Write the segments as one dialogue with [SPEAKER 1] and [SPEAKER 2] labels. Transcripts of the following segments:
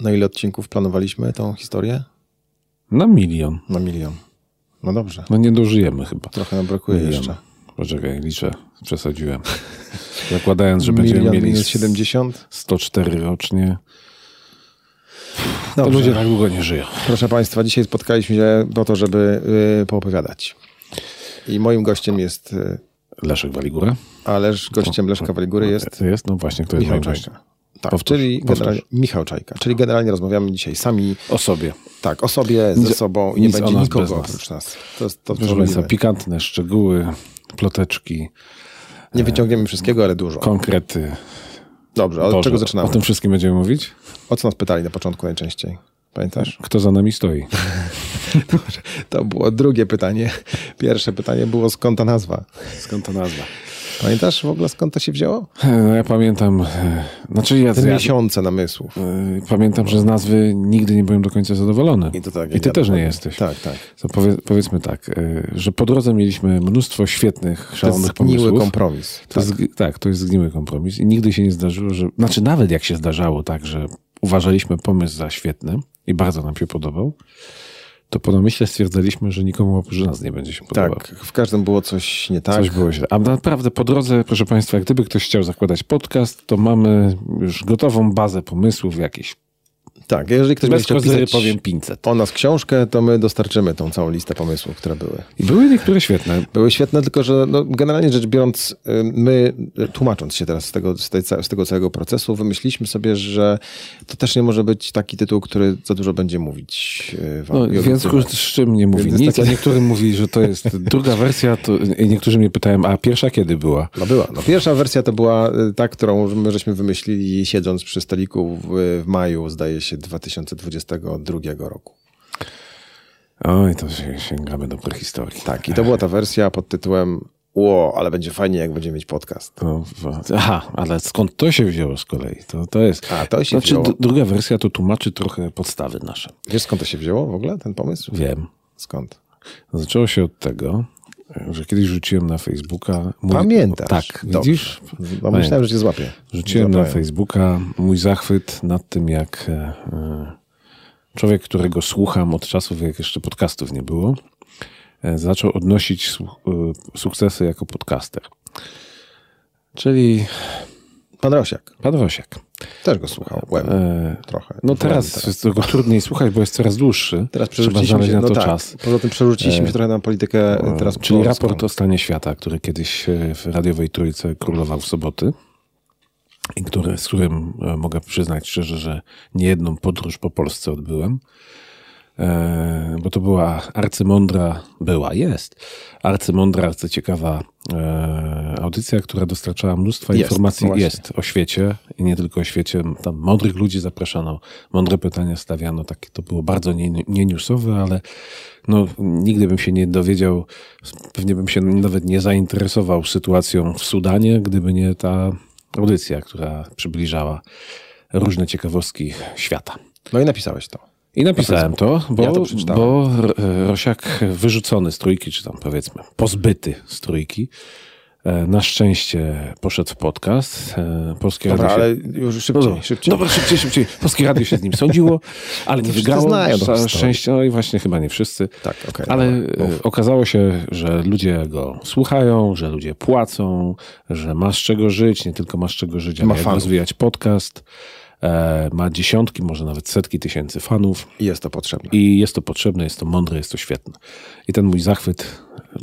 [SPEAKER 1] Na ile odcinków planowaliśmy tą historię?
[SPEAKER 2] Na milion.
[SPEAKER 1] Na milion. No dobrze.
[SPEAKER 2] No nie dożyjemy chyba.
[SPEAKER 1] Trochę nam brakuje
[SPEAKER 2] Milion.
[SPEAKER 1] jeszcze.
[SPEAKER 2] Poczekaj, liczę. Przesadziłem. Zakładając, że będziemy
[SPEAKER 1] milion
[SPEAKER 2] mieli
[SPEAKER 1] minus 70.
[SPEAKER 2] 104 rocznie, to
[SPEAKER 1] Dobrze.
[SPEAKER 2] ludzie tak długo nie żyją.
[SPEAKER 1] Proszę Państwa, dzisiaj spotkaliśmy się po to, żeby y, poopowiadać. I moim gościem jest, y,
[SPEAKER 2] Leszek Waligura?
[SPEAKER 1] ależ gościem Leszka Waligury jest
[SPEAKER 2] To jest? No właśnie, to jest
[SPEAKER 1] Michał
[SPEAKER 2] moim
[SPEAKER 1] Czajka. Tak,
[SPEAKER 2] Powtórz,
[SPEAKER 1] czyli
[SPEAKER 2] powtórz.
[SPEAKER 1] generalnie, Michał Czajka. Czyli generalnie rozmawiamy dzisiaj sami,
[SPEAKER 2] O sobie.
[SPEAKER 1] tak, o sobie, ze
[SPEAKER 2] Nic-
[SPEAKER 1] sobą i nie
[SPEAKER 2] nic o
[SPEAKER 1] będzie
[SPEAKER 2] nas
[SPEAKER 1] nikogo
[SPEAKER 2] bez nas.
[SPEAKER 1] oprócz nas. To jest to, co
[SPEAKER 2] Proszę Państwa,
[SPEAKER 1] robimy.
[SPEAKER 2] pikantne szczegóły, ploteczki,
[SPEAKER 1] Nie wyciągniemy wszystkiego, ale dużo.
[SPEAKER 2] konkrety.
[SPEAKER 1] Dobrze, od
[SPEAKER 2] Boże,
[SPEAKER 1] czego zaczynamy?
[SPEAKER 2] O tym wszystkim będziemy mówić?
[SPEAKER 1] O co nas pytali na początku najczęściej? Pamiętasz?
[SPEAKER 2] Kto za nami stoi?
[SPEAKER 1] To było drugie pytanie. Pierwsze pytanie było skąd ta nazwa?
[SPEAKER 2] Skąd ta nazwa?
[SPEAKER 1] Pamiętasz w ogóle skąd to się wzięło?
[SPEAKER 2] No ja pamiętam, e, znaczy ja,
[SPEAKER 1] Te
[SPEAKER 2] ja
[SPEAKER 1] miesiące namysłów.
[SPEAKER 2] e, pamiętam, że z nazwy nigdy nie byłem do końca zadowolony.
[SPEAKER 1] I to tak,
[SPEAKER 2] I
[SPEAKER 1] jak
[SPEAKER 2] ty
[SPEAKER 1] ja
[SPEAKER 2] też nie
[SPEAKER 1] dokładnie.
[SPEAKER 2] jesteś.
[SPEAKER 1] Tak, tak.
[SPEAKER 2] To powie, powiedzmy tak, e, że po drodze mieliśmy mnóstwo świetnych,
[SPEAKER 1] To
[SPEAKER 2] szalonych
[SPEAKER 1] jest miły
[SPEAKER 2] pomysłów.
[SPEAKER 1] kompromis.
[SPEAKER 2] To jest, zg- tak, to jest zgniły kompromis i nigdy się nie zdarzyło, że, znaczy nawet jak się zdarzało tak, że uważaliśmy pomysł za świetny i bardzo nam się podobał, to po namyśle stwierdzaliśmy, że nikomu oprócz nas nie będzie się podobał.
[SPEAKER 1] Tak, w każdym było coś nie tak.
[SPEAKER 2] Coś było źle. A naprawdę po drodze, proszę Państwa, gdyby ktoś chciał zakładać podcast, to mamy już gotową bazę pomysłów jakichś.
[SPEAKER 1] Tak, jeżeli ktoś
[SPEAKER 2] Bez
[SPEAKER 1] będzie chciał
[SPEAKER 2] kozery
[SPEAKER 1] pisać
[SPEAKER 2] powiem 500.
[SPEAKER 1] o nas książkę, to my dostarczymy tą całą listę pomysłów, które były.
[SPEAKER 2] I były niektóre świetne.
[SPEAKER 1] Były świetne, tylko że no, generalnie rzecz biorąc, y, my, y, tłumacząc się teraz z tego, z, tej, ca- z tego całego procesu, wymyśliliśmy sobie, że to też nie może być taki tytuł, który za dużo będzie mówić. y, Wam
[SPEAKER 2] No,
[SPEAKER 1] i
[SPEAKER 2] w związku
[SPEAKER 1] obiecywać.
[SPEAKER 2] z czym nie mówi
[SPEAKER 1] Więc jest
[SPEAKER 2] nic,
[SPEAKER 1] takie-
[SPEAKER 2] a niektórym mówi, że to jest druga wersja, to i niektórzy mnie pytają, a pierwsza kiedy była?
[SPEAKER 1] No była. No pierwsza wersja to była y, ta, którą my żeśmy wymyślili siedząc przy stoliku w, w maju, zdaje się, 2022 roku.
[SPEAKER 2] Oj, to się sięgamy do prehistorii.
[SPEAKER 1] Tak, i to była ta wersja pod tytułem Ło, ale będzie fajnie, jak będziemy mieć podcast.
[SPEAKER 2] To, w- aha, ale skąd to się wzięło z kolei? To, to jest.
[SPEAKER 1] A, to się
[SPEAKER 2] znaczy,
[SPEAKER 1] wzięło.
[SPEAKER 2] d- druga wersja to tłumaczy trochę podstawy nasze.
[SPEAKER 1] Wiesz skąd to się wzięło w ogóle, ten pomysł?
[SPEAKER 2] Wiem.
[SPEAKER 1] Skąd?
[SPEAKER 2] Zaczęło się od tego, że kiedyś rzuciłem na Facebooka. Mój,
[SPEAKER 1] Pamiętasz.
[SPEAKER 2] Tak,
[SPEAKER 1] Dobrze.
[SPEAKER 2] widzisz?
[SPEAKER 1] No, myślałem, że cię złapię.
[SPEAKER 2] Rzuciłem na
[SPEAKER 1] Złapałem.
[SPEAKER 2] Facebooka mój zachwyt nad tym, jak e, e, człowiek, którego słucham od czasów, jak jeszcze podcastów nie było, e, zaczął odnosić su- e, sukcesy jako podcaster. Czyli
[SPEAKER 1] Pan Rosiak.
[SPEAKER 2] pan Rosiak.
[SPEAKER 1] Też go słuchał. Łem.
[SPEAKER 2] E,
[SPEAKER 1] Trochę.
[SPEAKER 2] No
[SPEAKER 1] Łem
[SPEAKER 2] teraz, jest go trudniej słuchać, bo jest coraz dłuższy.
[SPEAKER 1] Teraz
[SPEAKER 2] Trzeba
[SPEAKER 1] przerzuciliśmy
[SPEAKER 2] znaleźć
[SPEAKER 1] się,
[SPEAKER 2] na
[SPEAKER 1] no
[SPEAKER 2] to
[SPEAKER 1] tak,
[SPEAKER 2] czas. E,
[SPEAKER 1] poza tym przerzuciliśmy się trochę na politykę e, teraz
[SPEAKER 2] Czyli
[SPEAKER 1] polską.
[SPEAKER 2] raport o stanie świata, który kiedyś e, w radiowej trójce królował w soboty i który, z którym e, mogę przyznać szczerze, że niejedną podróż po Polsce odbyłem. E, Bo to była arcymądra, była, jest arcymądra, arcyciekawa e, audycja, która dostarczała mnóstwa
[SPEAKER 1] Jest,
[SPEAKER 2] informacji,
[SPEAKER 1] właśnie.
[SPEAKER 2] jest o świecie i nie tylko o świecie. Tam mądrych ludzi zapraszano, mądre pytania stawiano. Takie to było bardzo nie- nienewsowe, ale no, nigdy bym się nie dowiedział, pewnie bym się nawet nie zainteresował sytuacją w Sudanie, gdyby nie ta audycja, która przybliżała różne ciekawostki świata.
[SPEAKER 1] No i napisałeś to.
[SPEAKER 2] I napisałem to, bo,
[SPEAKER 1] Ja to przeczytałem.
[SPEAKER 2] bo e, Rosiak wyrzucony z trójki, czy tam powiedzmy pozbyty z trójki, e, na szczęście poszedł w podcast. e, Polskie
[SPEAKER 1] Dobra,
[SPEAKER 2] Radio się... No
[SPEAKER 1] ale już szybciej, szybciej.
[SPEAKER 2] Dobra, szybciej, szybciej. Polskie Radio się z nim sądziło, ale nie
[SPEAKER 1] wszyscy
[SPEAKER 2] wygrało.
[SPEAKER 1] znają tą
[SPEAKER 2] Całe
[SPEAKER 1] historię.
[SPEAKER 2] szczęście, no i właśnie chyba nie wszyscy.
[SPEAKER 1] Tak, okej,
[SPEAKER 2] Ale
[SPEAKER 1] dobra,
[SPEAKER 2] e, okazało się, że ludzie go słuchają, że ludzie płacą, że masz czego żyć, nie tylko masz czego żyć, ale
[SPEAKER 1] Ma
[SPEAKER 2] jak
[SPEAKER 1] fanów.
[SPEAKER 2] rozwijać podcast. E, Ma dziesiątki, może nawet setki tysięcy fanów.
[SPEAKER 1] I jest to potrzebne.
[SPEAKER 2] I jest to potrzebne, jest to mądre, jest to świetne. I ten mój zachwyt,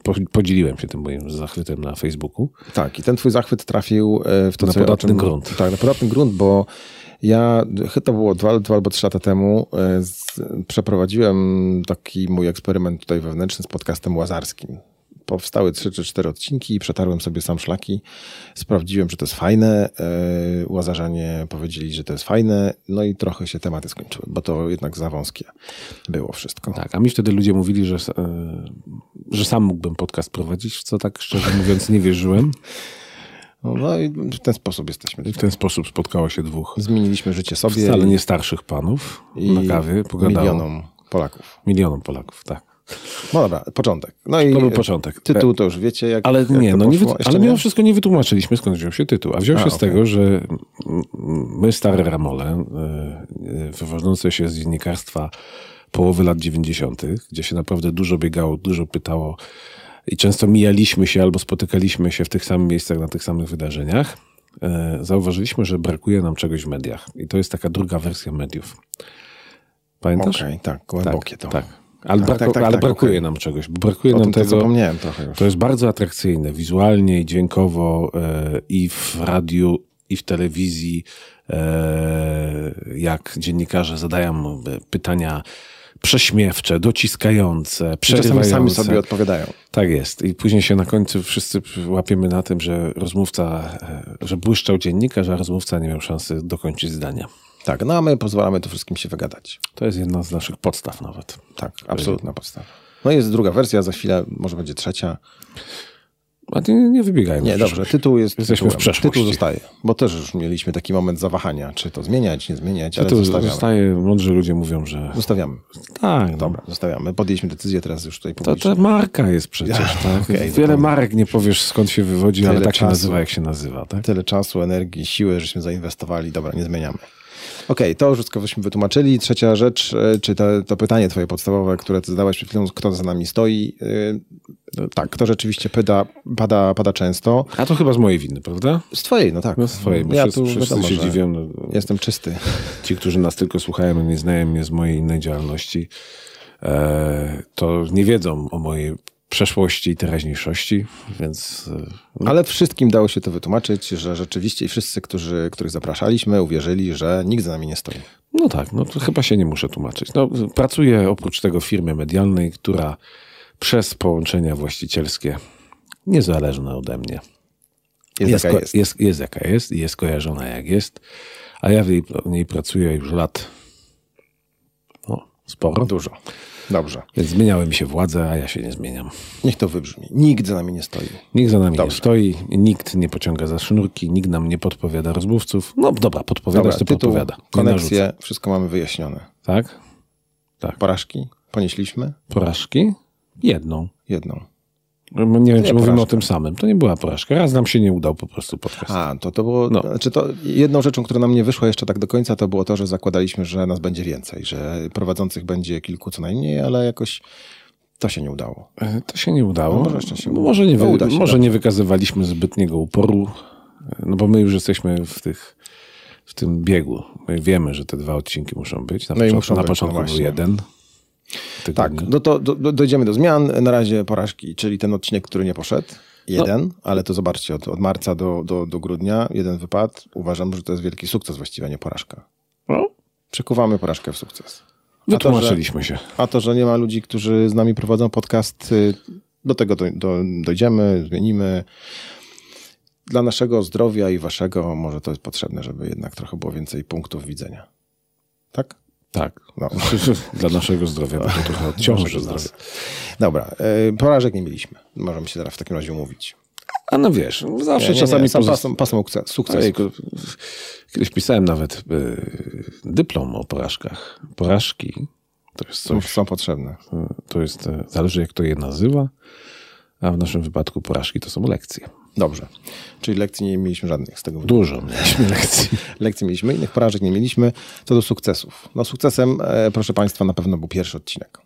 [SPEAKER 2] po- podzieliłem się tym moim zachwytem na Facebooku.
[SPEAKER 1] Tak, i ten twój zachwyt trafił e, w to,
[SPEAKER 2] Na
[SPEAKER 1] co ja o
[SPEAKER 2] podatny
[SPEAKER 1] czym-
[SPEAKER 2] grunt.
[SPEAKER 1] Tak, na podatny grunt, bo ja, chyba to było dwa, dwa albo trzy lata temu, e, z, przeprowadziłem taki mój eksperyment tutaj wewnętrzny z podcastem łazarskim. Powstały trzy czy cztery odcinki i przetarłem sobie sam szlaki. Sprawdziłem, że to jest fajne. e, Łazarzanie powiedzieli, że to jest fajne. No i trochę się tematy skończyły, bo to jednak za wąskie było wszystko.
[SPEAKER 2] Tak, a mi wtedy ludzie mówili, że, s- e, że sam mógłbym podcast prowadzić, w co tak szczerze mówiąc nie wierzyłem.
[SPEAKER 1] No i w ten sposób jesteśmy.
[SPEAKER 2] I w ten sposób spotkało się dwóch
[SPEAKER 1] Zmieniliśmy życie sobie
[SPEAKER 2] wcale
[SPEAKER 1] i-
[SPEAKER 2] nie starszych panów
[SPEAKER 1] i
[SPEAKER 2] na kawie, pogadało.
[SPEAKER 1] milionom Polaków.
[SPEAKER 2] Milionom Polaków, tak.
[SPEAKER 1] No dobra, początek. No i
[SPEAKER 2] To był początek.
[SPEAKER 1] Tytuł to już wiecie, jak
[SPEAKER 2] Ale
[SPEAKER 1] jak
[SPEAKER 2] nie,
[SPEAKER 1] to
[SPEAKER 2] no nie,
[SPEAKER 1] poszło.
[SPEAKER 2] wyt-
[SPEAKER 1] Jeszcze
[SPEAKER 2] ale mimo wszystko nie wytłumaczyliśmy, skąd wziął się tytuł. A wziął
[SPEAKER 1] A,
[SPEAKER 2] się z
[SPEAKER 1] okej.
[SPEAKER 2] tego, że mm, my, stare ramole, y, y, wywodzące się z dziennikarstwa połowy lat 90., gdzie się naprawdę dużo biegało, dużo pytało i często mijaliśmy się albo spotykaliśmy się w tych samych miejscach, na tych samych wydarzeniach, y, zauważyliśmy, że brakuje nam czegoś w mediach. I to jest taka druga wersja mediów. Pamiętasz?
[SPEAKER 1] Okej, tak, głębokie to.
[SPEAKER 2] Tak. Ale,
[SPEAKER 1] Tak,
[SPEAKER 2] brako,
[SPEAKER 1] tak, tak,
[SPEAKER 2] ale
[SPEAKER 1] tak,
[SPEAKER 2] brakuje
[SPEAKER 1] okej.
[SPEAKER 2] nam czegoś, bo brakuje
[SPEAKER 1] O
[SPEAKER 2] nam
[SPEAKER 1] tym to
[SPEAKER 2] tego.
[SPEAKER 1] zapomniałem trochę już.
[SPEAKER 2] To jest bardzo atrakcyjne wizualnie i dźwiękowo e, i w radiu, i w telewizji, e, jak dziennikarze zadają e, pytania prześmiewcze, dociskające,
[SPEAKER 1] I czasami
[SPEAKER 2] przerywające.
[SPEAKER 1] sami sobie odpowiadają.
[SPEAKER 2] Tak jest. I później się na końcu wszyscy łapiemy na tym, że rozmówca, e, że błyszczał dziennikarz, a rozmówca nie miał szansy dokończyć zdania.
[SPEAKER 1] Tak, no a my pozwalamy tu wszystkim się wygadać.
[SPEAKER 2] To jest jedna z naszych podstaw nawet.
[SPEAKER 1] Tak, absolutna podstawa. No i jest druga wersja, za chwilę może będzie trzecia.
[SPEAKER 2] A nie, nie wybiegajmy.
[SPEAKER 1] Nie, dobrze, tytuł jest
[SPEAKER 2] Jesteśmy
[SPEAKER 1] tytułem.
[SPEAKER 2] w przeszłości.
[SPEAKER 1] Tytuł zostaje, bo też już mieliśmy taki moment zawahania, czy to zmieniać, nie zmieniać, ale
[SPEAKER 2] To
[SPEAKER 1] zostawiamy.
[SPEAKER 2] zostaje, mądrzy ludzie mówią, że
[SPEAKER 1] Zostawiamy.
[SPEAKER 2] tak, no.
[SPEAKER 1] Dobra, zostawiamy. Podjęliśmy decyzję teraz już tutaj
[SPEAKER 2] To
[SPEAKER 1] publicznie.
[SPEAKER 2] ta marka jest przecież, tak?
[SPEAKER 1] okej,
[SPEAKER 2] Wiele
[SPEAKER 1] to-
[SPEAKER 2] marek nie powiesz skąd się wywodzi, ale
[SPEAKER 1] Tyle
[SPEAKER 2] tak się
[SPEAKER 1] czasu.
[SPEAKER 2] nazywa, jak się nazywa, tak?
[SPEAKER 1] Tyle czasu, energii, siły, żeśmy zainwestowali. Dobra, nie zmieniamy. Okej, to już wszystko żeśmy wytłumaczyli. Trzecia rzecz, e, czy to, to pytanie twoje podstawowe, które ty zadałeś przed chwilą, kto za nami stoi. e, Tak, to rzeczywiście pada, pada, pada często.
[SPEAKER 2] A to chyba z mojej winy, prawda?
[SPEAKER 1] Z twojej, no tak.
[SPEAKER 2] No swojej, bo
[SPEAKER 1] ja
[SPEAKER 2] wszyscy,
[SPEAKER 1] tu
[SPEAKER 2] wszyscy
[SPEAKER 1] wiadomo,
[SPEAKER 2] się
[SPEAKER 1] że
[SPEAKER 2] dziwią. No,
[SPEAKER 1] Jestem czysty.
[SPEAKER 2] Ci, którzy nas tylko słuchają, a nie znają mnie z mojej innej działalności, e, to nie wiedzą o mojej przeszłości i teraźniejszości, więc e, no,
[SPEAKER 1] Ale wszystkim dało się to wytłumaczyć, że rzeczywiście i wszyscy, którzy, których zapraszaliśmy, uwierzyli, że nikt za nami nie stoi.
[SPEAKER 2] No tak, no to chyba się nie muszę tłumaczyć. No, pracuję oprócz tego w firmie medialnej, która przez połączenia właścicielskie, niezależne ode mnie,
[SPEAKER 1] Jest,
[SPEAKER 2] jest,
[SPEAKER 1] jest,
[SPEAKER 2] ko-
[SPEAKER 1] jest.
[SPEAKER 2] jest, jest jaka jest i jest kojarzona jak jest, a ja w jej, w niej pracuję już lat no, sporo,
[SPEAKER 1] Dużo. Dobrze.
[SPEAKER 2] więc zmieniały mi się władze, a ja się nie zmieniam.
[SPEAKER 1] Niech to wybrzmi. Nikt za nami nie stoi.
[SPEAKER 2] Nikt za nami nie stoi, nikt nie pociąga za sznurki, nikt nam nie podpowiada rozmówców. No dobra, podpowiadać
[SPEAKER 1] Dobra,
[SPEAKER 2] to
[SPEAKER 1] tytuł,
[SPEAKER 2] podpowiada. Nie narzuca.
[SPEAKER 1] koneksje, wszystko mamy wyjaśnione.
[SPEAKER 2] Tak?
[SPEAKER 1] Porażki ponieśliśmy?
[SPEAKER 2] Porażki? Jedną.
[SPEAKER 1] Jedną.
[SPEAKER 2] Nie wiem, czy mówimy
[SPEAKER 1] porażka.
[SPEAKER 2] o tym samym. To nie była porażka. Raz nam się nie udał po prostu podcast.
[SPEAKER 1] A, to to było,
[SPEAKER 2] No.
[SPEAKER 1] znaczy to jedną rzeczą, która nam nie wyszła jeszcze tak do końca, to było to, że zakładaliśmy, że nas będzie więcej, że prowadzących będzie kilku co najmniej, ale jakoś to się nie udało.
[SPEAKER 2] E, To się nie udało.
[SPEAKER 1] No może jeszcze się
[SPEAKER 2] No
[SPEAKER 1] uda.
[SPEAKER 2] może nie,
[SPEAKER 1] No
[SPEAKER 2] wy,
[SPEAKER 1] uda się,
[SPEAKER 2] może
[SPEAKER 1] dobrze.
[SPEAKER 2] nie wykazywaliśmy zbytniego uporu, e, no bo my już jesteśmy w tych w tym biegu. My wiemy, że te dwa odcinki muszą być. Na
[SPEAKER 1] No i
[SPEAKER 2] początku,
[SPEAKER 1] muszą
[SPEAKER 2] na
[SPEAKER 1] być,
[SPEAKER 2] początku
[SPEAKER 1] no
[SPEAKER 2] był
[SPEAKER 1] właśnie.
[SPEAKER 2] jeden.
[SPEAKER 1] Tak,
[SPEAKER 2] tygodnia.
[SPEAKER 1] no to do, do, dojdziemy do zmian. Na razie porażki, czyli ten odcinek, który nie poszedł.
[SPEAKER 2] No.
[SPEAKER 1] Jeden, ale to zobaczcie, od, od marca do, do, do grudnia jeden wypad. Uważam, że to jest wielki sukces właściwie, a nie porażka.
[SPEAKER 2] No,
[SPEAKER 1] Przekuwamy porażkę w sukces. A to, że,
[SPEAKER 2] wytłumaczyliśmy się.
[SPEAKER 1] a to, że nie ma ludzi, którzy z nami prowadzą podcast, y, do tego do, do, dojdziemy, zmienimy. Dla naszego zdrowia i waszego może to jest potrzebne, żeby jednak trochę było więcej punktów widzenia. Tak?
[SPEAKER 2] Tak.
[SPEAKER 1] No.
[SPEAKER 2] Dla naszego zdrowia, bo to trochę odciąży zdrowie.
[SPEAKER 1] Dobra, y, porażek nie mieliśmy. Możemy się teraz w takim razie umówić.
[SPEAKER 2] A no wiesz, zawsze
[SPEAKER 1] Nie, nie,
[SPEAKER 2] czasami
[SPEAKER 1] nie, sam
[SPEAKER 2] pozosta-
[SPEAKER 1] pasem, pasem sukces- sukces.
[SPEAKER 2] Ojejku, kiedyś pisałem nawet y, dyplom o porażkach. Porażki to jest
[SPEAKER 1] są,
[SPEAKER 2] coś,
[SPEAKER 1] są potrzebne.
[SPEAKER 2] y, to jest, y, zależy jak to je nazywa, a w naszym wypadku porażki to są lekcje.
[SPEAKER 1] Dobrze. Czyli lekcji nie mieliśmy żadnych z tego. wyniku.
[SPEAKER 2] Dużo mieliśmy lekcji.
[SPEAKER 1] Lekcji mieliśmy, innych porażek nie mieliśmy. Co do sukcesów. No sukcesem, e, proszę Państwa, na pewno był pierwszy odcinek.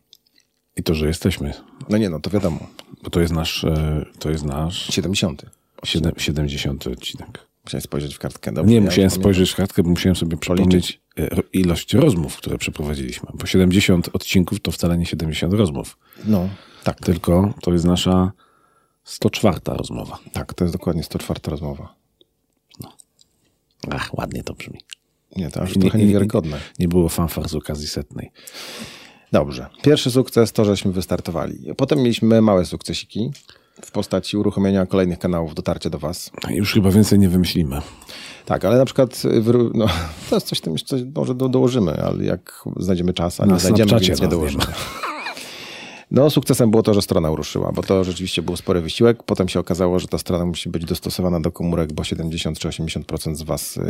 [SPEAKER 2] I to, że jesteśmy,
[SPEAKER 1] No nie, no to wiadomo.
[SPEAKER 2] bo to jest nasz, y, to jest nasz
[SPEAKER 1] 70.
[SPEAKER 2] siedem- 70 odcinek.
[SPEAKER 1] Musiałem spojrzeć w kartkę. Dobrze,
[SPEAKER 2] Nie,
[SPEAKER 1] ja
[SPEAKER 2] musiałem
[SPEAKER 1] już pamiętam.
[SPEAKER 2] spojrzeć w kartkę, bo musiałem sobie przypomnieć y, ilość rozmów, które przeprowadziliśmy. Bo 70 odcinków to wcale nie 70 rozmów.
[SPEAKER 1] No, tak.
[SPEAKER 2] Tylko to jest nasza 104 rozmowa.
[SPEAKER 1] Tak, to jest dokładnie 104 rozmowa.
[SPEAKER 2] Ach, ładnie to brzmi.
[SPEAKER 1] Nie, to aż
[SPEAKER 2] Nie,
[SPEAKER 1] trochę
[SPEAKER 2] nie, nie.
[SPEAKER 1] niewiarygodne.
[SPEAKER 2] Nie było fanfar z okazji setnej.
[SPEAKER 1] Dobrze. Pierwszy sukces to, żeśmy wystartowali. Potem mieliśmy małe sukcesiki w postaci uruchomienia kolejnych kanałów dotarcia do Was.
[SPEAKER 2] No Już chyba więcej nie wymyślimy.
[SPEAKER 1] Tak, ale na przykład wyru- no, to jest coś, tym jeszcze może do, dołożymy, ale jak znajdziemy czas, a nie
[SPEAKER 2] Na
[SPEAKER 1] znajdziemy,
[SPEAKER 2] Snapchacie
[SPEAKER 1] więc nie
[SPEAKER 2] nas
[SPEAKER 1] dołożymy. No, sukcesem było to, że strona uruszyła, bo to rzeczywiście był spory wysiłek. Potem się okazało, że ta strona musi być dostosowana do komórek, bo 70 czy 80% z Was y,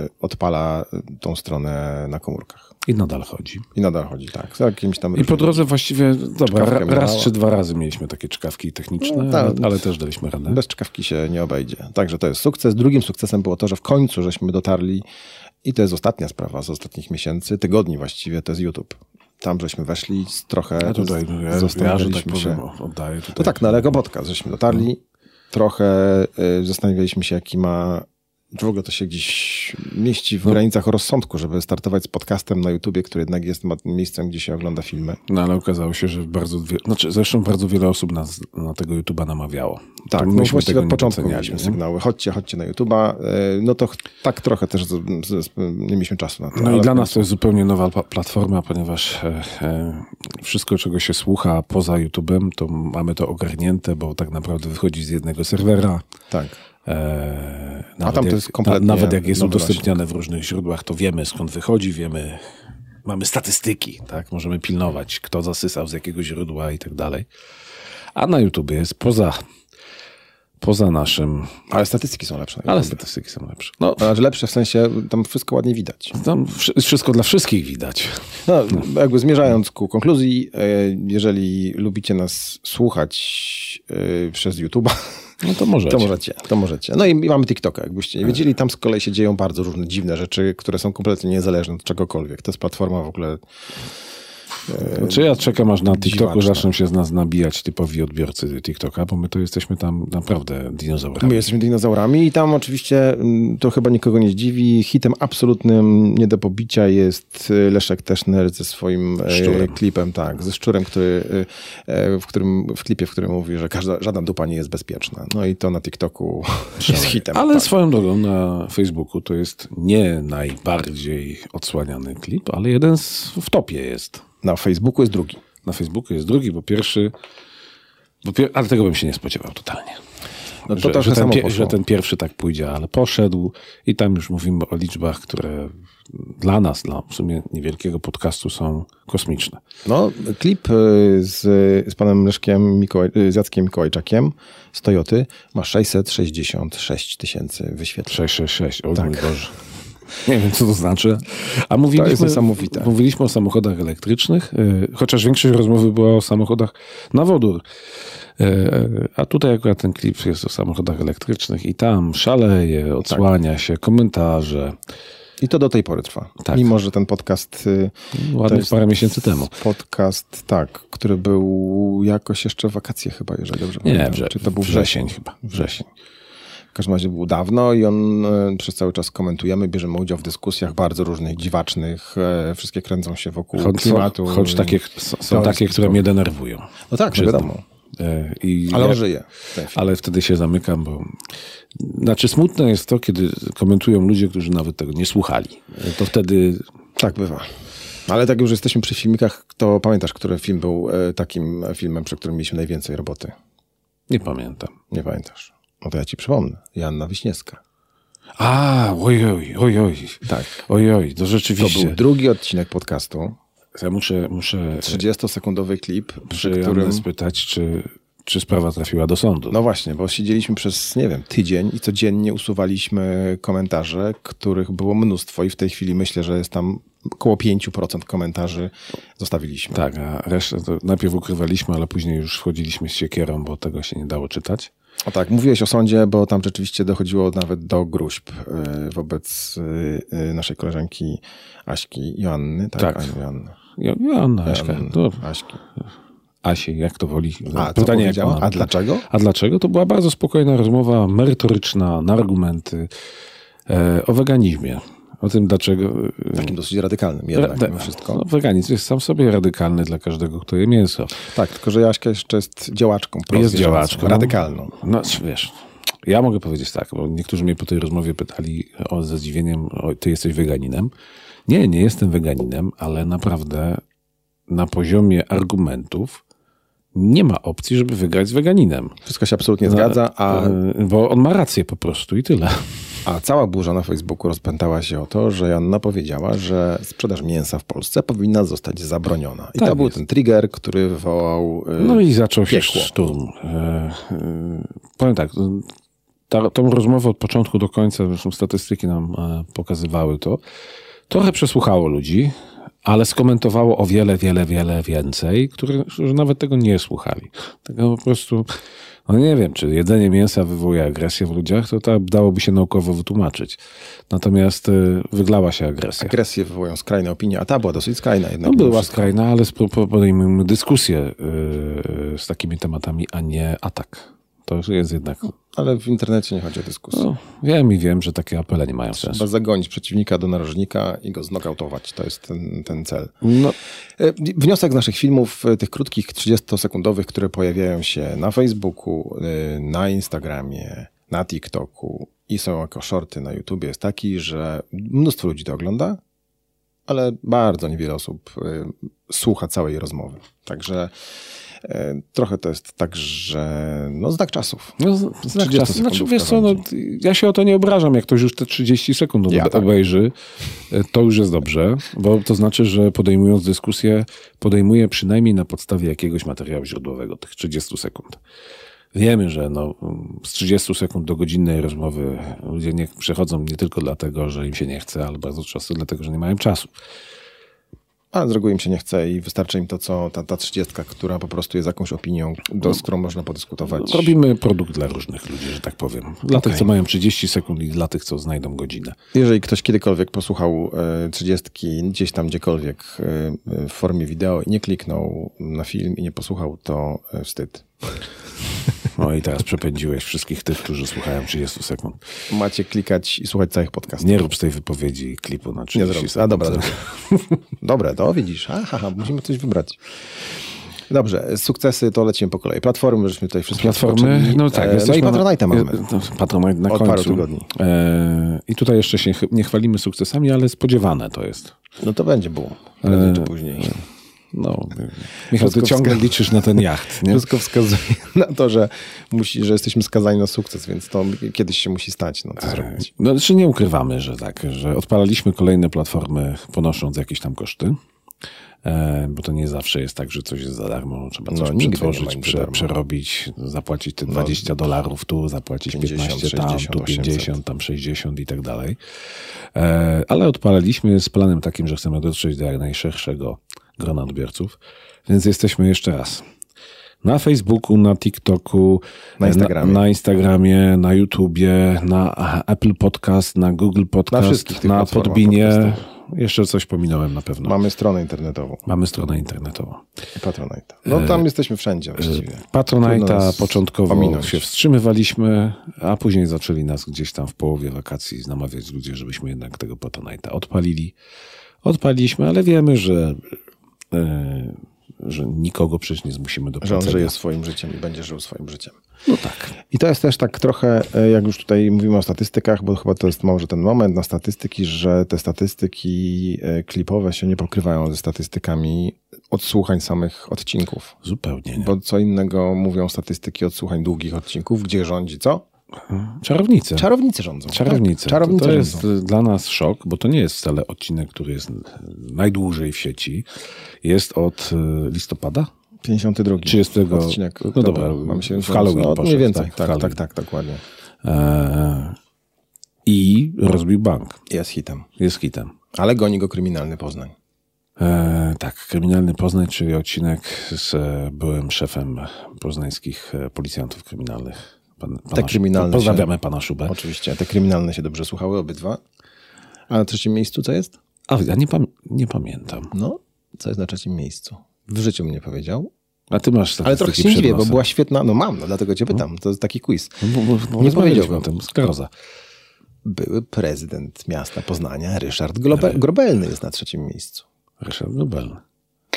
[SPEAKER 1] y, odpala y, tą stronę na komórkach.
[SPEAKER 2] I nadal chodzi.
[SPEAKER 1] I nadal chodzi, tak. Z jakimś tam
[SPEAKER 2] I po drodze właściwie, dobra,
[SPEAKER 1] Czkawkę
[SPEAKER 2] ra- raz
[SPEAKER 1] miała.
[SPEAKER 2] czy dwa razy mieliśmy takie czkawki techniczne,
[SPEAKER 1] No, tak.
[SPEAKER 2] ale, ale też daliśmy radę.
[SPEAKER 1] Bez czkawki się nie obejdzie. Także to jest sukces. Drugim sukcesem było to, że w końcu żeśmy dotarli, i to jest ostatnia sprawa z ostatnich miesięcy, tygodni właściwie, to jest YouTube. Tam żeśmy weszli z trochę.
[SPEAKER 2] Ja tutaj,
[SPEAKER 1] z-
[SPEAKER 2] ja, ja że tak
[SPEAKER 1] zastanawialiśmy
[SPEAKER 2] powiem,
[SPEAKER 1] się.
[SPEAKER 2] oddaję tutaj.
[SPEAKER 1] No tak, na Lego Podcast żeśmy dotarli. Trochę y, zastanawialiśmy się, jaki ma. Czy w ogóle to się gdzieś mieści w
[SPEAKER 2] No.
[SPEAKER 1] granicach rozsądku, żeby startować z podcastem na YouTubie, który jednak jest ma- miejscem, gdzie się ogląda filmy.
[SPEAKER 2] No ale okazało się, że bardzo, wie... znaczy, zresztą bardzo wiele osób nas na tego YouTube'a namawiało.
[SPEAKER 1] Tak,
[SPEAKER 2] To
[SPEAKER 1] no
[SPEAKER 2] myśmy
[SPEAKER 1] właściwie
[SPEAKER 2] tego
[SPEAKER 1] od
[SPEAKER 2] nie
[SPEAKER 1] początku
[SPEAKER 2] doceniali,
[SPEAKER 1] mieliśmy
[SPEAKER 2] nie?
[SPEAKER 1] sygnały, chodźcie, chodźcie na YouTube'a. E, No to ch- tak trochę też z, z, z, nie mieliśmy czasu na to.
[SPEAKER 2] No
[SPEAKER 1] ale-
[SPEAKER 2] i dla nas to jest zupełnie nowa pla- platforma, ponieważ e, e, wszystko, czego się słucha poza YouTube'em, to mamy to ogarnięte, bo tak naprawdę wychodzi z jednego serwera.
[SPEAKER 1] Tak,
[SPEAKER 2] E,
[SPEAKER 1] A tam to
[SPEAKER 2] jak-
[SPEAKER 1] jest kompletnie
[SPEAKER 2] na- Nawet jak jest
[SPEAKER 1] nowy
[SPEAKER 2] udostępniane w różnych źródłach, to wiemy skąd wychodzi, wiemy, mamy statystyki, tak? Możemy pilnować, kto zasysał z jakiego źródła i tak dalej. A na YouTube jest poza, poza naszym,
[SPEAKER 1] ale statystyki są lepsze. na
[SPEAKER 2] ale
[SPEAKER 1] YouTube.
[SPEAKER 2] statystyki są lepsze. No,
[SPEAKER 1] Znaczy lepsze w sensie, tam wszystko ładnie widać.
[SPEAKER 2] tam wszy- wszystko dla wszystkich widać.
[SPEAKER 1] No, jakby zmierzając ku konkluzji, e, jeżeli lubicie nas słuchać e, przez YouTube'a,
[SPEAKER 2] No to może.
[SPEAKER 1] To możecie, to możecie. No i mamy TikToka, jakbyście nie wiedzieli. Tam z kolei się dzieją bardzo różne dziwne rzeczy, które są kompletnie niezależne od czegokolwiek. To jest platforma w ogóle
[SPEAKER 2] Czy ja czekam, aż na TikToku
[SPEAKER 1] dziwaczna.
[SPEAKER 2] zaczną się z nas nabijać typowi odbiorcy TikToka, bo my to jesteśmy tam naprawdę dinozaurami.
[SPEAKER 1] My jesteśmy dinozaurami i tam oczywiście mm, to chyba nikogo nie zdziwi. Hitem absolutnym nie do pobicia jest y, Leszek Teszner ze swoim e,
[SPEAKER 2] Szczurem.
[SPEAKER 1] klipem, tak, ze szczurem, który, y, e, w, którym, w klipie, w którym mówi, że każda, żadna dupa nie jest bezpieczna. No i to na TikToku jest hitem.
[SPEAKER 2] Ale
[SPEAKER 1] tak.
[SPEAKER 2] swoją drogą na Facebooku to jest nie najbardziej odsłaniany klip, ale jeden z, w topie jest.
[SPEAKER 1] Na Facebooku jest drugi.
[SPEAKER 2] Na Facebooku jest drugi, bo pierwszy. Bo pier... Ale tego bym się nie spodziewał totalnie.
[SPEAKER 1] No to
[SPEAKER 2] że,
[SPEAKER 1] trochę
[SPEAKER 2] że, ten
[SPEAKER 1] samo
[SPEAKER 2] pie-
[SPEAKER 1] poszło.
[SPEAKER 2] że ten pierwszy tak pójdzie, ale poszedł i tam już mówimy o liczbach, które dla nas, dla w sumie niewielkiego podcastu są kosmiczne.
[SPEAKER 1] No, klip y, z, z panem Leszkiem, Mikołaj, y, z Jackiem Mikołajczakiem z Toyoty ma 666 tysięcy wyświetleń.
[SPEAKER 2] 666, o mój Boże. Tak. Nie wiem, co to znaczy. A mówiliśmy,
[SPEAKER 1] To jest niesamowite.
[SPEAKER 2] mówiliśmy o samochodach elektrycznych, y, chociaż większość rozmowy była o samochodach na wodór. Y, a tutaj akurat ten klip jest o samochodach elektrycznych i tam
[SPEAKER 1] Tak.
[SPEAKER 2] szaleje, odsłania się, komentarze.
[SPEAKER 1] I to do tej pory trwa.
[SPEAKER 2] Tak.
[SPEAKER 1] Mimo, że ten podcast y, To
[SPEAKER 2] Ładnych
[SPEAKER 1] jest-
[SPEAKER 2] parę miesięcy temu.
[SPEAKER 1] Podcast, tak, który był jakoś jeszcze w wakacje chyba, jeżeli dobrze
[SPEAKER 2] Nie,
[SPEAKER 1] pamiętam.
[SPEAKER 2] wrze-
[SPEAKER 1] Czy to był wrzesień?
[SPEAKER 2] wrzesień chyba. Wrzesień.
[SPEAKER 1] W każdym razie był dawno i on e, przez cały czas komentujemy, bierzemy udział w dyskusjach bardzo różnych, dziwacznych. e, Wszystkie kręcą się wokół
[SPEAKER 2] Choć,
[SPEAKER 1] klimatu.
[SPEAKER 2] choć takie, są, są
[SPEAKER 1] teorii
[SPEAKER 2] takie, które
[SPEAKER 1] spiskowych.
[SPEAKER 2] mnie denerwują.
[SPEAKER 1] No tak, no
[SPEAKER 2] Przyznam.
[SPEAKER 1] wiadomo.
[SPEAKER 2] Y, I
[SPEAKER 1] Ale on
[SPEAKER 2] ja-
[SPEAKER 1] żyje. w tej chwili.
[SPEAKER 2] Ale wtedy się zamykam, bo. Znaczy, smutne jest to, kiedy komentują ludzie, którzy nawet tego nie słuchali. To wtedy.
[SPEAKER 1] Tak bywa. Ale tak już jesteśmy przy filmikach, to pamiętasz, który film był e, takim filmem, przy którym mieliśmy najwięcej roboty?
[SPEAKER 2] Nie pamiętam.
[SPEAKER 1] Nie pamiętasz. No to ja ci przypomnę. Janna Wiśniewska.
[SPEAKER 2] A, ojoj, ojoj.
[SPEAKER 1] Tak.
[SPEAKER 2] Ojoj, to
[SPEAKER 1] To
[SPEAKER 2] rzeczywiście.
[SPEAKER 1] był drugi odcinek podcastu.
[SPEAKER 2] ja muszę, muszę
[SPEAKER 1] 30-sekundę klip,
[SPEAKER 2] przy
[SPEAKER 1] przy którym...
[SPEAKER 2] którym... spytać, czy, czy sprawa trafiła do sądu.
[SPEAKER 1] No właśnie, bo siedzieliśmy przez, nie wiem, tydzień i codziennie usuwaliśmy komentarze, których było mnóstwo i w tej chwili myślę, że jest tam około 5% komentarzy zostawiliśmy.
[SPEAKER 2] Tak, a resztę to najpierw ukrywaliśmy, ale później już wchodziliśmy z siekierą, bo tego się nie dało czytać.
[SPEAKER 1] A tak, mówiłeś o sądzie, bo tam rzeczywiście dochodziło nawet do gruźb y, wobec y, y, naszej koleżanki Aśki Joanny. Tak,
[SPEAKER 2] Tak.
[SPEAKER 1] Ani Joanny.
[SPEAKER 2] Ja, Joanna, Aśka, to
[SPEAKER 1] Aśki.
[SPEAKER 2] Asie, jak to woli.
[SPEAKER 1] A, co powiedziała?
[SPEAKER 2] ona-
[SPEAKER 1] A dlaczego?
[SPEAKER 2] A dlaczego? To była bardzo spokojna rozmowa, merytoryczna, na argumenty e, o weganizmie. O tym, dlaczego. e,
[SPEAKER 1] Takim dosyć radykalnym
[SPEAKER 2] ra-
[SPEAKER 1] jednak Tak, mimo wszystko.
[SPEAKER 2] No, weganizm jest sam w sobie radykalny dla każdego, kto je mięso.
[SPEAKER 1] Tak, tylko że Jaśka jeszcze jest działaczką.
[SPEAKER 2] Jest
[SPEAKER 1] prozwierzęcą,
[SPEAKER 2] działaczką.
[SPEAKER 1] Radykalną.
[SPEAKER 2] No czy wiesz, ja mogę powiedzieć tak, bo niektórzy mnie po tej rozmowie pytali o, ze zdziwieniem, o, ty jesteś weganinem. Nie, nie jestem weganinem, ale naprawdę na poziomie argumentów nie ma opcji, żeby wygrać z weganinem.
[SPEAKER 1] Wszystko się absolutnie zgadza, a,
[SPEAKER 2] E, Bo on ma rację po prostu i tyle.
[SPEAKER 1] A cała burza na Facebooku rozpętała się o to, że Joanna powiedziała, że sprzedaż mięsa w Polsce powinna zostać zabroniona. I
[SPEAKER 2] Tak
[SPEAKER 1] to był
[SPEAKER 2] jest.
[SPEAKER 1] ten trigger, który wywołał. y,
[SPEAKER 2] No i zaczął się
[SPEAKER 1] Piekło.
[SPEAKER 2] szturm. E, e, powiem tak, ta, tą rozmowę od początku do końca, zresztą statystyki nam e, pokazywały to, trochę przesłuchało ludzi, ale skomentowało o wiele, wiele, wiele więcej, którzy którzy nawet tego nie słuchali. Tego po prostu, no nie wiem, czy jedzenie mięsa wywołuje agresję w ludziach, to tak dałoby się naukowo wytłumaczyć. Natomiast e, wyglała się agresja.
[SPEAKER 1] Agresję wywołują skrajne opinie, a ta była dosyć skrajna jednak.
[SPEAKER 2] No
[SPEAKER 1] mimo
[SPEAKER 2] była
[SPEAKER 1] wszystko.
[SPEAKER 2] skrajna, ale spró- po- podejmujemy dyskusję yy, z takimi tematami, a nie atak. To już jest jednak.
[SPEAKER 1] Ale w internecie nie chodzi o dyskusję.
[SPEAKER 2] No, wiem i wiem, że takie apele nie mają sensu.
[SPEAKER 1] Trzeba zagonić przeciwnika do narożnika i go znokautować. To jest ten, ten cel.
[SPEAKER 2] No,
[SPEAKER 1] E, Wniosek z naszych filmów, e, tych krótkich, 30-sekundowych, które pojawiają się na Facebooku, e, na Instagramie, na TikToku i są jako shorty na YouTubie, jest taki, że mnóstwo ludzi to ogląda, ale bardzo niewiele osób e, słucha całej rozmowy. Także e, trochę to jest tak, że no, znak czasów.
[SPEAKER 2] no z- znak
[SPEAKER 1] 30
[SPEAKER 2] czasu. Znaczy,
[SPEAKER 1] sekundówka
[SPEAKER 2] wiesz co, no,
[SPEAKER 1] będzie.
[SPEAKER 2] ty- ja się o to nie obrażam, jak ktoś już te 30 sekund
[SPEAKER 1] Ja
[SPEAKER 2] ob-
[SPEAKER 1] tak.
[SPEAKER 2] obejrzy. y, To już jest dobrze, bo to znaczy, że podejmując dyskusję, podejmuje przynajmniej na podstawie jakiegoś materiału źródłowego tych 30 sekund. Wiemy, że no, z 30 sekund do godzinnej rozmowy ludzie nie przechodzą nie tylko dlatego, że im się nie chce, ale bardzo często dlatego, że nie mają czasu.
[SPEAKER 1] A z reguły im się nie chce i wystarczy im to, co ta, ta 30, która po prostu jest jakąś opinią, do, z którą można podyskutować.
[SPEAKER 2] Robimy produkt dla różnych ludzi, że tak powiem. Dla tych,
[SPEAKER 1] Okej.
[SPEAKER 2] co mają 30 sekund i dla tych, co znajdą godzinę.
[SPEAKER 1] Jeżeli ktoś kiedykolwiek posłuchał e, 30 gdzieś tam gdziekolwiek e, e, w formie wideo i nie kliknął na film i nie posłuchał, to e, wstyd.
[SPEAKER 2] No i teraz przepędziłeś wszystkich tych, którzy słuchają 30 sekund.
[SPEAKER 1] Macie klikać i słuchać całych podcastów.
[SPEAKER 2] Nie rób z tej wypowiedzi klipu na 30
[SPEAKER 1] zrobię.
[SPEAKER 2] sekund.
[SPEAKER 1] A dobra, dobra. Dobre, to widzisz. Aha, aha, musimy coś wybrać. Dobrze, sukcesy to lecimy po kolei. Platformy żeśmy tutaj wszystkie
[SPEAKER 2] Platformy,
[SPEAKER 1] skoczyli.
[SPEAKER 2] no tak.
[SPEAKER 1] E, No i
[SPEAKER 2] jesteśmy
[SPEAKER 1] Patronite
[SPEAKER 2] na-
[SPEAKER 1] mamy.
[SPEAKER 2] no, Patronite na
[SPEAKER 1] Od
[SPEAKER 2] końcu.
[SPEAKER 1] paru tygodni.
[SPEAKER 2] E, I tutaj jeszcze się chy- nie chwalimy sukcesami, ale spodziewane to jest.
[SPEAKER 1] No to będzie było. Prędzej
[SPEAKER 2] E,
[SPEAKER 1] czy później.
[SPEAKER 2] No, Michał, ty
[SPEAKER 1] Wszystko
[SPEAKER 2] ciągle
[SPEAKER 1] wska-
[SPEAKER 2] liczysz na ten jacht, nie?
[SPEAKER 1] Wszystko wskazuje na to, że, musi, że jesteśmy skazani na sukces, więc to kiedyś się musi stać. No, co zrobić?
[SPEAKER 2] No, znaczy nie ukrywamy, że tak, że odpalaliśmy kolejne platformy, ponosząc jakieś tam koszty. E, Bo to nie zawsze jest tak, że coś jest za darmo. Trzeba coś
[SPEAKER 1] No, nigdy nie ma
[SPEAKER 2] przetworzyć,
[SPEAKER 1] nic za
[SPEAKER 2] prze,
[SPEAKER 1] darmo. No,
[SPEAKER 2] przerobić, zapłacić te 20 dolarów tu, zapłacić
[SPEAKER 1] 50,
[SPEAKER 2] 15 tam,
[SPEAKER 1] 60,
[SPEAKER 2] tu 50,
[SPEAKER 1] 800.
[SPEAKER 2] tam 60 i tak dalej. E, Ale odpalaliśmy z planem takim, że chcemy dotrzeć do jak najszerszego grona odbiorców, więc jesteśmy jeszcze raz. Na Facebooku, na TikToku, e,
[SPEAKER 1] Na Instagramie.
[SPEAKER 2] na, na Instagramie, na YouTubie, na Apple Podcast, na Google Podcast,
[SPEAKER 1] Na wszystkich tych
[SPEAKER 2] na
[SPEAKER 1] platformach
[SPEAKER 2] Podbinie. Jeszcze coś pominąłem na pewno.
[SPEAKER 1] Mamy stronę internetową
[SPEAKER 2] Mamy stronę internetową.
[SPEAKER 1] Patronite.
[SPEAKER 2] E,
[SPEAKER 1] No tam jesteśmy wszędzie właściwie. Trudno
[SPEAKER 2] Patronite'a
[SPEAKER 1] nas
[SPEAKER 2] początkowo
[SPEAKER 1] ominąć.
[SPEAKER 2] się wstrzymywaliśmy, a później zaczęli nas gdzieś tam w połowie wakacji namawiać ludzie, żebyśmy jednak tego Patronite'a odpalili. Odpaliliśmy, ale wiemy, że, e, że nikogo przecież nie zmusimy do
[SPEAKER 1] Że on
[SPEAKER 2] pracy.
[SPEAKER 1] żyje swoim życiem i będzie żył swoim życiem.
[SPEAKER 2] tak. No tak.
[SPEAKER 1] I to jest też tak trochę, e, jak już tutaj mówimy o statystykach, bo chyba to jest może ten moment na statystyki, że te statystyki e, klipowe się nie pokrywają ze statystykami odsłuchań samych odcinków.
[SPEAKER 2] Zupełnie nie.
[SPEAKER 1] Bo co innego mówią statystyki odsłuchań długich odcinków, gdzie rządzi co?
[SPEAKER 2] Czarownice.
[SPEAKER 1] Czarownicy rządzą.
[SPEAKER 2] Czarownice.
[SPEAKER 1] Tak? Czarownice
[SPEAKER 2] to, to
[SPEAKER 1] rządzą.
[SPEAKER 2] jest y, dla nas szok, bo to nie jest wcale odcinek, który jest y, najdłużej w sieci. Jest od y, listopada?
[SPEAKER 1] 52
[SPEAKER 2] 30
[SPEAKER 1] odcinek.
[SPEAKER 2] No dobra,
[SPEAKER 1] mam się
[SPEAKER 2] w Halloween
[SPEAKER 1] No,
[SPEAKER 2] poszedł,
[SPEAKER 1] mniej więcej,
[SPEAKER 2] tak, w
[SPEAKER 1] tak, tak,
[SPEAKER 2] Halloween.
[SPEAKER 1] tak, tak, dokładnie.
[SPEAKER 2] E, I rozbił bank.
[SPEAKER 1] Jest hitem.
[SPEAKER 2] Jest hitem.
[SPEAKER 1] Ale goni go kryminalny Poznań.
[SPEAKER 2] E, tak, Kryminalny Poznań, czyli odcinek z e, byłym szefem poznańskich e, policjantów kryminalnych. Pan, pana Szub-
[SPEAKER 1] kryminalne
[SPEAKER 2] Pozdrawiamy pana Szubę.
[SPEAKER 1] Oczywiście, te kryminalne się dobrze słuchały, obydwa. A na trzecim miejscu co jest?
[SPEAKER 2] A ja nie, pam- nie pamiętam.
[SPEAKER 1] No, co jest na trzecim miejscu? W życiu mnie powiedział.
[SPEAKER 2] A ty masz
[SPEAKER 1] Ale trochę
[SPEAKER 2] statystyki
[SPEAKER 1] się nie
[SPEAKER 2] przed
[SPEAKER 1] dziwię, bo
[SPEAKER 2] nosem.
[SPEAKER 1] była świetna. No mam, no, dlatego cię pytam. To jest taki quiz.
[SPEAKER 2] No, bo, bo, bo
[SPEAKER 1] nie
[SPEAKER 2] nie powiedziałbym
[SPEAKER 1] powiedziałbym.
[SPEAKER 2] o tym. Skleroza.
[SPEAKER 1] Były prezydent miasta Poznania, Ryszard Globe- Grobelny jest na trzecim miejscu.
[SPEAKER 2] Ryszard Nobel.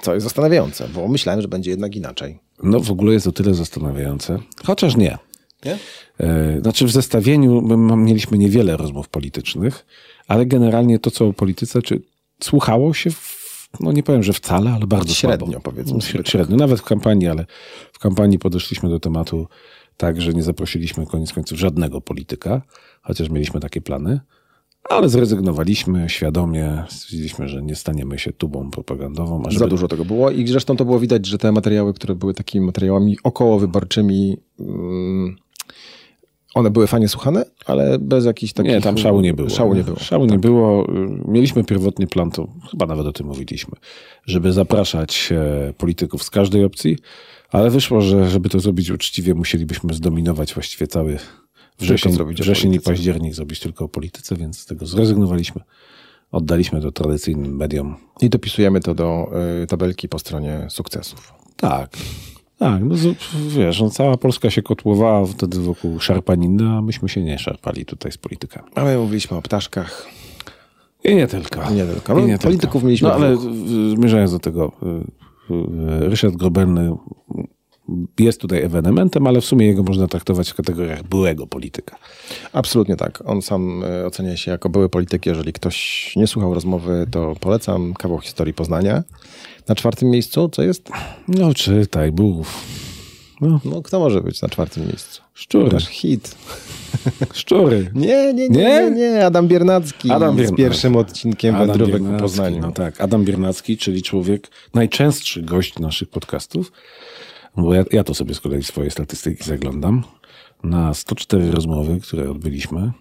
[SPEAKER 1] Co jest zastanawiające, bo myślałem, że będzie jednak inaczej.
[SPEAKER 2] No w ogóle jest o tyle zastanawiające. Chociaż nie.
[SPEAKER 1] Nie?
[SPEAKER 2] E, Znaczy w zestawieniu my ma- mieliśmy niewiele rozmów politycznych, ale generalnie to, co o polityce, czy słuchało się, w, no nie powiem, że wcale, ale bardzo
[SPEAKER 1] Średnio,
[SPEAKER 2] słabo.
[SPEAKER 1] powiedzmy
[SPEAKER 2] No,
[SPEAKER 1] sobie tak.
[SPEAKER 2] średnio, nawet w kampanii, ale w kampanii podeszliśmy do tematu tak, że nie zaprosiliśmy koniec końców żadnego polityka, chociaż mieliśmy takie plany, ale zrezygnowaliśmy świadomie, stwierdziliśmy, że nie staniemy się tubą propagandową. a żeby-
[SPEAKER 1] Za dużo tego było i zresztą to było widać, że te materiały, które były takimi materiałami okołowyborczymi, mm, one były fajnie słuchane, ale bez jakichś takich...
[SPEAKER 2] Nie, tam szału nie było.
[SPEAKER 1] Szału nie było. Tak.
[SPEAKER 2] Szału nie było. Y, Mieliśmy pierwotnie plan, to chyba nawet o tym mówiliśmy, żeby zapraszać e, polityków z każdej opcji, ale wyszło, że żeby to zrobić uczciwie, musielibyśmy zdominować właściwie cały wrzesień,
[SPEAKER 1] zrobić o
[SPEAKER 2] wrzesień i
[SPEAKER 1] polityce.
[SPEAKER 2] październik, zrobić tylko o polityce, więc z tego zrezygnowaliśmy. Oddaliśmy to tradycyjnym mediom.
[SPEAKER 1] I dopisujemy to do y, tabelki po stronie sukcesów.
[SPEAKER 2] Tak. Tak, no z- wiesz, no, cała Polska się kotłowała wtedy wokół szarpaniny, a myśmy się nie szarpali tutaj z politykami.
[SPEAKER 1] A my mówiliśmy o ptaszkach.
[SPEAKER 2] I nie tylko.
[SPEAKER 1] I nie tylko. No, polityków mieliśmy
[SPEAKER 2] No ale
[SPEAKER 1] dwóch.
[SPEAKER 2] y, zmierzając do tego, y, y, Ryszard Grobelny jest tutaj ewenementem, ale w sumie jego można traktować w kategoriach byłego polityka.
[SPEAKER 1] Absolutnie tak. On sam y, ocenia się jako były polityk. Jeżeli ktoś nie słuchał rozmowy, to polecam kawał historii Poznania. Na czwartym miejscu, co jest?
[SPEAKER 2] No czytaj, był no,
[SPEAKER 1] No, kto może być na czwartym miejscu?
[SPEAKER 2] szczury,
[SPEAKER 1] Nasz hit. Tak.
[SPEAKER 2] szczury.
[SPEAKER 1] Nie, nie, nie, nie,
[SPEAKER 2] Nie?
[SPEAKER 1] nie. Adam Biernacki
[SPEAKER 2] Adam
[SPEAKER 1] z
[SPEAKER 2] Biernacki.
[SPEAKER 1] pierwszym odcinkiem Wędrówek po
[SPEAKER 2] Biernacki,
[SPEAKER 1] Poznaniu.
[SPEAKER 2] No tak, Adam Biernacki, czyli człowiek, najczęstszy gość naszych podcastów, bo ja, ja to sobie z kolei swoje statystyki zaglądam. Na 104 rozmowy, które odbyliśmy,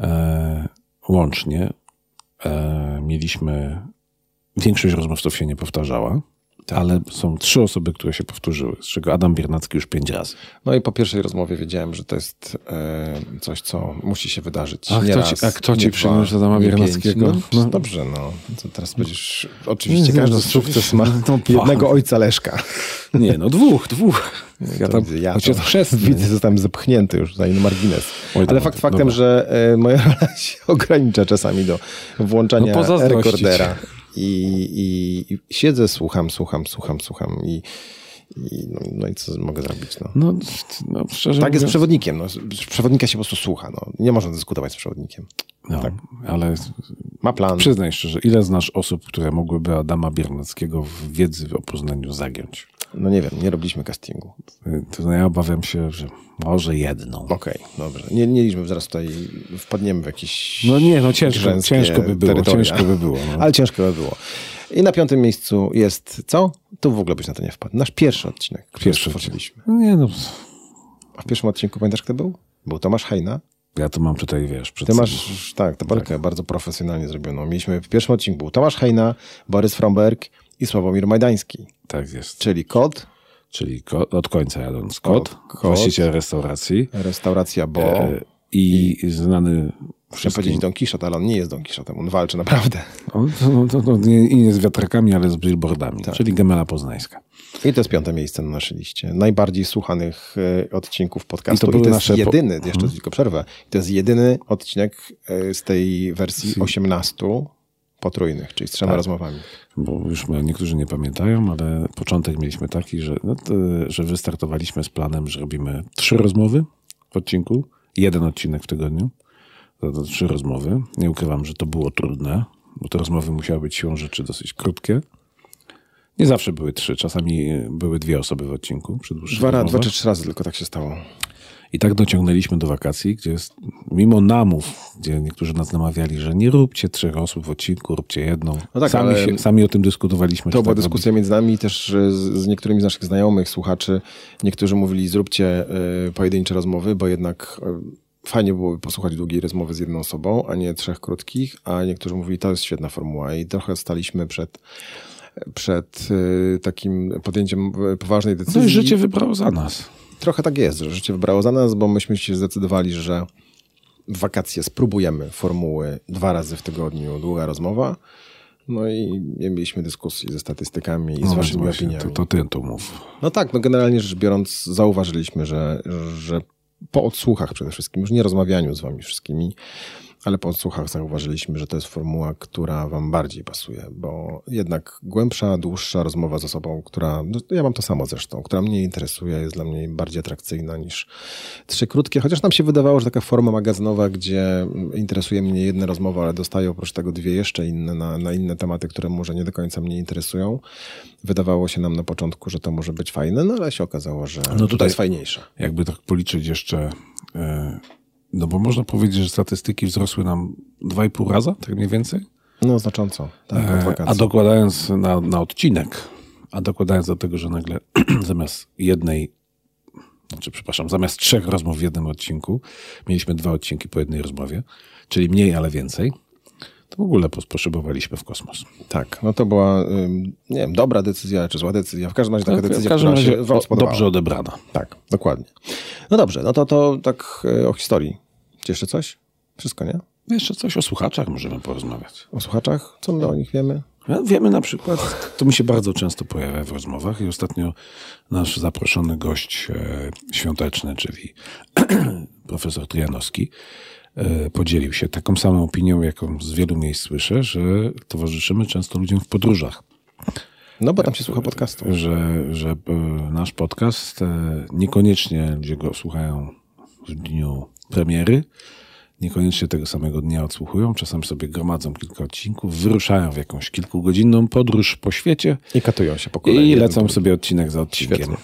[SPEAKER 2] e, łącznie e, mieliśmy, większość rozmówców się nie powtarzała,
[SPEAKER 1] Tak.
[SPEAKER 2] ale są trzy osoby, które się powtórzyły, z czego Adam Biernacki już pięć razy.
[SPEAKER 1] No i po pierwszej rozmowie wiedziałem, że to jest e, coś, co musi się wydarzyć.
[SPEAKER 2] A
[SPEAKER 1] nie
[SPEAKER 2] kto ci-
[SPEAKER 1] raz,
[SPEAKER 2] a kto ci
[SPEAKER 1] nie
[SPEAKER 2] przyniósł
[SPEAKER 1] dwa,
[SPEAKER 2] Adama
[SPEAKER 1] nie
[SPEAKER 2] Biernackiego?
[SPEAKER 1] pięć. No,
[SPEAKER 2] No.
[SPEAKER 1] Dobrze, no. To teraz będziesz... Oczywiście
[SPEAKER 2] Nie,
[SPEAKER 1] każdy
[SPEAKER 2] no,
[SPEAKER 1] sukces
[SPEAKER 2] oczywiście.
[SPEAKER 1] ma
[SPEAKER 2] No, pa.
[SPEAKER 1] jednego ojca Leszka.
[SPEAKER 2] Nie, no dwóch, dwóch. Ja
[SPEAKER 1] To
[SPEAKER 2] tam,
[SPEAKER 1] ja
[SPEAKER 2] chociaż
[SPEAKER 1] to
[SPEAKER 2] chrzest
[SPEAKER 1] widzę, zostałem zepchnięty już tutaj na margines.
[SPEAKER 2] No.
[SPEAKER 1] Ale
[SPEAKER 2] Oj, dobra,
[SPEAKER 1] fakt
[SPEAKER 2] to-
[SPEAKER 1] faktem,
[SPEAKER 2] dobra.
[SPEAKER 1] że e, moja rola się ogranicza czasami do włączania
[SPEAKER 2] No, pozazdrościć.
[SPEAKER 1] rekordera. I, i, I siedzę, słucham, słucham, słucham, słucham i, i no, no i co mogę zrobić, no.
[SPEAKER 2] No, no szczerze
[SPEAKER 1] Tak jest z
[SPEAKER 2] mówiąc,
[SPEAKER 1] przewodnikiem. No. Z- Przewodnika się po prostu słucha. No. Nie można dyskutować z przewodnikiem.
[SPEAKER 2] no,
[SPEAKER 1] Tak.
[SPEAKER 2] ale
[SPEAKER 1] Ma plan.
[SPEAKER 2] Przyznaj szczerze, ile znasz osób, które mogłyby Adama Biernackiego w wiedzy o Poznaniu zagiąć?
[SPEAKER 1] No nie wiem, nie robiliśmy castingu.
[SPEAKER 2] Y, To ja obawiam się, że może jedną.
[SPEAKER 1] Okej, dobrze. Nie, nie liczmy, zaraz tutaj wpadniemy w jakiś...
[SPEAKER 2] No nie, no ciężko,
[SPEAKER 1] grzęskie
[SPEAKER 2] ciężko by było,
[SPEAKER 1] terytoria.
[SPEAKER 2] ciężko by było. No.
[SPEAKER 1] Ale ciężko by było. I na piątym miejscu jest co? Tu w ogóle byś na to nie wpadł. Nasz pierwszy odcinek. który
[SPEAKER 2] Pierwszy
[SPEAKER 1] stworzyliśmy.
[SPEAKER 2] No Nie no,
[SPEAKER 1] A w pierwszym odcinku pamiętasz, kto był? Był Tomasz Hajna.
[SPEAKER 2] ja to mam tutaj, wiesz, przed
[SPEAKER 1] Ty
[SPEAKER 2] sobą.
[SPEAKER 1] masz, tak, tabelkę bardzo profesjonalnie zrobioną. Mieliśmy w pierwszym odcinku był Tomasz Hajna, Borys Fromberg i Sławomir Majdański,
[SPEAKER 2] Tak jest,
[SPEAKER 1] czyli kot,
[SPEAKER 2] czyli ko- od końca jadąc. Kot,
[SPEAKER 1] kot.
[SPEAKER 2] właściciel restauracji
[SPEAKER 1] restauracja Bo.
[SPEAKER 2] e, i znany
[SPEAKER 1] Chciałem
[SPEAKER 2] wszystkim.
[SPEAKER 1] powiedzieć Don Kiszot, ale on nie jest Don Kiszotem, on walczy naprawdę.
[SPEAKER 2] On, no, no, no, nie, I nie z wiatrakami, ale z billboardami,
[SPEAKER 1] Tak.
[SPEAKER 2] czyli Gemela Poznańska.
[SPEAKER 1] I to jest piąte miejsce na naszej liście. Najbardziej słuchanych e, odcinków podcastu.
[SPEAKER 2] I
[SPEAKER 1] I to,
[SPEAKER 2] to były
[SPEAKER 1] jest
[SPEAKER 2] nasze po-
[SPEAKER 1] jedyny, mhm. jeszcze tylko przerwę, I to jest jedyny odcinek e, z tej wersji 18 potrójnych, czyli z trzema rozmowami.
[SPEAKER 2] bo już my- niektórzy nie pamiętają, ale początek mieliśmy taki, że, no, to, że wystartowaliśmy z planem, że robimy trzy rozmowy w odcinku, jeden odcinek w tygodniu, to, to trzy rozmowy. Nie ukrywam, że to było trudne, bo te rozmowy musiały być siłą rzeczy dosyć krótkie. Nie zawsze były trzy, czasami e, były dwie osoby w odcinku. Przy dłuższych
[SPEAKER 1] Dwa, ra- dwa
[SPEAKER 2] rozmowach.
[SPEAKER 1] czy trzy razy tylko tak się stało.
[SPEAKER 2] I tak dociągnęliśmy do wakacji, gdzie jest, mimo namów, gdzie niektórzy nas namawiali, że nie róbcie trzech osób w odcinku, róbcie jedną.
[SPEAKER 1] No tak,
[SPEAKER 2] sami,
[SPEAKER 1] ale-
[SPEAKER 2] się, sami o tym dyskutowaliśmy.
[SPEAKER 1] To była
[SPEAKER 2] że tak robić.
[SPEAKER 1] dyskusja między nami i też e, z, z niektórymi z naszych znajomych, słuchaczy. Niektórzy mówili, zróbcie e, pojedyncze rozmowy, bo jednak e, fajnie byłoby posłuchać długiej rozmowy z jedną osobą, a nie trzech krótkich, a niektórzy mówili, to jest świetna formuła i trochę staliśmy przed, przed e, takim podjęciem e, poważnej decyzji.
[SPEAKER 2] No i życie wybrało za nas.
[SPEAKER 1] Trochę tak jest, że życie wybrało za nas, bo myśmy się zdecydowali, że w wakacje spróbujemy formuły dwa razy w tygodniu długa rozmowa. No i nie mieliśmy dyskusji ze statystykami i z
[SPEAKER 2] No
[SPEAKER 1] waszymi
[SPEAKER 2] właśnie,
[SPEAKER 1] opiniami.
[SPEAKER 2] To, to ty to mów.
[SPEAKER 1] No tak, no generalnie rzecz biorąc zauważyliśmy, że, że po odsłuchach przede wszystkim, już nie rozmawianiu z wami wszystkimi, Ale po odsłuchach zauważyliśmy, że to jest formuła, która wam bardziej pasuje, bo jednak głębsza, dłuższa rozmowa z osobą, która, no, ja mam to samo zresztą, która mnie interesuje, jest dla mnie bardziej atrakcyjna niż trzy krótkie, chociaż nam się wydawało, że taka forma magazynowa, gdzie interesuje mnie jedna rozmowa, ale dostaję oprócz tego dwie jeszcze inne na, na inne tematy, które może nie do końca mnie interesują. Wydawało się nam na początku, że to może być fajne, no ale się okazało, że no tutaj,
[SPEAKER 2] tutaj
[SPEAKER 1] jest fajniejsze.
[SPEAKER 2] Jakby tak policzyć jeszcze, e, no bo można powiedzieć, że statystyki wzrosły nam 2,5 raza, tak mniej więcej.
[SPEAKER 1] No znacząco, tak, od
[SPEAKER 2] E,
[SPEAKER 1] wakacji.
[SPEAKER 2] A dokładając na, na odcinek, a dokładając do tego, że nagle zamiast jednej, znaczy przepraszam, zamiast trzech rozmów w jednym odcinku, mieliśmy dwa odcinki po jednej rozmowie, czyli mniej, ale więcej, to w ogóle pos- poszybowaliśmy w kosmos.
[SPEAKER 1] Tak, no to była, ym, nie wiem, dobra decyzja czy zła decyzja. W każdym razie taka
[SPEAKER 2] No, Tak? w
[SPEAKER 1] decyzja,
[SPEAKER 2] każdym
[SPEAKER 1] która
[SPEAKER 2] razie
[SPEAKER 1] się wam
[SPEAKER 2] o-
[SPEAKER 1] spodobała.
[SPEAKER 2] dobrze odebrana.
[SPEAKER 1] Tak, dokładnie. No dobrze, no to, to tak y, o historii. Czy jeszcze coś? Wszystko, nie?
[SPEAKER 2] Jeszcze coś o słuchaczach możemy porozmawiać.
[SPEAKER 1] O słuchaczach? Co my o nich wiemy?
[SPEAKER 2] No, Wiemy na przykład, to mi się bardzo często pojawia w rozmowach i ostatnio nasz zaproszony gość e, świąteczny, czyli profesor Trianowski, e, podzielił się taką samą opinią, jaką z wielu miejsc słyszę, że towarzyszymy często ludziom w podróżach.
[SPEAKER 1] No bo tam się słucha podcastu.
[SPEAKER 2] Że, że e, nasz podcast e, niekoniecznie ludzie go słuchają w dniu premiery, niekoniecznie tego samego dnia odsłuchują, czasem sobie gromadzą kilka odcinków, wyruszają w jakąś kilkugodzinną podróż po świecie
[SPEAKER 1] I katują się po kolei.
[SPEAKER 2] i
[SPEAKER 1] Jeden
[SPEAKER 2] lecą sobie odcinek za odcinkiem.
[SPEAKER 1] Świetnie.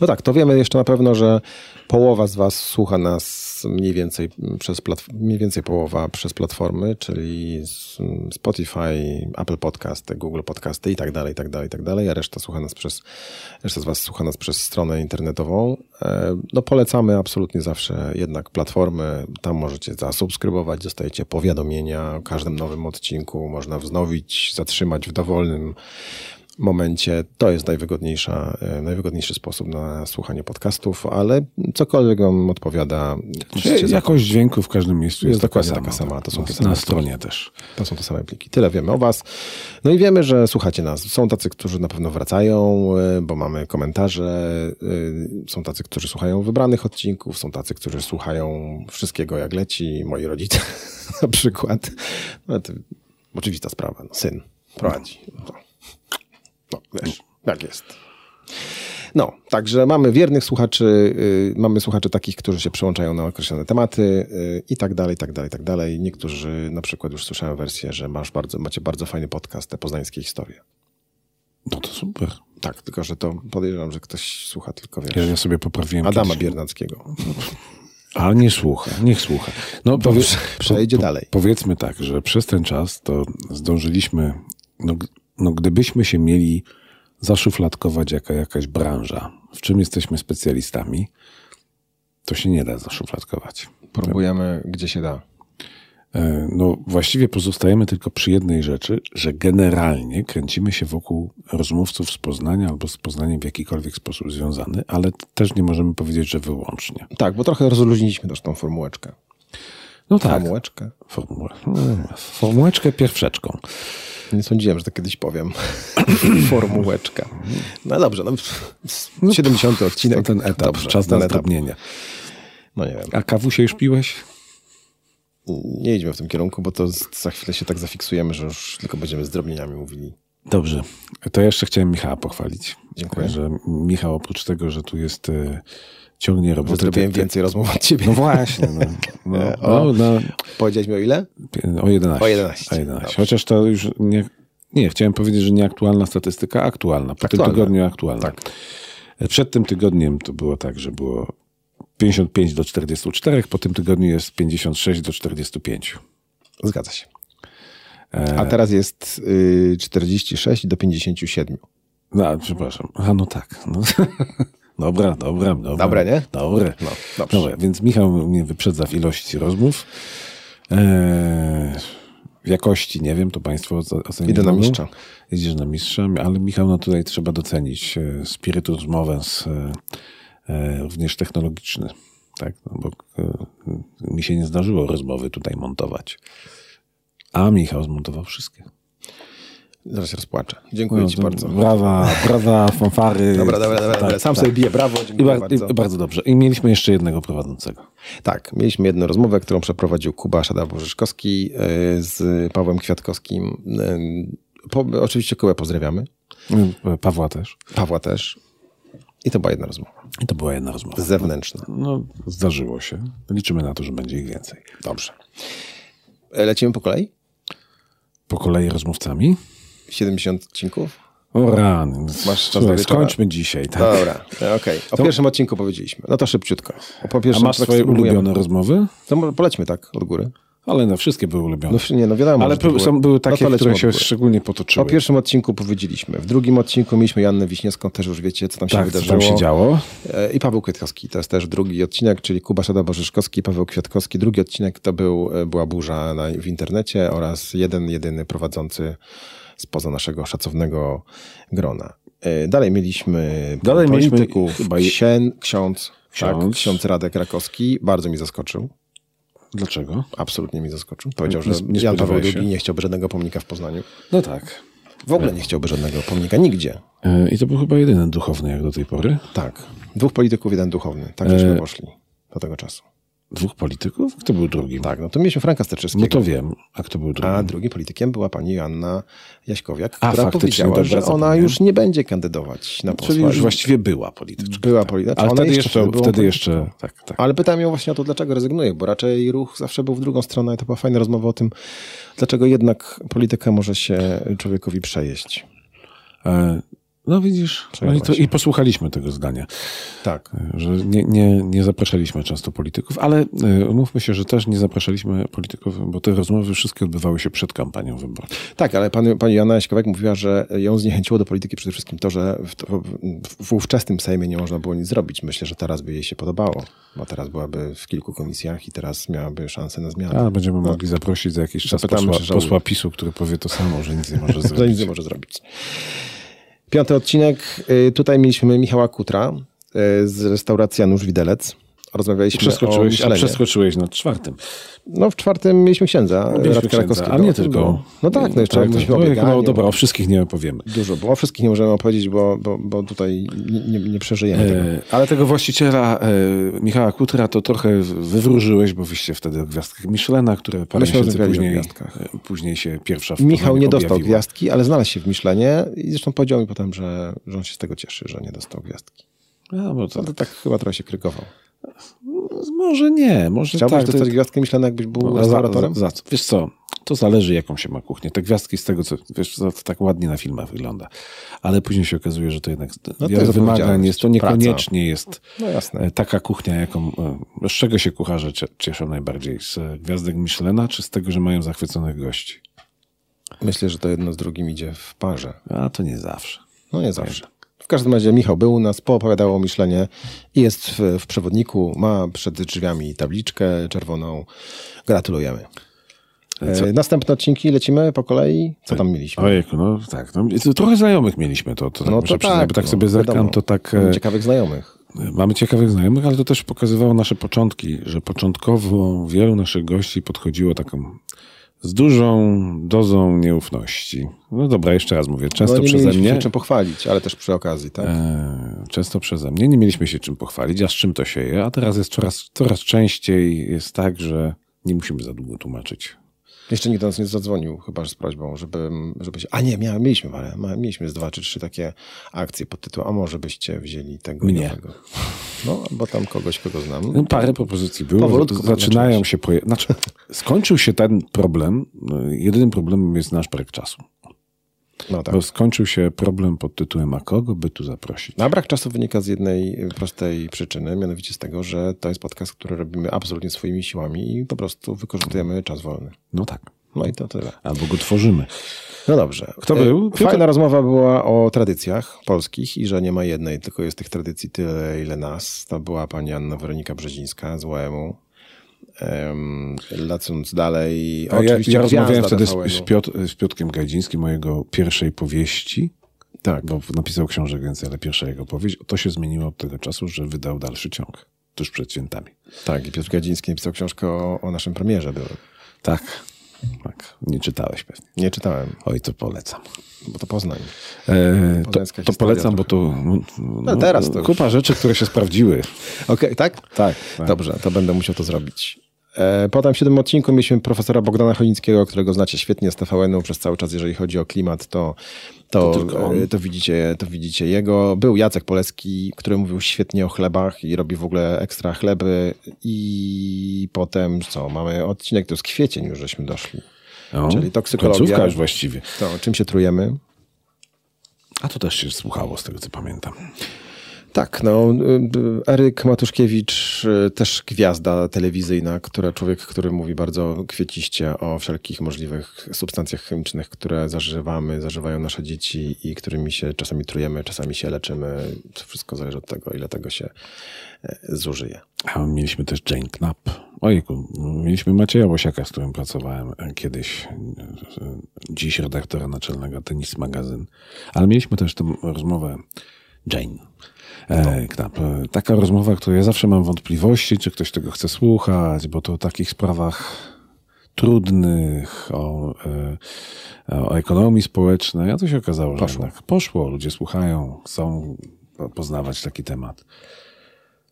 [SPEAKER 1] No tak, to wiemy jeszcze na pewno, że połowa z Was słucha nas mniej więcej przez platf- mniej więcej połowa przez platformy, czyli z- Spotify, Apple Podcasty, Google Podcasty i tak dalej, i tak dalej, i tak dalej, a reszta słucha nas przez reszta z Was słucha nas przez stronę internetową. E, No polecamy absolutnie zawsze jednak platformy, tam możecie zasubskrybować, dostajecie powiadomienia o każdym nowym odcinku, można wznowić, zatrzymać w dowolnym momencie. To jest najwygodniejsza, e, najwygodniejszy sposób na słuchanie podcastów, ale cokolwiek wam odpowiada,
[SPEAKER 2] Czy
[SPEAKER 1] musicie za-
[SPEAKER 2] jakość dźwięku w każdym miejscu jest,
[SPEAKER 1] tak. Jest dokładnie
[SPEAKER 2] taka
[SPEAKER 1] taka
[SPEAKER 2] sama.
[SPEAKER 1] sama, to są te
[SPEAKER 2] na,
[SPEAKER 1] same
[SPEAKER 2] na stronie też.
[SPEAKER 1] to są te same pliki. Tyle wiemy o was. No i wiemy, że słuchacie nas. Są tacy, którzy na pewno wracają, e, bo mamy komentarze. e, Są tacy, którzy słuchają wybranych odcinków. Są tacy, którzy słuchają wszystkiego jak leci. Moi rodzice na przykład. No to oczywista sprawa. No, syn prowadzi. No, no wiesz, tak jest. No, także mamy wiernych słuchaczy, y, mamy słuchaczy takich, którzy się przełączają na określone tematy y, i tak dalej, i tak dalej, i tak dalej. Niektórzy, na przykład już słyszałem wersję, że masz bardzo, macie bardzo fajny podcast, te poznańskie historie.
[SPEAKER 2] No to super.
[SPEAKER 1] Tak, tylko że to podejrzewam, że ktoś słucha tylko,
[SPEAKER 2] Ja,
[SPEAKER 1] wiesz,
[SPEAKER 2] ja sobie poprawiłem.
[SPEAKER 1] Adama
[SPEAKER 2] kiedyś-
[SPEAKER 1] Biernackiego.
[SPEAKER 2] Ale nie słucha, niech słucha. No powie,
[SPEAKER 1] przejdzie dalej.
[SPEAKER 2] Powiedzmy tak, że przez ten czas to zdążyliśmy, no, g- no gdybyśmy się mieli zaszufladkować jaka jakaś branża, w czym jesteśmy specjalistami, to się nie da zaszufladkować.
[SPEAKER 1] Próbujemy, gdzie się da.
[SPEAKER 2] E, No właściwie pozostajemy tylko przy jednej rzeczy, że generalnie kręcimy się wokół rozmówców z Poznania albo z Poznaniem w jakikolwiek sposób związany, ale t- też nie możemy powiedzieć, że wyłącznie.
[SPEAKER 1] Tak, bo trochę rozluźniliśmy też tą formułeczkę.
[SPEAKER 2] No tak,
[SPEAKER 1] Formułeczkę?
[SPEAKER 2] formułę, mm, formułeczkę pierwszeczką.
[SPEAKER 1] Nie sądziłem, że to kiedyś powiem. Formułeczka. No dobrze, no, pff, 70 odcinek.
[SPEAKER 2] To ten etap,
[SPEAKER 1] Dobrze,
[SPEAKER 2] czas
[SPEAKER 1] ten
[SPEAKER 2] na
[SPEAKER 1] etap.
[SPEAKER 2] zdrobnienie.
[SPEAKER 1] No nie wiem.
[SPEAKER 2] A kawusie już piłeś?
[SPEAKER 1] nie idźmy w tym kierunku, bo to z- za chwilę się tak zafiksujemy, że już tylko będziemy z drobnieniami mówili.
[SPEAKER 2] Dobrze. To jeszcze chciałem Michała pochwalić.
[SPEAKER 1] Dziękuję.
[SPEAKER 2] Że Michał oprócz tego, że tu jest, y, ciągnie
[SPEAKER 1] Bo
[SPEAKER 2] robotę.
[SPEAKER 1] zrobiłem
[SPEAKER 2] tak- tak-
[SPEAKER 1] więcej rozmów od ciebie.
[SPEAKER 2] No właśnie. No, no,
[SPEAKER 1] O.
[SPEAKER 2] no, no,
[SPEAKER 1] Powiedzieliśmy o ile?
[SPEAKER 2] o 11.
[SPEAKER 1] O 11.
[SPEAKER 2] O 11.
[SPEAKER 1] Dobrze.
[SPEAKER 2] Chociaż to już nie... Nie, chciałem powiedzieć, że nieaktualna statystyka, aktualna. Po
[SPEAKER 1] Aktualna.
[SPEAKER 2] tym tygodniu aktualna. E,
[SPEAKER 1] Tak.
[SPEAKER 2] Przed tym tygodniem to było tak, że było 55 do 44, po tym tygodniu jest 56 do 45.
[SPEAKER 1] Zgadza się. A
[SPEAKER 2] E.
[SPEAKER 1] teraz jest y, 46 do 57.
[SPEAKER 2] No, przepraszam. A no tak. No. Dobra, dobra, dobra.
[SPEAKER 1] Dobre, nie?
[SPEAKER 2] Dobre.
[SPEAKER 1] No, dobrze.
[SPEAKER 2] dobra, więc Michał mnie wyprzedza w ilości rozmów. Eee, w jakości, nie wiem, to państwo oce- ocenią.
[SPEAKER 1] Idę na
[SPEAKER 2] mogą.
[SPEAKER 1] mistrza.
[SPEAKER 2] Idziesz na mistrza, ale Michał, no tutaj trzeba docenić e, spirytus mowens, e, e, również technologiczny, tak? No bo e, mi się nie zdarzyło rozmowy tutaj montować. A Michał zmontował wszystkie.
[SPEAKER 1] Zaraz się rozpłaczę. Dziękuję Ci
[SPEAKER 2] No to
[SPEAKER 1] bardzo.
[SPEAKER 2] Brawa, brawa, fanfary.
[SPEAKER 1] Dobra, dobra, dobra.
[SPEAKER 2] Tak,
[SPEAKER 1] dobra. Sam
[SPEAKER 2] tak.
[SPEAKER 1] sobie biję, brawo,
[SPEAKER 2] I
[SPEAKER 1] dziękuję
[SPEAKER 2] bar-
[SPEAKER 1] bardzo.
[SPEAKER 2] i bardzo dobrze. I mieliśmy jeszcze jednego prowadzącego.
[SPEAKER 1] Tak, mieliśmy jedną rozmowę, którą przeprowadził Kuba Szadawo-Rzeszkowski y, z Pawłem Kwiatkowskim. Y, Po, oczywiście Kubę pozdrawiamy,
[SPEAKER 2] Y, Pawła też.
[SPEAKER 1] Pawła też. I to była jedna rozmowa.
[SPEAKER 2] I to była jedna rozmowa.
[SPEAKER 1] Zewnętrzna.
[SPEAKER 2] No, zdarzyło się. Liczymy na to, że będzie ich więcej.
[SPEAKER 1] Dobrze. E, Lecimy po kolei?
[SPEAKER 2] Po kolei rozmówcami.
[SPEAKER 1] 70 odcinków?
[SPEAKER 2] O ran.
[SPEAKER 1] czas
[SPEAKER 2] Słuchaj,
[SPEAKER 1] na wieczora.
[SPEAKER 2] skończmy dzisiaj, tak?
[SPEAKER 1] Dobra, e, okej. O pierwszym odcinku powiedzieliśmy. No to szybciutko. O, po
[SPEAKER 2] A
[SPEAKER 1] pierwszym
[SPEAKER 2] masz
[SPEAKER 1] tak
[SPEAKER 2] swoje
[SPEAKER 1] spróbujemy.
[SPEAKER 2] ulubione rozmowy?
[SPEAKER 1] To może polećmy tak od góry.
[SPEAKER 2] Ale no, wszystkie były ulubione.
[SPEAKER 1] No nie, no wiadomo.
[SPEAKER 2] Ale
[SPEAKER 1] że to
[SPEAKER 2] były, są, były takie,
[SPEAKER 1] no to
[SPEAKER 2] które
[SPEAKER 1] lećmy
[SPEAKER 2] się
[SPEAKER 1] od góry.
[SPEAKER 2] szczególnie
[SPEAKER 1] O
[SPEAKER 2] potoczyły.
[SPEAKER 1] pierwszym odcinku powiedzieliśmy. W drugim odcinku mieliśmy Jannę Wiśniewską, też już wiecie, co tam się
[SPEAKER 2] tak, co
[SPEAKER 1] wydarzyło.
[SPEAKER 2] tam się działo.
[SPEAKER 1] E, I Paweł Kwiatkowski, to jest też drugi odcinek, czyli Kuba Szada-Bożyszkowski, Paweł Kwiatkowski. Drugi odcinek to był, e, była burza na, w internecie oraz jeden, jedyny prowadzący spoza naszego szacownego grona. E, Dalej mieliśmy
[SPEAKER 2] Dalej mieliśmy
[SPEAKER 1] polityków,
[SPEAKER 2] chyba je-
[SPEAKER 1] księ, ksiądz, ksiądz. Tak,
[SPEAKER 2] Ksiądz.
[SPEAKER 1] ksiądz Radek Rakowski, bardzo mi zaskoczył.
[SPEAKER 2] Dlaczego?
[SPEAKER 1] Absolutnie mi zaskoczył. Powiedział, że
[SPEAKER 2] Nie- nie
[SPEAKER 1] Jan Paweł
[SPEAKER 2] spodziewałeś się?
[SPEAKER 1] II nie chciałby żadnego pomnika w Poznaniu.
[SPEAKER 2] No tak.
[SPEAKER 1] W ogóle nie chciałby żadnego pomnika nigdzie.
[SPEAKER 2] E, I to był chyba jedyny duchowny jak do tej pory.
[SPEAKER 1] Tak. Dwóch polityków, jeden duchowny. Tak żeśmy
[SPEAKER 2] E,
[SPEAKER 1] poszli do tego czasu.
[SPEAKER 2] Dwóch polityków? Kto był drugim?
[SPEAKER 1] Tak, no to mieliśmy Franka Sterczewskiego.
[SPEAKER 2] No to wiem, a kto był drugim?
[SPEAKER 1] A drugim politykiem była pani Joanna Jaśkowiak,
[SPEAKER 2] A,
[SPEAKER 1] która
[SPEAKER 2] faktycznie,
[SPEAKER 1] powiedziała,
[SPEAKER 2] dobra,
[SPEAKER 1] że ona
[SPEAKER 2] zapomniałem.
[SPEAKER 1] już nie będzie kandydować na posła.
[SPEAKER 2] Czyli już właściwie była polityczka.
[SPEAKER 1] była polityczna.
[SPEAKER 2] Ale
[SPEAKER 1] Ona
[SPEAKER 2] wtedy
[SPEAKER 1] jeszcze
[SPEAKER 2] jeszcze,
[SPEAKER 1] wtedy była
[SPEAKER 2] wtedy
[SPEAKER 1] polityczką.
[SPEAKER 2] jeszcze, tak, tak.
[SPEAKER 1] Ale pytałem ją właśnie o to, dlaczego rezygnuje, bo raczej ruch zawsze był w drugą stronę i to była fajna rozmowa o tym, dlaczego jednak polityka może się człowiekowi przejeść.
[SPEAKER 2] E, No widzisz, no i, to, i posłuchaliśmy tego zdania,
[SPEAKER 1] Tak.
[SPEAKER 2] że nie, nie, nie zapraszaliśmy często polityków, ale e, umówmy się, że też nie zapraszaliśmy polityków, bo te rozmowy wszystkie odbywały się przed kampanią wyborczą.
[SPEAKER 1] Tak, ale pan, pani Joanna Jaśkowiak mówiła, że ją zniechęciło do polityki przede wszystkim to, że w, w, w ówczesnym Sejmie nie można było nic zrobić. Myślę, że teraz by jej się podobało, bo teraz byłaby w kilku komisjach i teraz miałaby szansę na zmianę.
[SPEAKER 2] A będziemy mogli zaprosić za jakiś czas
[SPEAKER 1] No. Zapytamy,
[SPEAKER 2] posła,
[SPEAKER 1] czy żałuje.
[SPEAKER 2] posła PiSu, który powie to samo, że nic nie może
[SPEAKER 1] Że
[SPEAKER 2] zrobić.
[SPEAKER 1] nic nie może zrobić. Piąty odcinek. Y, Tutaj mieliśmy Michała Kutra y, z restauracji Janusz Widelec. Rozmawialiśmy o
[SPEAKER 2] Przeskoczyłeś, a
[SPEAKER 1] myśleniu.
[SPEAKER 2] przeskoczyłeś nad czwartym.
[SPEAKER 1] No w czwartym mieliśmy księdza
[SPEAKER 2] Mieliśmy
[SPEAKER 1] Radka
[SPEAKER 2] księdza,
[SPEAKER 1] Rakowskiego.
[SPEAKER 2] A nie tylko.
[SPEAKER 1] No tak, no jeszcze mówiliśmy
[SPEAKER 2] No,
[SPEAKER 1] o
[SPEAKER 2] jak- no
[SPEAKER 1] bieganiu.
[SPEAKER 2] dobra, o wszystkich nie opowiemy.
[SPEAKER 1] Dużo, bo o wszystkich nie możemy opowiedzieć, bo, bo, bo tutaj nie, nie, nie przeżyjemy tego.
[SPEAKER 2] E, Ale tego właściciela e, Michała Kutra to trochę wywróżyłeś, bo wyście wtedy o gwiazdkach Michelena, które parę
[SPEAKER 1] Myśmy
[SPEAKER 2] miesięcy
[SPEAKER 1] rozmawiali o
[SPEAKER 2] później,
[SPEAKER 1] gwiazdkach.
[SPEAKER 2] e, później się pierwsza w
[SPEAKER 1] Michał
[SPEAKER 2] Poznaniu
[SPEAKER 1] nie dostał
[SPEAKER 2] objawiła.
[SPEAKER 1] gwiazdki, ale znalazł się w Miszlenie i zresztą powiedział mi potem, że, że on się z tego cieszy, że nie dostał gwiazdki.
[SPEAKER 2] A, bo to,
[SPEAKER 1] No to tak chyba trochę się krykował.
[SPEAKER 2] może nie, może
[SPEAKER 1] Chciałbyś
[SPEAKER 2] No tak. to-
[SPEAKER 1] dostać gwiazdkę Miszlena, jakbyś był
[SPEAKER 2] no,
[SPEAKER 1] restauratorem?
[SPEAKER 2] Za, za, za, wiesz co, to zależy jaką się ma kuchnię. Te gwiazdki z tego, co wiesz, co, to tak ładnie na filmach wygląda. Ale później się okazuje, że to jednak
[SPEAKER 1] No
[SPEAKER 2] no
[SPEAKER 1] to jest
[SPEAKER 2] wymagań jest, to
[SPEAKER 1] odpowiedzialność,
[SPEAKER 2] niekoniecznie jest
[SPEAKER 1] No jasne.
[SPEAKER 2] E, Taka kuchnia, jaką, e, z czego się kucharze cie- cieszą najbardziej? Z e, gwiazdek Michelena, czy z tego, że mają zachwyconych gości?
[SPEAKER 1] Myślę, że to jedno z drugim idzie w parze.
[SPEAKER 2] A to nie zawsze.
[SPEAKER 1] No nie zawsze. W każdym razie Michał był u nas, poopowiadał o Miszlenie i jest w, w przewodniku, ma przed drzwiami tabliczkę czerwoną. Gratulujemy. E, następne odcinki lecimy po kolei. Co tam mieliśmy?
[SPEAKER 2] Ojejku, no tak. No, to trochę znajomych mieliśmy to, to, tak
[SPEAKER 1] No
[SPEAKER 2] muszę
[SPEAKER 1] to
[SPEAKER 2] przyznać,
[SPEAKER 1] tak,
[SPEAKER 2] bo tak
[SPEAKER 1] no,
[SPEAKER 2] sobie zerkam,
[SPEAKER 1] wiadomo.
[SPEAKER 2] to tak... e,
[SPEAKER 1] Mamy Ciekawych znajomych.
[SPEAKER 2] Mamy ciekawych znajomych, ale to też pokazywało nasze początki, że początkowo wielu naszych gości podchodziło taką z dużą dozą nieufności. No dobra, jeszcze raz mówię, często
[SPEAKER 1] no nie
[SPEAKER 2] przeze
[SPEAKER 1] mieliśmy
[SPEAKER 2] mnie...
[SPEAKER 1] się czym pochwalić, ale też przy okazji, tak?
[SPEAKER 2] E, Często przeze mnie nie mieliśmy się czym pochwalić, a z czym to się je, a teraz jest coraz, coraz częściej jest tak, że nie musimy za długo tłumaczyć.
[SPEAKER 1] Jeszcze nikt do nas nie zadzwonił, chyba że z prośbą, żeby, żeby się... A nie, mia, mieliśmy, ale ma- mieliśmy z dwa czy trzy takie akcje pod tytułem a może byście wzięli tego i
[SPEAKER 2] Mnie.
[SPEAKER 1] owego. No, bo tam kogoś, kogo znam.
[SPEAKER 2] No, parę propozycji było,
[SPEAKER 1] Powolutku
[SPEAKER 2] z- zaczynają
[SPEAKER 1] zacząłeś.
[SPEAKER 2] się poje... znaczy, skończył się ten problem, e, jedynym problemem jest nasz brak czasu,
[SPEAKER 1] No tak.
[SPEAKER 2] bo skończył się problem pod tytułem, a kogo by tu zaprosić?
[SPEAKER 1] Na No, brak czasu wynika z jednej prostej przyczyny, mianowicie z tego, że to jest podcast, który robimy absolutnie swoimi siłami i po prostu wykorzystujemy czas wolny.
[SPEAKER 2] No tak,
[SPEAKER 1] No i to tyle.
[SPEAKER 2] albo go tworzymy.
[SPEAKER 1] No dobrze.
[SPEAKER 2] Kto był?
[SPEAKER 1] E, Fajna rozmowa była o tradycjach polskich i że nie ma jednej, tylko jest tych tradycji tyle, ile nas. To była pani Anna Weronika Brzezińska z UEM-u. Um, lecąc dalej,
[SPEAKER 2] A ja,
[SPEAKER 1] oczywiście
[SPEAKER 2] ja
[SPEAKER 1] gwiazda
[SPEAKER 2] rozmawiałem wtedy z,
[SPEAKER 1] TVN-u.
[SPEAKER 2] z, Piotr, z Piotkiem Gajdzińskim, mojego pierwszej powieści,
[SPEAKER 1] Tak,
[SPEAKER 2] bo napisał książek więcej, ale pierwsza jego powieść, to się zmieniło od tego czasu, że wydał dalszy ciąg, tuż przed świętami.
[SPEAKER 1] tak. I Piotr Gadziński napisał książkę o, o naszym premierze. Był.
[SPEAKER 2] Tak. Tak, nie czytałeś pewnie.
[SPEAKER 1] Nie czytałem,
[SPEAKER 2] Oj, to polecam.
[SPEAKER 1] bo to Poznań.
[SPEAKER 2] E, to,
[SPEAKER 1] Poznańska
[SPEAKER 2] to
[SPEAKER 1] historia
[SPEAKER 2] polecam, bo to no,
[SPEAKER 1] teraz to już.
[SPEAKER 2] kupa rzeczy, które się sprawdziły.
[SPEAKER 1] Okej, tak?
[SPEAKER 2] Tak, tak.
[SPEAKER 1] Dobrze, to będę musiał to zrobić. E, Potem w siódmym odcinku mieliśmy profesora Bogdana Cholińskiego, którego znacie świetnie z tvn przez cały czas, jeżeli chodzi o klimat, to, to,
[SPEAKER 2] tylko on.
[SPEAKER 1] e, to, widzicie, to widzicie jego. Był Jacek Poleski, który mówił świetnie o chlebach i robi w ogóle ekstra chleby i potem co, mamy odcinek, to jest kwiecień już żeśmy doszli.
[SPEAKER 2] No,
[SPEAKER 1] Czyli toksykologia.
[SPEAKER 2] Końcówka już właściwie.
[SPEAKER 1] To, czym się trujemy?
[SPEAKER 2] A to też się słuchało, z tego co pamiętam.
[SPEAKER 1] Tak, no y, y, Eryk Matuszkiewicz, y, też gwiazda telewizyjna, która człowiek, który mówi bardzo kwieciście o wszelkich możliwych substancjach chemicznych, które zażywamy, zażywają nasze dzieci i którymi się czasami trujemy, czasami się leczymy. To wszystko zależy od tego, ile tego się e, zużyje.
[SPEAKER 2] A mieliśmy też Jane Knapp. Ojku, mieliśmy Macieja Łosiaka, z którym pracowałem e, kiedyś, e, e, dziś redaktora naczelnego Tenis Magazyn. Ale mieliśmy też tę rozmowę Jane e, Knapp. E, Taka rozmowa, której ja zawsze mam wątpliwości, czy ktoś tego chce słuchać, bo to o takich sprawach trudnych, o, e, o ekonomii społecznej, a to się okazało, że poszło. Jednak poszło. Ludzie słuchają, chcą poznawać taki temat.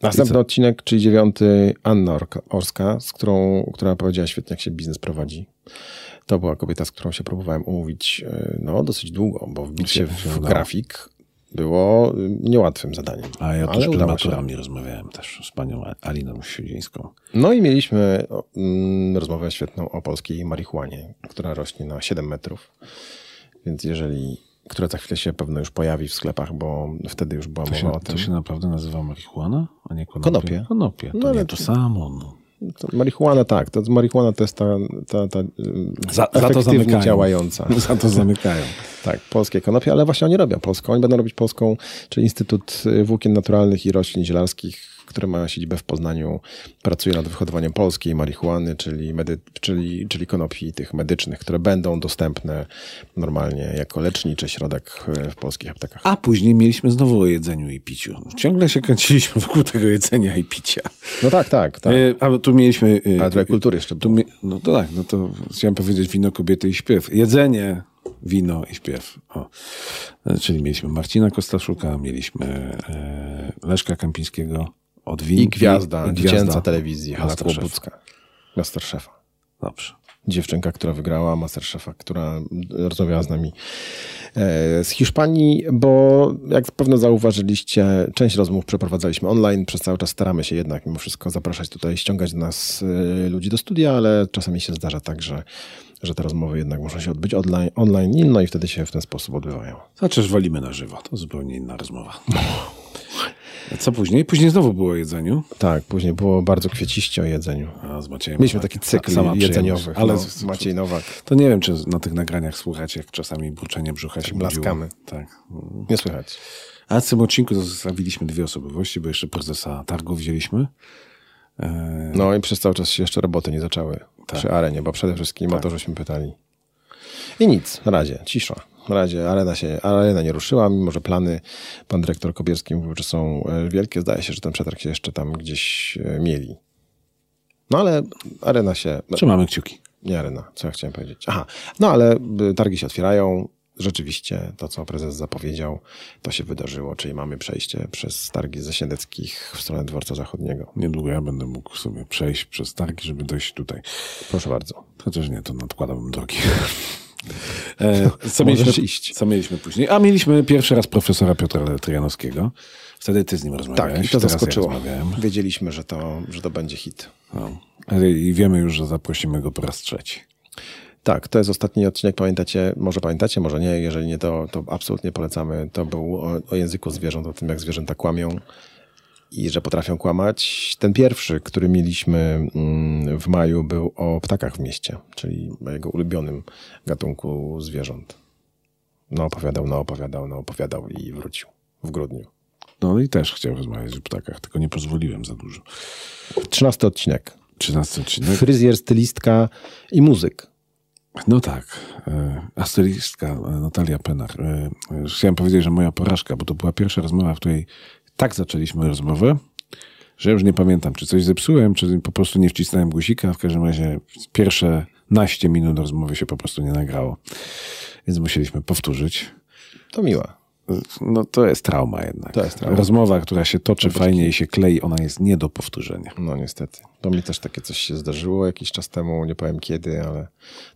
[SPEAKER 1] Następny odcinek, czyli dziewiąty, Anna Ork- Orska, z którą, która powiedziała świetnie, jak się biznes prowadzi. To była kobieta, z którą się próbowałem umówić y, no, dosyć długo, bo wbić się w
[SPEAKER 2] udało.
[SPEAKER 1] grafik było y, niełatwym zadaniem.
[SPEAKER 2] A ja
[SPEAKER 1] Ale
[SPEAKER 2] też przed
[SPEAKER 1] udało się.
[SPEAKER 2] maturami rozmawiałem też z panią Aliną Siudzińską.
[SPEAKER 1] No i mieliśmy o, mm, rozmowę świetną o polskiej marihuanie, która rośnie na 7 metrów. Więc jeżeli, która za chwilę się pewno już pojawi w sklepach, bo wtedy już była
[SPEAKER 2] To
[SPEAKER 1] mowa
[SPEAKER 2] się,
[SPEAKER 1] o
[SPEAKER 2] to
[SPEAKER 1] tym.
[SPEAKER 2] się naprawdę nazywa marihuana, a nie konopie?
[SPEAKER 1] Konopie.
[SPEAKER 2] Konopie, to
[SPEAKER 1] No, ale
[SPEAKER 2] nie to samo. No.
[SPEAKER 1] To marihuana tak, to marihuana to jest ta, ta, ta y,
[SPEAKER 2] Za, za to
[SPEAKER 1] efektywnie
[SPEAKER 2] zamykają.
[SPEAKER 1] działająca.
[SPEAKER 2] Za to zamykają.
[SPEAKER 1] Tak, polskie konopie, ale właśnie oni robią polską. Oni będą robić polską, czyli Instytut y, Włókien Naturalnych i Roślin Zielarskich, który ma siedzibę w Poznaniu, pracuje nad wyhodowaniem polskiej marihuany, czyli, medy- czyli, czyli konopi tych medycznych, które będą dostępne normalnie jako leczniczy środek y, w polskich aptekach.
[SPEAKER 2] A później mieliśmy znowu o jedzeniu i piciu. Ciągle się kręciliśmy wokół tego jedzenia i picia.
[SPEAKER 1] No tak, tak, tak.
[SPEAKER 2] E, A tu mieliśmy... e,
[SPEAKER 1] A dla kultury jeszcze
[SPEAKER 2] Tu mi, no to tak, no to chciałem powiedzieć wino, kobiety i śpiew. Jedzenie, wino i śpiew. O. E, Czyli mieliśmy Marcina Kostaszuka, mieliśmy e, Leszka Kampińskiego od win.
[SPEAKER 1] I gwiazda,
[SPEAKER 2] i
[SPEAKER 1] dziecięca telewizji, Hanna
[SPEAKER 2] y, Masterchef.
[SPEAKER 1] Kłobucka. Masterchefa.
[SPEAKER 2] Dobrze.
[SPEAKER 1] dziewczynka, która wygrała Masterchefa, która rozmawiała z nami e, z Hiszpanii, bo jak pewno zauważyliście, część rozmów przeprowadzaliśmy online, przez cały czas staramy się jednak mimo wszystko zapraszać tutaj, ściągać do nas e, ludzi do studia, ale czasami się zdarza tak, że, że te rozmowy jednak muszą się odbyć online, online no i wtedy się w ten sposób odbywają.
[SPEAKER 2] Znaczy, że walimy na żywo. To zupełnie inna rozmowa. A Co później? Później znowu było o jedzeniu.
[SPEAKER 1] Tak, później było bardzo kwieciście o jedzeniu.
[SPEAKER 2] A, z Maciejem
[SPEAKER 1] Mieliśmy
[SPEAKER 2] Nowakiem.
[SPEAKER 1] taki cykl
[SPEAKER 2] Tak, Sama przyjemność.
[SPEAKER 1] jedzeniowy,
[SPEAKER 2] Ale
[SPEAKER 1] ale no,
[SPEAKER 2] z-
[SPEAKER 1] Maciej Nowak.
[SPEAKER 2] to nie wiem, czy na tych nagraniach słuchacie, jak czasami burczenie brzucha się budziło.
[SPEAKER 1] blaskamy.
[SPEAKER 2] Tak.
[SPEAKER 1] Nie słychać.
[SPEAKER 2] A w tym odcinku to zostawiliśmy dwie osobowości, bo jeszcze prezesa targu wzięliśmy. E,
[SPEAKER 1] No i przez cały czas się jeszcze roboty nie zaczęły przy arenie, bo przede wszystkim o to, żeśmy pytali. I nic, na razie, cisza. Na razie arena się, arena nie ruszyła, mimo że plany pan dyrektor Kobierski mówił, że są e, wielkie. Zdaje się, że ten przetarg się jeszcze tam gdzieś e, mieli. No ale arena się, no,
[SPEAKER 2] Trzymamy kciuki.
[SPEAKER 1] nie arena, co ja chciałem powiedzieć. Aha, no ale y, targi się otwierają. Rzeczywiście to, co prezes zapowiedział, to się wydarzyło, czyli mamy przejście przez targi ze Siedleckich w stronę Dworca Zachodniego.
[SPEAKER 2] Niedługo ja będę mógł sobie przejść przez targi, żeby dojść tutaj.
[SPEAKER 1] Proszę bardzo.
[SPEAKER 2] Chociaż nie, to nadkładałbym drogi. E,
[SPEAKER 1] Możesz
[SPEAKER 2] Co mieliśmy,
[SPEAKER 1] iść.
[SPEAKER 2] co mieliśmy później? A mieliśmy pierwszy raz profesora Piotra Trianowskiego. Wtedy ty z nim rozmawiałeś.
[SPEAKER 1] Tak, i to
[SPEAKER 2] teraz
[SPEAKER 1] zaskoczyło.
[SPEAKER 2] Ja rozmawiałem.
[SPEAKER 1] Wiedzieliśmy, że to, że to będzie hit.
[SPEAKER 2] no. Ale I wiemy już, że zaprosimy go po raz trzeci.
[SPEAKER 1] Tak, to jest ostatni odcinek, pamiętacie, może pamiętacie, może nie, jeżeli nie, to, to absolutnie polecamy. To był o, o języku zwierząt, o tym, jak zwierzęta kłamią i że potrafią kłamać. Ten pierwszy, który mieliśmy mm, w maju, był o ptakach w mieście, czyli mojego ulubionym gatunku zwierząt. No opowiadał, no opowiadał, no opowiadał i wrócił w grudniu.
[SPEAKER 2] No i też chciał rozmawiać o ptakach, tylko nie pozwoliłem za dużo.
[SPEAKER 1] Trzynasty odcinek.
[SPEAKER 2] 13 odcinek.
[SPEAKER 1] Fryzjer, stylistka i muzyk.
[SPEAKER 2] No tak. e, Asteristka e, Natalia Penar. E, e, Chciałem powiedzieć, że moja porażka, bo to była pierwsza rozmowa, w której tak zaczęliśmy rozmowę, że już nie pamiętam, czy coś zepsułem, czy po prostu nie wcisnąłem guzika. W każdym razie pierwsze naście minut rozmowy się po prostu nie nagrało. Więc musieliśmy powtórzyć.
[SPEAKER 1] To miłe.
[SPEAKER 2] No to jest trauma jednak.
[SPEAKER 1] To jest trauma.
[SPEAKER 2] Rozmowa, która się toczy fajnie i się klei, ona jest nie do powtórzenia.
[SPEAKER 1] No niestety. To mi też takie coś się zdarzyło jakiś czas temu, nie powiem kiedy, ale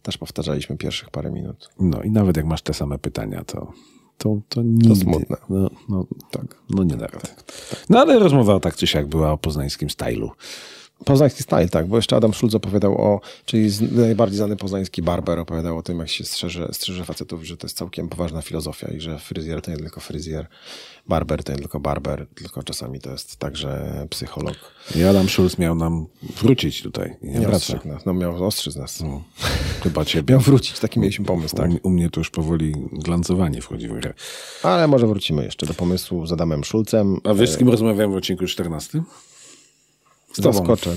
[SPEAKER 1] też powtarzaliśmy pierwszych parę minut.
[SPEAKER 2] No i nawet jak masz te same pytania, to to, to nigdy.
[SPEAKER 1] smutne.
[SPEAKER 2] No, no tak. No nie nawet. No ale rozmowa tak czy siak była o poznańskim stylu.
[SPEAKER 1] Poznański style, tak, bo jeszcze Adam Schulz opowiadał o, czyli z- najbardziej znany poznański barber opowiadał o tym, jak się strzeże, strzeże facetów, że to jest całkiem poważna filozofia i że fryzjer to nie tylko fryzjer, barber to nie tylko barber, tylko czasami to jest także psycholog.
[SPEAKER 2] I Adam Schulz miał nam wrócić tutaj. I nie
[SPEAKER 1] Nie
[SPEAKER 2] wraca.
[SPEAKER 1] ostrzegł nas, no miał ostrzyc nas.
[SPEAKER 2] Chyba ciebie.
[SPEAKER 1] Miał wrócić, taki mieliśmy pomysł, tak.
[SPEAKER 2] U, u mnie to już powoli glancowanie wchodzi w grę.
[SPEAKER 1] Ale może wrócimy jeszcze do pomysłu z Adamem Szulcem.
[SPEAKER 2] A wiesz, z kim rozmawiałem w odcinku 14? Z
[SPEAKER 1] Zaskoczę.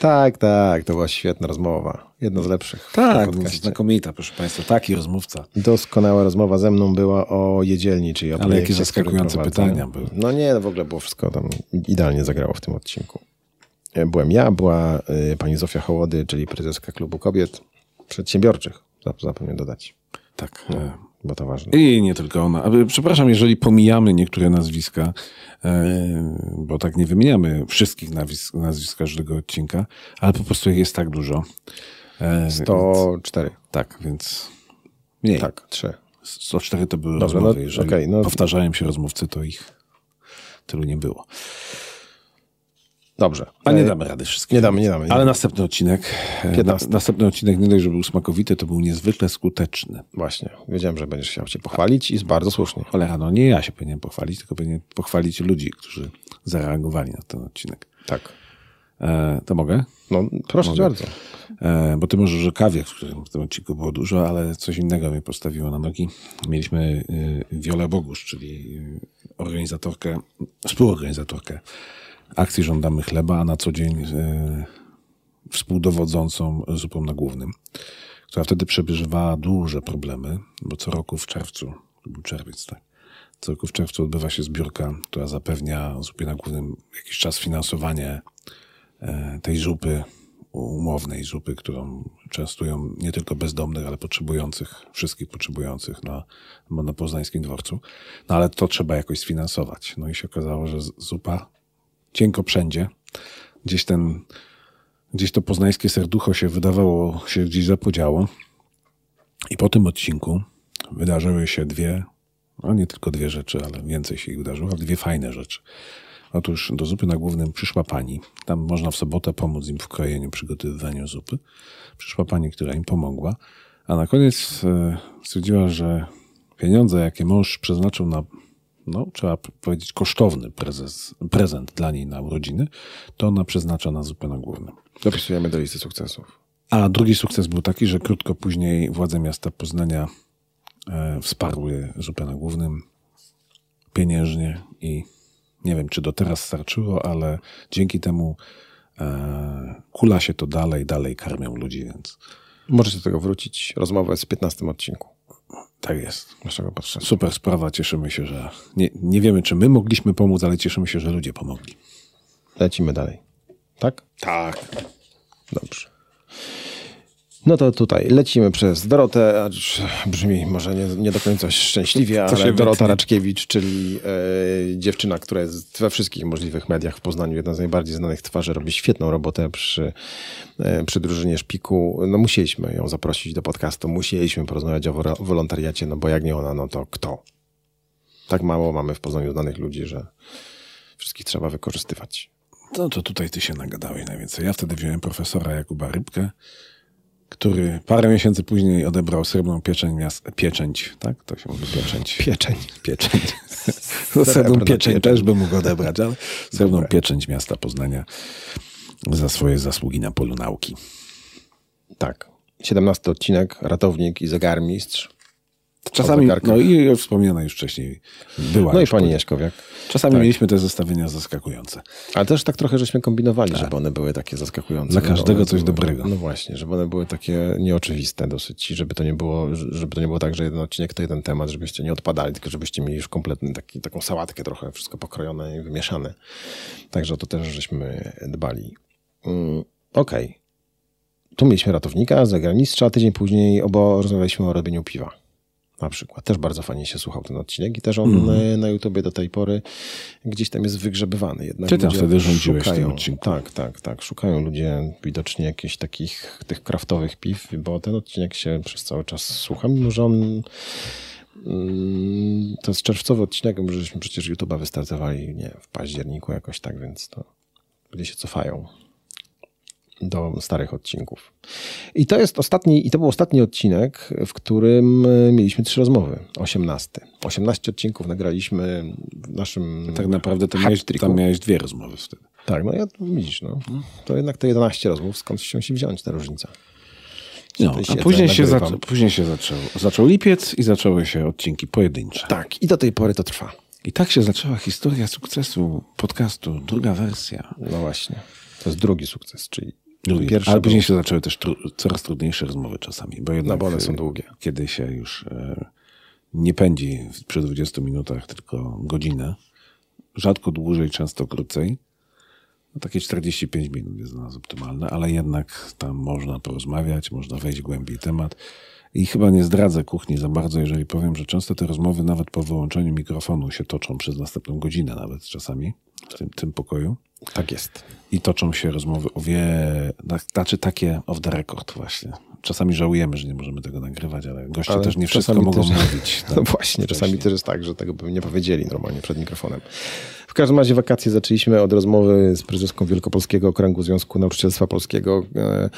[SPEAKER 1] tak, tak, to była świetna rozmowa. Jedna z lepszych. w
[SPEAKER 2] Tak,
[SPEAKER 1] podcaście.
[SPEAKER 2] no, znakomita, proszę państwa. Taki rozmówca.
[SPEAKER 1] Doskonała rozmowa ze mną była o jedzielni, czyli o
[SPEAKER 2] jakie
[SPEAKER 1] projekcie,
[SPEAKER 2] zaskakujące
[SPEAKER 1] który prowadzę.
[SPEAKER 2] pytania były.
[SPEAKER 1] No nie, no w ogóle było wszystko tam idealnie zagrało w tym odcinku. E, Byłem ja, była y, pani Zofia Hołody, czyli prezeska klubu kobiet przedsiębiorczych. Zap- Zapomniałem dodać,
[SPEAKER 2] Tak. e,
[SPEAKER 1] bo to ważne.
[SPEAKER 2] I nie tylko ona. Ale Przepraszam, jeżeli pomijamy niektóre nazwiska, e, bo tak nie wymieniamy wszystkich nazwisk, nazwisk każdego odcinka, ale po prostu ich jest tak dużo. E,
[SPEAKER 1] 104.
[SPEAKER 2] Tak, więc mniej. Tak.
[SPEAKER 1] Tak, 3.
[SPEAKER 2] 104 to były
[SPEAKER 1] Dobra,
[SPEAKER 2] rozmowy.
[SPEAKER 1] no,
[SPEAKER 2] jeżeli
[SPEAKER 1] okej, no.
[SPEAKER 2] powtarzają się rozmówcy, to ich tylu nie było.
[SPEAKER 1] Dobrze.
[SPEAKER 2] A nie
[SPEAKER 1] E,
[SPEAKER 2] damy rady wszystkich.
[SPEAKER 1] Nie damy, nie damy. Nie.
[SPEAKER 2] Ale
[SPEAKER 1] Ale...
[SPEAKER 2] następny odcinek, e,
[SPEAKER 1] 15.
[SPEAKER 2] na, następny odcinek nie dość, że był smakowity, to był niezwykle skuteczny.
[SPEAKER 1] Właśnie, wiedziałem, że będziesz chciał się pochwalić i z- bardzo słusznie.
[SPEAKER 2] Cholera, no nie ja się powinienem pochwalić, tylko powinien pochwalić ludzi, którzy zareagowali na ten odcinek.
[SPEAKER 1] Tak.
[SPEAKER 2] E, to mogę?
[SPEAKER 1] No proszę cię bardzo.
[SPEAKER 2] E, bo ty możesz że kawiak, w którym w tym odcinku było dużo, ale coś innego mnie postawiło na nogi. Mieliśmy y, Wiolę Bogusz, czyli y, organizatorkę, współorganizatorkę akcji Żądamy Chleba, a na co dzień y, współdowodzącą zupą na głównym, która wtedy przeżywała duże problemy, bo co roku w czerwcu, to był czerwiec, tak? Co roku w czerwcu odbywa się zbiórka, która zapewnia zupie na głównym jakiś czas finansowanie e, tej zupy, umownej zupy, którą częstują nie tylko bezdomnych, ale potrzebujących, wszystkich potrzebujących na, na poznańskim dworcu. No ale to trzeba jakoś sfinansować. No i się okazało, że z- zupa cienko wszędzie. Gdzieś ten, gdzieś to poznańskie serducho się wydawało, się gdzieś zapodziało. I po tym odcinku wydarzyły się dwie, no nie tylko dwie rzeczy, ale więcej się ich wydarzyło, ale dwie fajne rzeczy. Otóż do zupy na głównym przyszła pani. Tam można w sobotę pomóc im w krojeniu, przygotowywaniu zupy. Przyszła pani, która im pomogła. A na koniec e, stwierdziła, że pieniądze, jakie mąż przeznaczył na, no trzeba p- powiedzieć, kosztowny prezes, prezent dla niej na urodziny, to ona przeznacza na zupę na głównym.
[SPEAKER 1] Dopisujemy do listy sukcesów.
[SPEAKER 2] A drugi sukces był taki, że krótko później władze miasta Poznania e, wsparły zupę na głównym pieniężnie i nie wiem, czy do teraz starczyło, ale dzięki temu e, kula się to dalej, dalej karmią ludzi, więc
[SPEAKER 1] Możecie do tego wrócić. Rozmowa jest w 15 odcinku
[SPEAKER 2] tak jest.
[SPEAKER 1] naszego podcastu.
[SPEAKER 2] Super sprawa, cieszymy się, że nie, nie wiemy, czy my mogliśmy pomóc, ale cieszymy się, że ludzie pomogli.
[SPEAKER 1] Lecimy dalej. Tak?
[SPEAKER 2] Tak.
[SPEAKER 1] Dobrze. No to tutaj lecimy przez Dorotę, acz brzmi może nie, nie do końca szczęśliwie,
[SPEAKER 2] Co
[SPEAKER 1] ale
[SPEAKER 2] się
[SPEAKER 1] Dorota
[SPEAKER 2] wytnie.
[SPEAKER 1] Raczkiewicz, czyli e, dziewczyna, która jest we wszystkich możliwych mediach w Poznaniu, jedna z najbardziej znanych twarzy, robi świetną robotę przy, e, przy drużynie Szpiku. No musieliśmy ją zaprosić do podcastu, musieliśmy porozmawiać o wora- wolontariacie, no bo jak nie ona, no to kto? Tak mało mamy w Poznaniu znanych ludzi, że wszystkich trzeba wykorzystywać.
[SPEAKER 2] No to tutaj ty się nagadałeś najwięcej. Ja wtedy wziąłem profesora Jakuba Rybkę, który parę miesięcy później odebrał srebrną pieczęć miasta. Pieczęć, tak? To się mówi pieczęć.
[SPEAKER 1] Pieczeń.
[SPEAKER 2] pieczęć. No, srebrną
[SPEAKER 1] Srebrna
[SPEAKER 2] pieczęć
[SPEAKER 1] pieczęć.
[SPEAKER 2] też bym mógł odebrać, ale srebrną pieczęć miasta Poznania za swoje zasługi na polu nauki.
[SPEAKER 1] Tak. 17 odcinek, ratownik i zegarmistrz.
[SPEAKER 2] Czasami,
[SPEAKER 1] zegarkach.
[SPEAKER 2] no i wspomniana już wcześniej była.
[SPEAKER 1] No i
[SPEAKER 2] już
[SPEAKER 1] pani tak.
[SPEAKER 2] po-
[SPEAKER 1] Jaśkowiak.
[SPEAKER 2] Czasami mieliśmy te zestawienia zaskakujące.
[SPEAKER 1] Ale też tak trochę żeśmy kombinowali, żeby one były takie zaskakujące.
[SPEAKER 2] Dla
[SPEAKER 1] żeby
[SPEAKER 2] każdego
[SPEAKER 1] one
[SPEAKER 2] coś
[SPEAKER 1] były-
[SPEAKER 2] dobrego.
[SPEAKER 1] No właśnie, żeby one były takie nieoczywiste dosyć i żeby to nie było, żeby to nie było tak, że jeden odcinek to jeden temat, żebyście nie odpadali, tylko żebyście mieli już kompletny taki, taką sałatkę trochę, wszystko pokrojone i wymieszane. Także o to też żeśmy dbali. Mm, Okej. tu mieliśmy ratownika, zagranicza, tydzień później obo rozmawialiśmy o robieniu piwa. Na przykład. Też bardzo fajnie się słuchał ten odcinek i też on
[SPEAKER 2] Mhm.
[SPEAKER 1] e, na YouTubie do tej pory gdzieś tam jest wygrzebywany. Jednak
[SPEAKER 2] Ty tam
[SPEAKER 1] ludzie
[SPEAKER 2] wtedy rządziłeś tym
[SPEAKER 1] szukają-
[SPEAKER 2] odcinku.
[SPEAKER 1] Tak, tak, tak. Szukają ludzie widocznie jakichś takich tych kraftowych piw, bo ten odcinek się przez cały czas słucha, mimo że on mm, to jest czerwcowy odcinek, bo żeśmy przecież YouTube'a wystartowali nie, w październiku jakoś tak, więc to ludzie się cofają do starych odcinków. I to jest ostatni, i to był ostatni odcinek, w którym e, mieliśmy trzy rozmowy. 18. 18 odcinków nagraliśmy w naszym.
[SPEAKER 2] Tak naprawdę tam miałeś,
[SPEAKER 1] hat-tricku.
[SPEAKER 2] tam miałeś dwie rozmowy wtedy.
[SPEAKER 1] Tak, no ja widzisz, no. To jednak te 11 rozmów, skąd się się wziąć ta różnica?
[SPEAKER 2] No,
[SPEAKER 1] Tutaj
[SPEAKER 2] a
[SPEAKER 1] siedzę,
[SPEAKER 2] później się,
[SPEAKER 1] nagrywam.
[SPEAKER 2] zaczą, później się zaczął, zaczął lipiec i zaczęły się odcinki pojedyncze.
[SPEAKER 1] Tak, i do tej pory to trwa.
[SPEAKER 2] I tak się zaczęła historia sukcesu podcastu, druga wersja.
[SPEAKER 1] No właśnie. To jest drugi sukces, czyli
[SPEAKER 2] Drugi.
[SPEAKER 1] pierwszy.
[SPEAKER 2] Ale
[SPEAKER 1] był-
[SPEAKER 2] później się zaczęły też tru- coraz trudniejsze rozmowy czasami, bo jednak
[SPEAKER 1] No, bo one są
[SPEAKER 2] e,
[SPEAKER 1] długie.
[SPEAKER 2] kiedy się już e, nie pędzi w- przy 20 minutach, tylko godzinę, rzadko dłużej, często krócej, no takie 45 minut jest dla nas optymalne, ale jednak tam można porozmawiać, można wejść głębiej w temat. I chyba nie zdradzę kuchni za bardzo, jeżeli powiem, że często te rozmowy nawet po wyłączeniu mikrofonu się toczą przez następną godzinę nawet czasami w tym, tym pokoju.
[SPEAKER 1] Tak jest.
[SPEAKER 2] I toczą się rozmowy o wie, tak- znaczy takie off the record właśnie. Czasami żałujemy, że nie możemy tego nagrywać, ale goście
[SPEAKER 1] Ale
[SPEAKER 2] też nie wszystko
[SPEAKER 1] czasami
[SPEAKER 2] mogą
[SPEAKER 1] też-
[SPEAKER 2] mówić.
[SPEAKER 1] No właśnie, czasami też jest tak, że tego by nie powiedzieli normalnie przed mikrofonem. W każdym razie wakacje zaczęliśmy od rozmowy z prezeską Wielkopolskiego Okręgu Związku Nauczycielstwa Polskiego, e,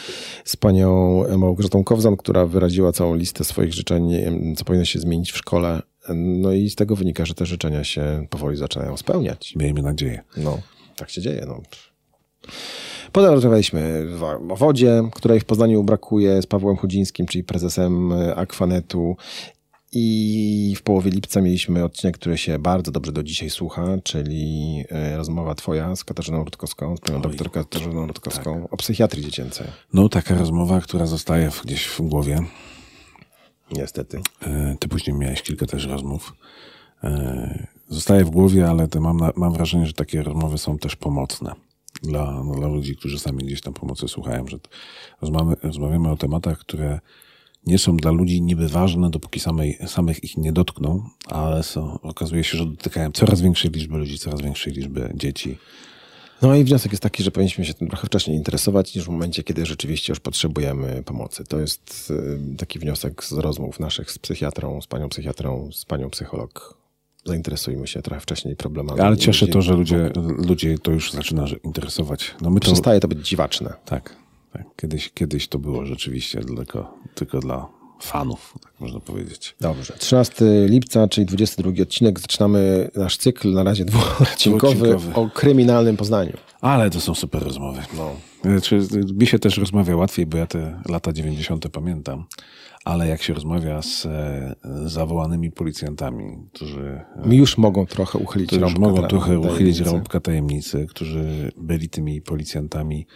[SPEAKER 1] z panią Małgorzatą Kowzan, która wyraziła całą listę swoich życzeń, em, co powinno się zmienić w szkole. No i z tego wynika, że te życzenia się powoli zaczynają spełniać.
[SPEAKER 2] Miejmy nadzieję.
[SPEAKER 1] No, tak się dzieje. No. Potem rozmawialiśmy wa- o wodzie, której w Poznaniu brakuje, z Pawłem Chudzińskim, czyli prezesem e, Aquanetu. I w połowie lipca mieliśmy odcinek, który się bardzo dobrze do dzisiaj słucha, czyli e, rozmowa twoja z Katarzyną Rutkowską, z panią doktor Katarzyną Rutkowską o psychiatrii dziecięcej.
[SPEAKER 2] No taka rozmowa, która zostaje w- gdzieś w głowie.
[SPEAKER 1] Niestety.
[SPEAKER 2] E, Ty później miałeś kilka też rozmów. E, Zostaje w głowie, ale to mam, na- mam wrażenie, że takie rozmowy są też pomocne dla, no, dla ludzi, którzy sami gdzieś tam pomocy słuchają, że t- rozmawiamy, rozmawiamy o tematach, które nie są dla ludzi niby ważne, dopóki samej, samych ich nie dotkną, ale są, okazuje się, że dotykają coraz większej liczby ludzi, coraz większej liczby dzieci.
[SPEAKER 1] No i wniosek jest taki, że powinniśmy się tym trochę wcześniej interesować niż w momencie, kiedy rzeczywiście już potrzebujemy pomocy. To jest y, taki wniosek z rozmów naszych z psychiatrą, z panią psychiatrą, z panią psycholog. Zainteresujmy się trochę wcześniej problemami.
[SPEAKER 2] Ale cieszę
[SPEAKER 1] ludzi.
[SPEAKER 2] to, że ludzie, ludzie to już zaczyna że- interesować. No my to,
[SPEAKER 1] Przestaje to być dziwaczne.
[SPEAKER 2] Tak, tak. Kiedyś, kiedyś to było rzeczywiście tylko, tylko dla fanów, tak można powiedzieć.
[SPEAKER 1] Dobrze. 13 lipca, czyli 22 odcinek. Zaczynamy nasz cykl, na razie dwuodcinkowy,
[SPEAKER 2] Dwuodcinkowy.
[SPEAKER 1] o kryminalnym Poznaniu.
[SPEAKER 2] Ale to są super rozmowy. No. Znaczy, mi się też rozmawia łatwiej, bo ja te lata 90. pamiętam, ale jak się rozmawia z e, zawołanymi policjantami, którzy
[SPEAKER 1] Mi już mogą trochę uchylić
[SPEAKER 2] To już
[SPEAKER 1] rąbka
[SPEAKER 2] mogą
[SPEAKER 1] tra-
[SPEAKER 2] trochę uchylić
[SPEAKER 1] tajemnicy.
[SPEAKER 2] rąbka tajemnicy, którzy byli tymi policjantami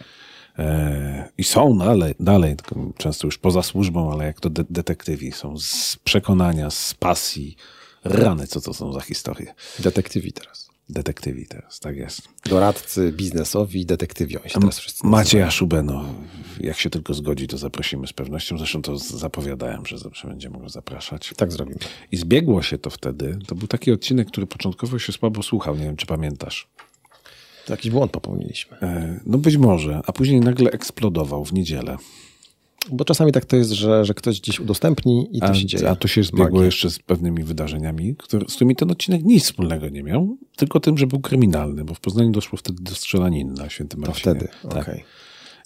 [SPEAKER 2] e, i są dalej, dalej, tylko często już poza służbą, ale jak to de- detektywi są z przekonania, z pasji. Rany, co to są za historie.
[SPEAKER 1] Detektywi teraz.
[SPEAKER 2] Detektywi teraz, tak jest.
[SPEAKER 1] Doradcy biznesowi, detektywi. Oni się teraz wszyscy
[SPEAKER 2] Macieja Szubeno, no, jak się tylko zgodzi, to zaprosimy z pewnością. Zresztą to z- zapowiadałem, że zawsze będziemy go zapraszać.
[SPEAKER 1] Tak zrobimy.
[SPEAKER 2] I zbiegło się to wtedy. To był taki odcinek, który początkowo się słabo słuchał. Nie wiem, czy pamiętasz.
[SPEAKER 1] To jakiś błąd popełniliśmy.
[SPEAKER 2] E, No być może, a później nagle eksplodował w niedzielę.
[SPEAKER 1] Bo czasami tak to jest, że, że ktoś gdzieś udostępni i to
[SPEAKER 2] A,
[SPEAKER 1] się dzieje.
[SPEAKER 2] a to się zbiegło
[SPEAKER 1] Magia.
[SPEAKER 2] jeszcze z pewnymi wydarzeniami, które, z którymi ten odcinek nic wspólnego nie miał, tylko tym, że był kryminalny, bo w Poznaniu doszło wtedy do strzelaniny na Świętym Marcinie.
[SPEAKER 1] Wtedy,
[SPEAKER 2] tak.
[SPEAKER 1] okej.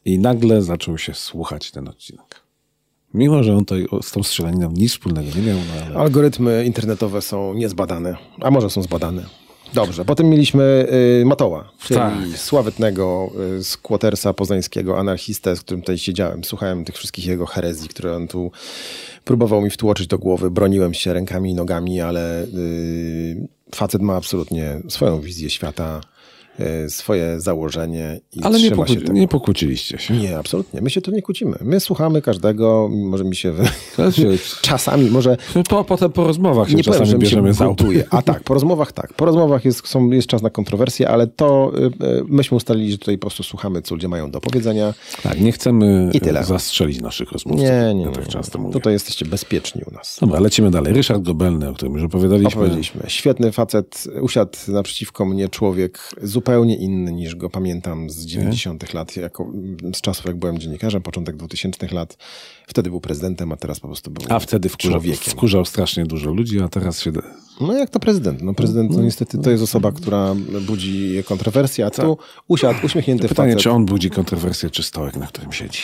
[SPEAKER 2] I nagle zaczął się słuchać ten odcinek. Mimo, że on to, z tą strzelaniną nic wspólnego nie miał, no ale...
[SPEAKER 1] Algorytmy internetowe są niezbadane, a może są zbadane. Dobrze, potem mieliśmy y, Matoła, czyli
[SPEAKER 2] Tak.
[SPEAKER 1] sławetnego y, skłotersa poznańskiego, anarchistę, z którym tutaj siedziałem. Słuchałem tych wszystkich jego herezji, które on tu próbował mi wtłoczyć do głowy. Broniłem się rękami i nogami, ale y, facet ma absolutnie swoją wizję świata. e, swoje założenie i
[SPEAKER 2] Ale nie,
[SPEAKER 1] trzyma się
[SPEAKER 2] poku-
[SPEAKER 1] tego.
[SPEAKER 2] nie pokłóciliście się.
[SPEAKER 1] Nie, absolutnie. My się tu nie kłócimy. My słuchamy każdego, może mi się... wy-
[SPEAKER 2] To się
[SPEAKER 1] Czasami, może
[SPEAKER 2] po, potem po rozmowach się
[SPEAKER 1] nie powiem,
[SPEAKER 2] czasami
[SPEAKER 1] że mi się
[SPEAKER 2] bierzemy za łeb.
[SPEAKER 1] buntuje. A tak, po rozmowach tak. Po rozmowach jest, są, jest czas na kontrowersje, ale to y, y, myśmy ustalili, że tutaj po prostu słuchamy, co ludzie mają do powiedzenia.
[SPEAKER 2] Tak, nie chcemy
[SPEAKER 1] I tyle.
[SPEAKER 2] zastrzelić naszych rozmówców.
[SPEAKER 1] Nie, nie,
[SPEAKER 2] Ja
[SPEAKER 1] nie.
[SPEAKER 2] tak często
[SPEAKER 1] nie.
[SPEAKER 2] mówię.
[SPEAKER 1] Tutaj jesteście bezpieczni u nas.
[SPEAKER 2] Dobra, lecimy dalej. Ryszard Gobelny, o którym już opowiadaliśmy.
[SPEAKER 1] Opowiedzieliśmy. Świetny facet, usiadł naprzeciwko mnie człowiek zupełnie inny niż go pamiętam z 90. lat, jako, z czasów jak byłem dziennikarzem, początek 2000 lat. Wtedy był prezydentem, a teraz po prostu był
[SPEAKER 2] A wtedy wkurzał,
[SPEAKER 1] człowiekiem.
[SPEAKER 2] wkurzał strasznie dużo ludzi, a teraz się... da-
[SPEAKER 1] No jak to prezydent? No prezydent no, niestety to jest osoba, która budzi kontrowersje, a tu usiadł uśmiechnięty
[SPEAKER 2] Pytanie,
[SPEAKER 1] facet.
[SPEAKER 2] czy on budzi kontrowersję, czy stołek, na którym siedzi.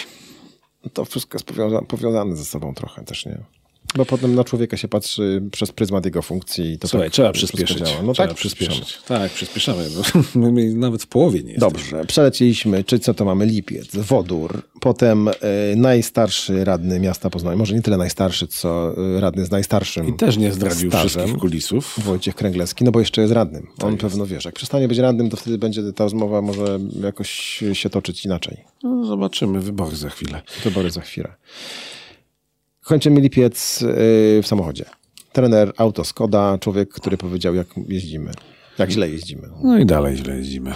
[SPEAKER 1] To wszystko jest powiąza powiązane ze sobą trochę też, nie? Bo potem na człowieka się patrzy przez pryzmat jego funkcji. i To
[SPEAKER 2] Słuchaj,
[SPEAKER 1] tak
[SPEAKER 2] trzeba
[SPEAKER 1] wszystko
[SPEAKER 2] przyspieszyć.
[SPEAKER 1] działa. No
[SPEAKER 2] trzeba
[SPEAKER 1] tak, przyspieszymy.
[SPEAKER 2] przyspieszyć. Tak, przyspieszamy. bo My nawet w połowie nie jesteśmy.
[SPEAKER 1] Dobrze, przelecieliśmy, czy co to mamy, Lipiec, Wodór, potem y, najstarszy radny miasta Poznań, może nie tyle najstarszy, co y, radny z najstarszym.
[SPEAKER 2] I też nie zdradził
[SPEAKER 1] stażem.
[SPEAKER 2] wszystkich kulisów.
[SPEAKER 1] Wojciech Kręglewski, no bo jeszcze jest radnym.
[SPEAKER 2] Tak
[SPEAKER 1] On pewno wie, że jak przestanie być radnym, to wtedy będzie ta rozmowa może jakoś się toczyć inaczej.
[SPEAKER 2] No, zobaczymy wybory za chwilę.
[SPEAKER 1] Wybory za chwilę. Kończymy lipiec yy, w samochodzie. Trener auto Skoda, człowiek, który powiedział, jak jeździmy. Jak źle jeździmy.
[SPEAKER 2] No i dalej źle jeździmy.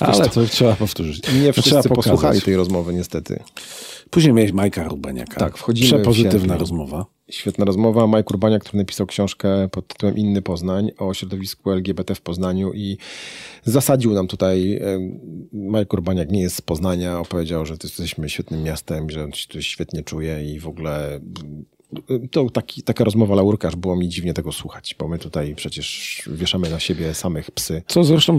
[SPEAKER 2] Ale to trzeba powtórzyć.
[SPEAKER 1] Nie
[SPEAKER 2] To
[SPEAKER 1] wszyscy
[SPEAKER 2] pokazać.
[SPEAKER 1] posłuchali tej rozmowy, niestety.
[SPEAKER 2] Później miałeś Majka Rubaniaka.
[SPEAKER 1] Tak, wchodzimy w
[SPEAKER 2] Przepozytywna
[SPEAKER 1] sierpień.
[SPEAKER 2] rozmowa.
[SPEAKER 1] Świetna rozmowa. Mike Urbaniak, który napisał książkę pod tytułem Inny Poznań o środowisku LGBT w Poznaniu i zasadził nam tutaj. e, Mike Urbaniak nie jest z Poznania, opowiedział, że to jesteśmy świetnym miastem, że on się tu świetnie czuje i w ogóle e, to taki, taka rozmowa laurka, że było mi dziwnie tego słuchać, bo my tutaj przecież wieszamy na siebie samych psy.
[SPEAKER 2] Co zresztą y,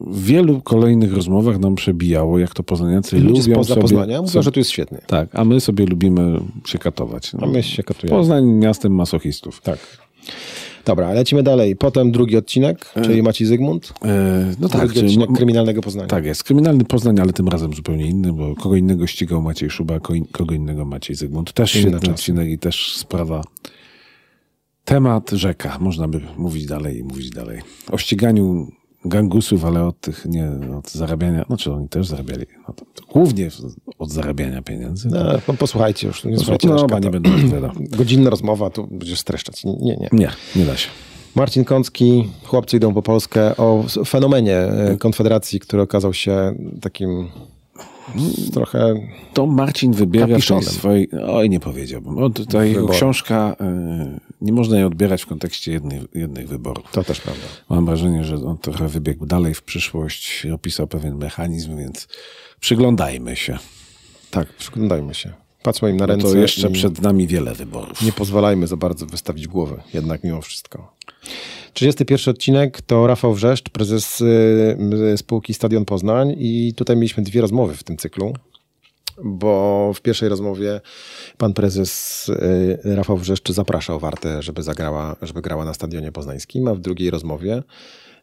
[SPEAKER 2] w wielu kolejnych rozmowach nam przebijało, jak to poznaniacy
[SPEAKER 1] Ludzie
[SPEAKER 2] lubią
[SPEAKER 1] spoza
[SPEAKER 2] sobie...
[SPEAKER 1] Poznania mówią,
[SPEAKER 2] co-
[SPEAKER 1] że tu jest świetnie.
[SPEAKER 2] Tak, a my sobie lubimy się katować. No,
[SPEAKER 1] A my się katujemy.
[SPEAKER 2] Poznań miastem masochistów.
[SPEAKER 1] tak. Dobra, lecimy dalej. Potem drugi odcinek, czyli Maciej Zygmunt.
[SPEAKER 2] E, no tak,
[SPEAKER 1] drugi
[SPEAKER 2] czyli
[SPEAKER 1] odcinek
[SPEAKER 2] mo-
[SPEAKER 1] kryminalnego Poznania.
[SPEAKER 2] Tak jest. Kryminalny Poznań, ale tym razem zupełnie inny, bo kogo innego ścigał Maciej Szuba, ko- kogo innego Maciej Zygmunt. Też
[SPEAKER 1] Inne
[SPEAKER 2] świetny
[SPEAKER 1] czasy.
[SPEAKER 2] odcinek i też sprawa. Temat rzeka. Można by mówić dalej i mówić dalej. O ściganiu gangusów, ale od tych nie, od zarabiania, znaczy oni też zarabiali, no to, to głównie w- od zarabiania pieniędzy. No,
[SPEAKER 1] No, no posłuchajcie już, nie słuchajcie
[SPEAKER 2] no,
[SPEAKER 1] no,
[SPEAKER 2] chyba nie będę odpowiadał.
[SPEAKER 1] Godzinna rozmowa, tu będziesz streszczać. Nie, nie, nie.
[SPEAKER 2] Nie, nie da się.
[SPEAKER 1] Marcin Kącki, Chłopcy idą po Polskę, o s- fenomenie e, Konfederacji, który okazał się takim
[SPEAKER 2] Mm.
[SPEAKER 1] s- trochę...
[SPEAKER 2] To Marcin wybiera w tej
[SPEAKER 1] Kapiszonem.
[SPEAKER 2] swojej. Oj, nie powiedziałbym. O, tutaj jego
[SPEAKER 1] Wybory.
[SPEAKER 2] książka y, nie można jej odbierać w kontekście jednych, jednych wyborów.
[SPEAKER 1] To też prawda.
[SPEAKER 2] Mam wrażenie, że on trochę wybiegł dalej w przyszłość, opisał pewien mechanizm, więc przyglądajmy się.
[SPEAKER 1] Tak, przyglądajmy się. Patrzmy im na ręce
[SPEAKER 2] No To jeszcze
[SPEAKER 1] i
[SPEAKER 2] przed nami wiele wyborów.
[SPEAKER 1] e, nie pozwalajmy za bardzo wystawić głowy, jednak mimo wszystko. 31 odcinek to Rafał Wrzeszcz, prezes y, y, spółki Stadion Poznań i tutaj mieliśmy dwie rozmowy w tym cyklu. bo w pierwszej rozmowie pan prezes y, Rafał Wrzeszcz zapraszał Wartę, żeby zagrała, żeby grała na Stadionie Poznańskim, a w drugiej rozmowie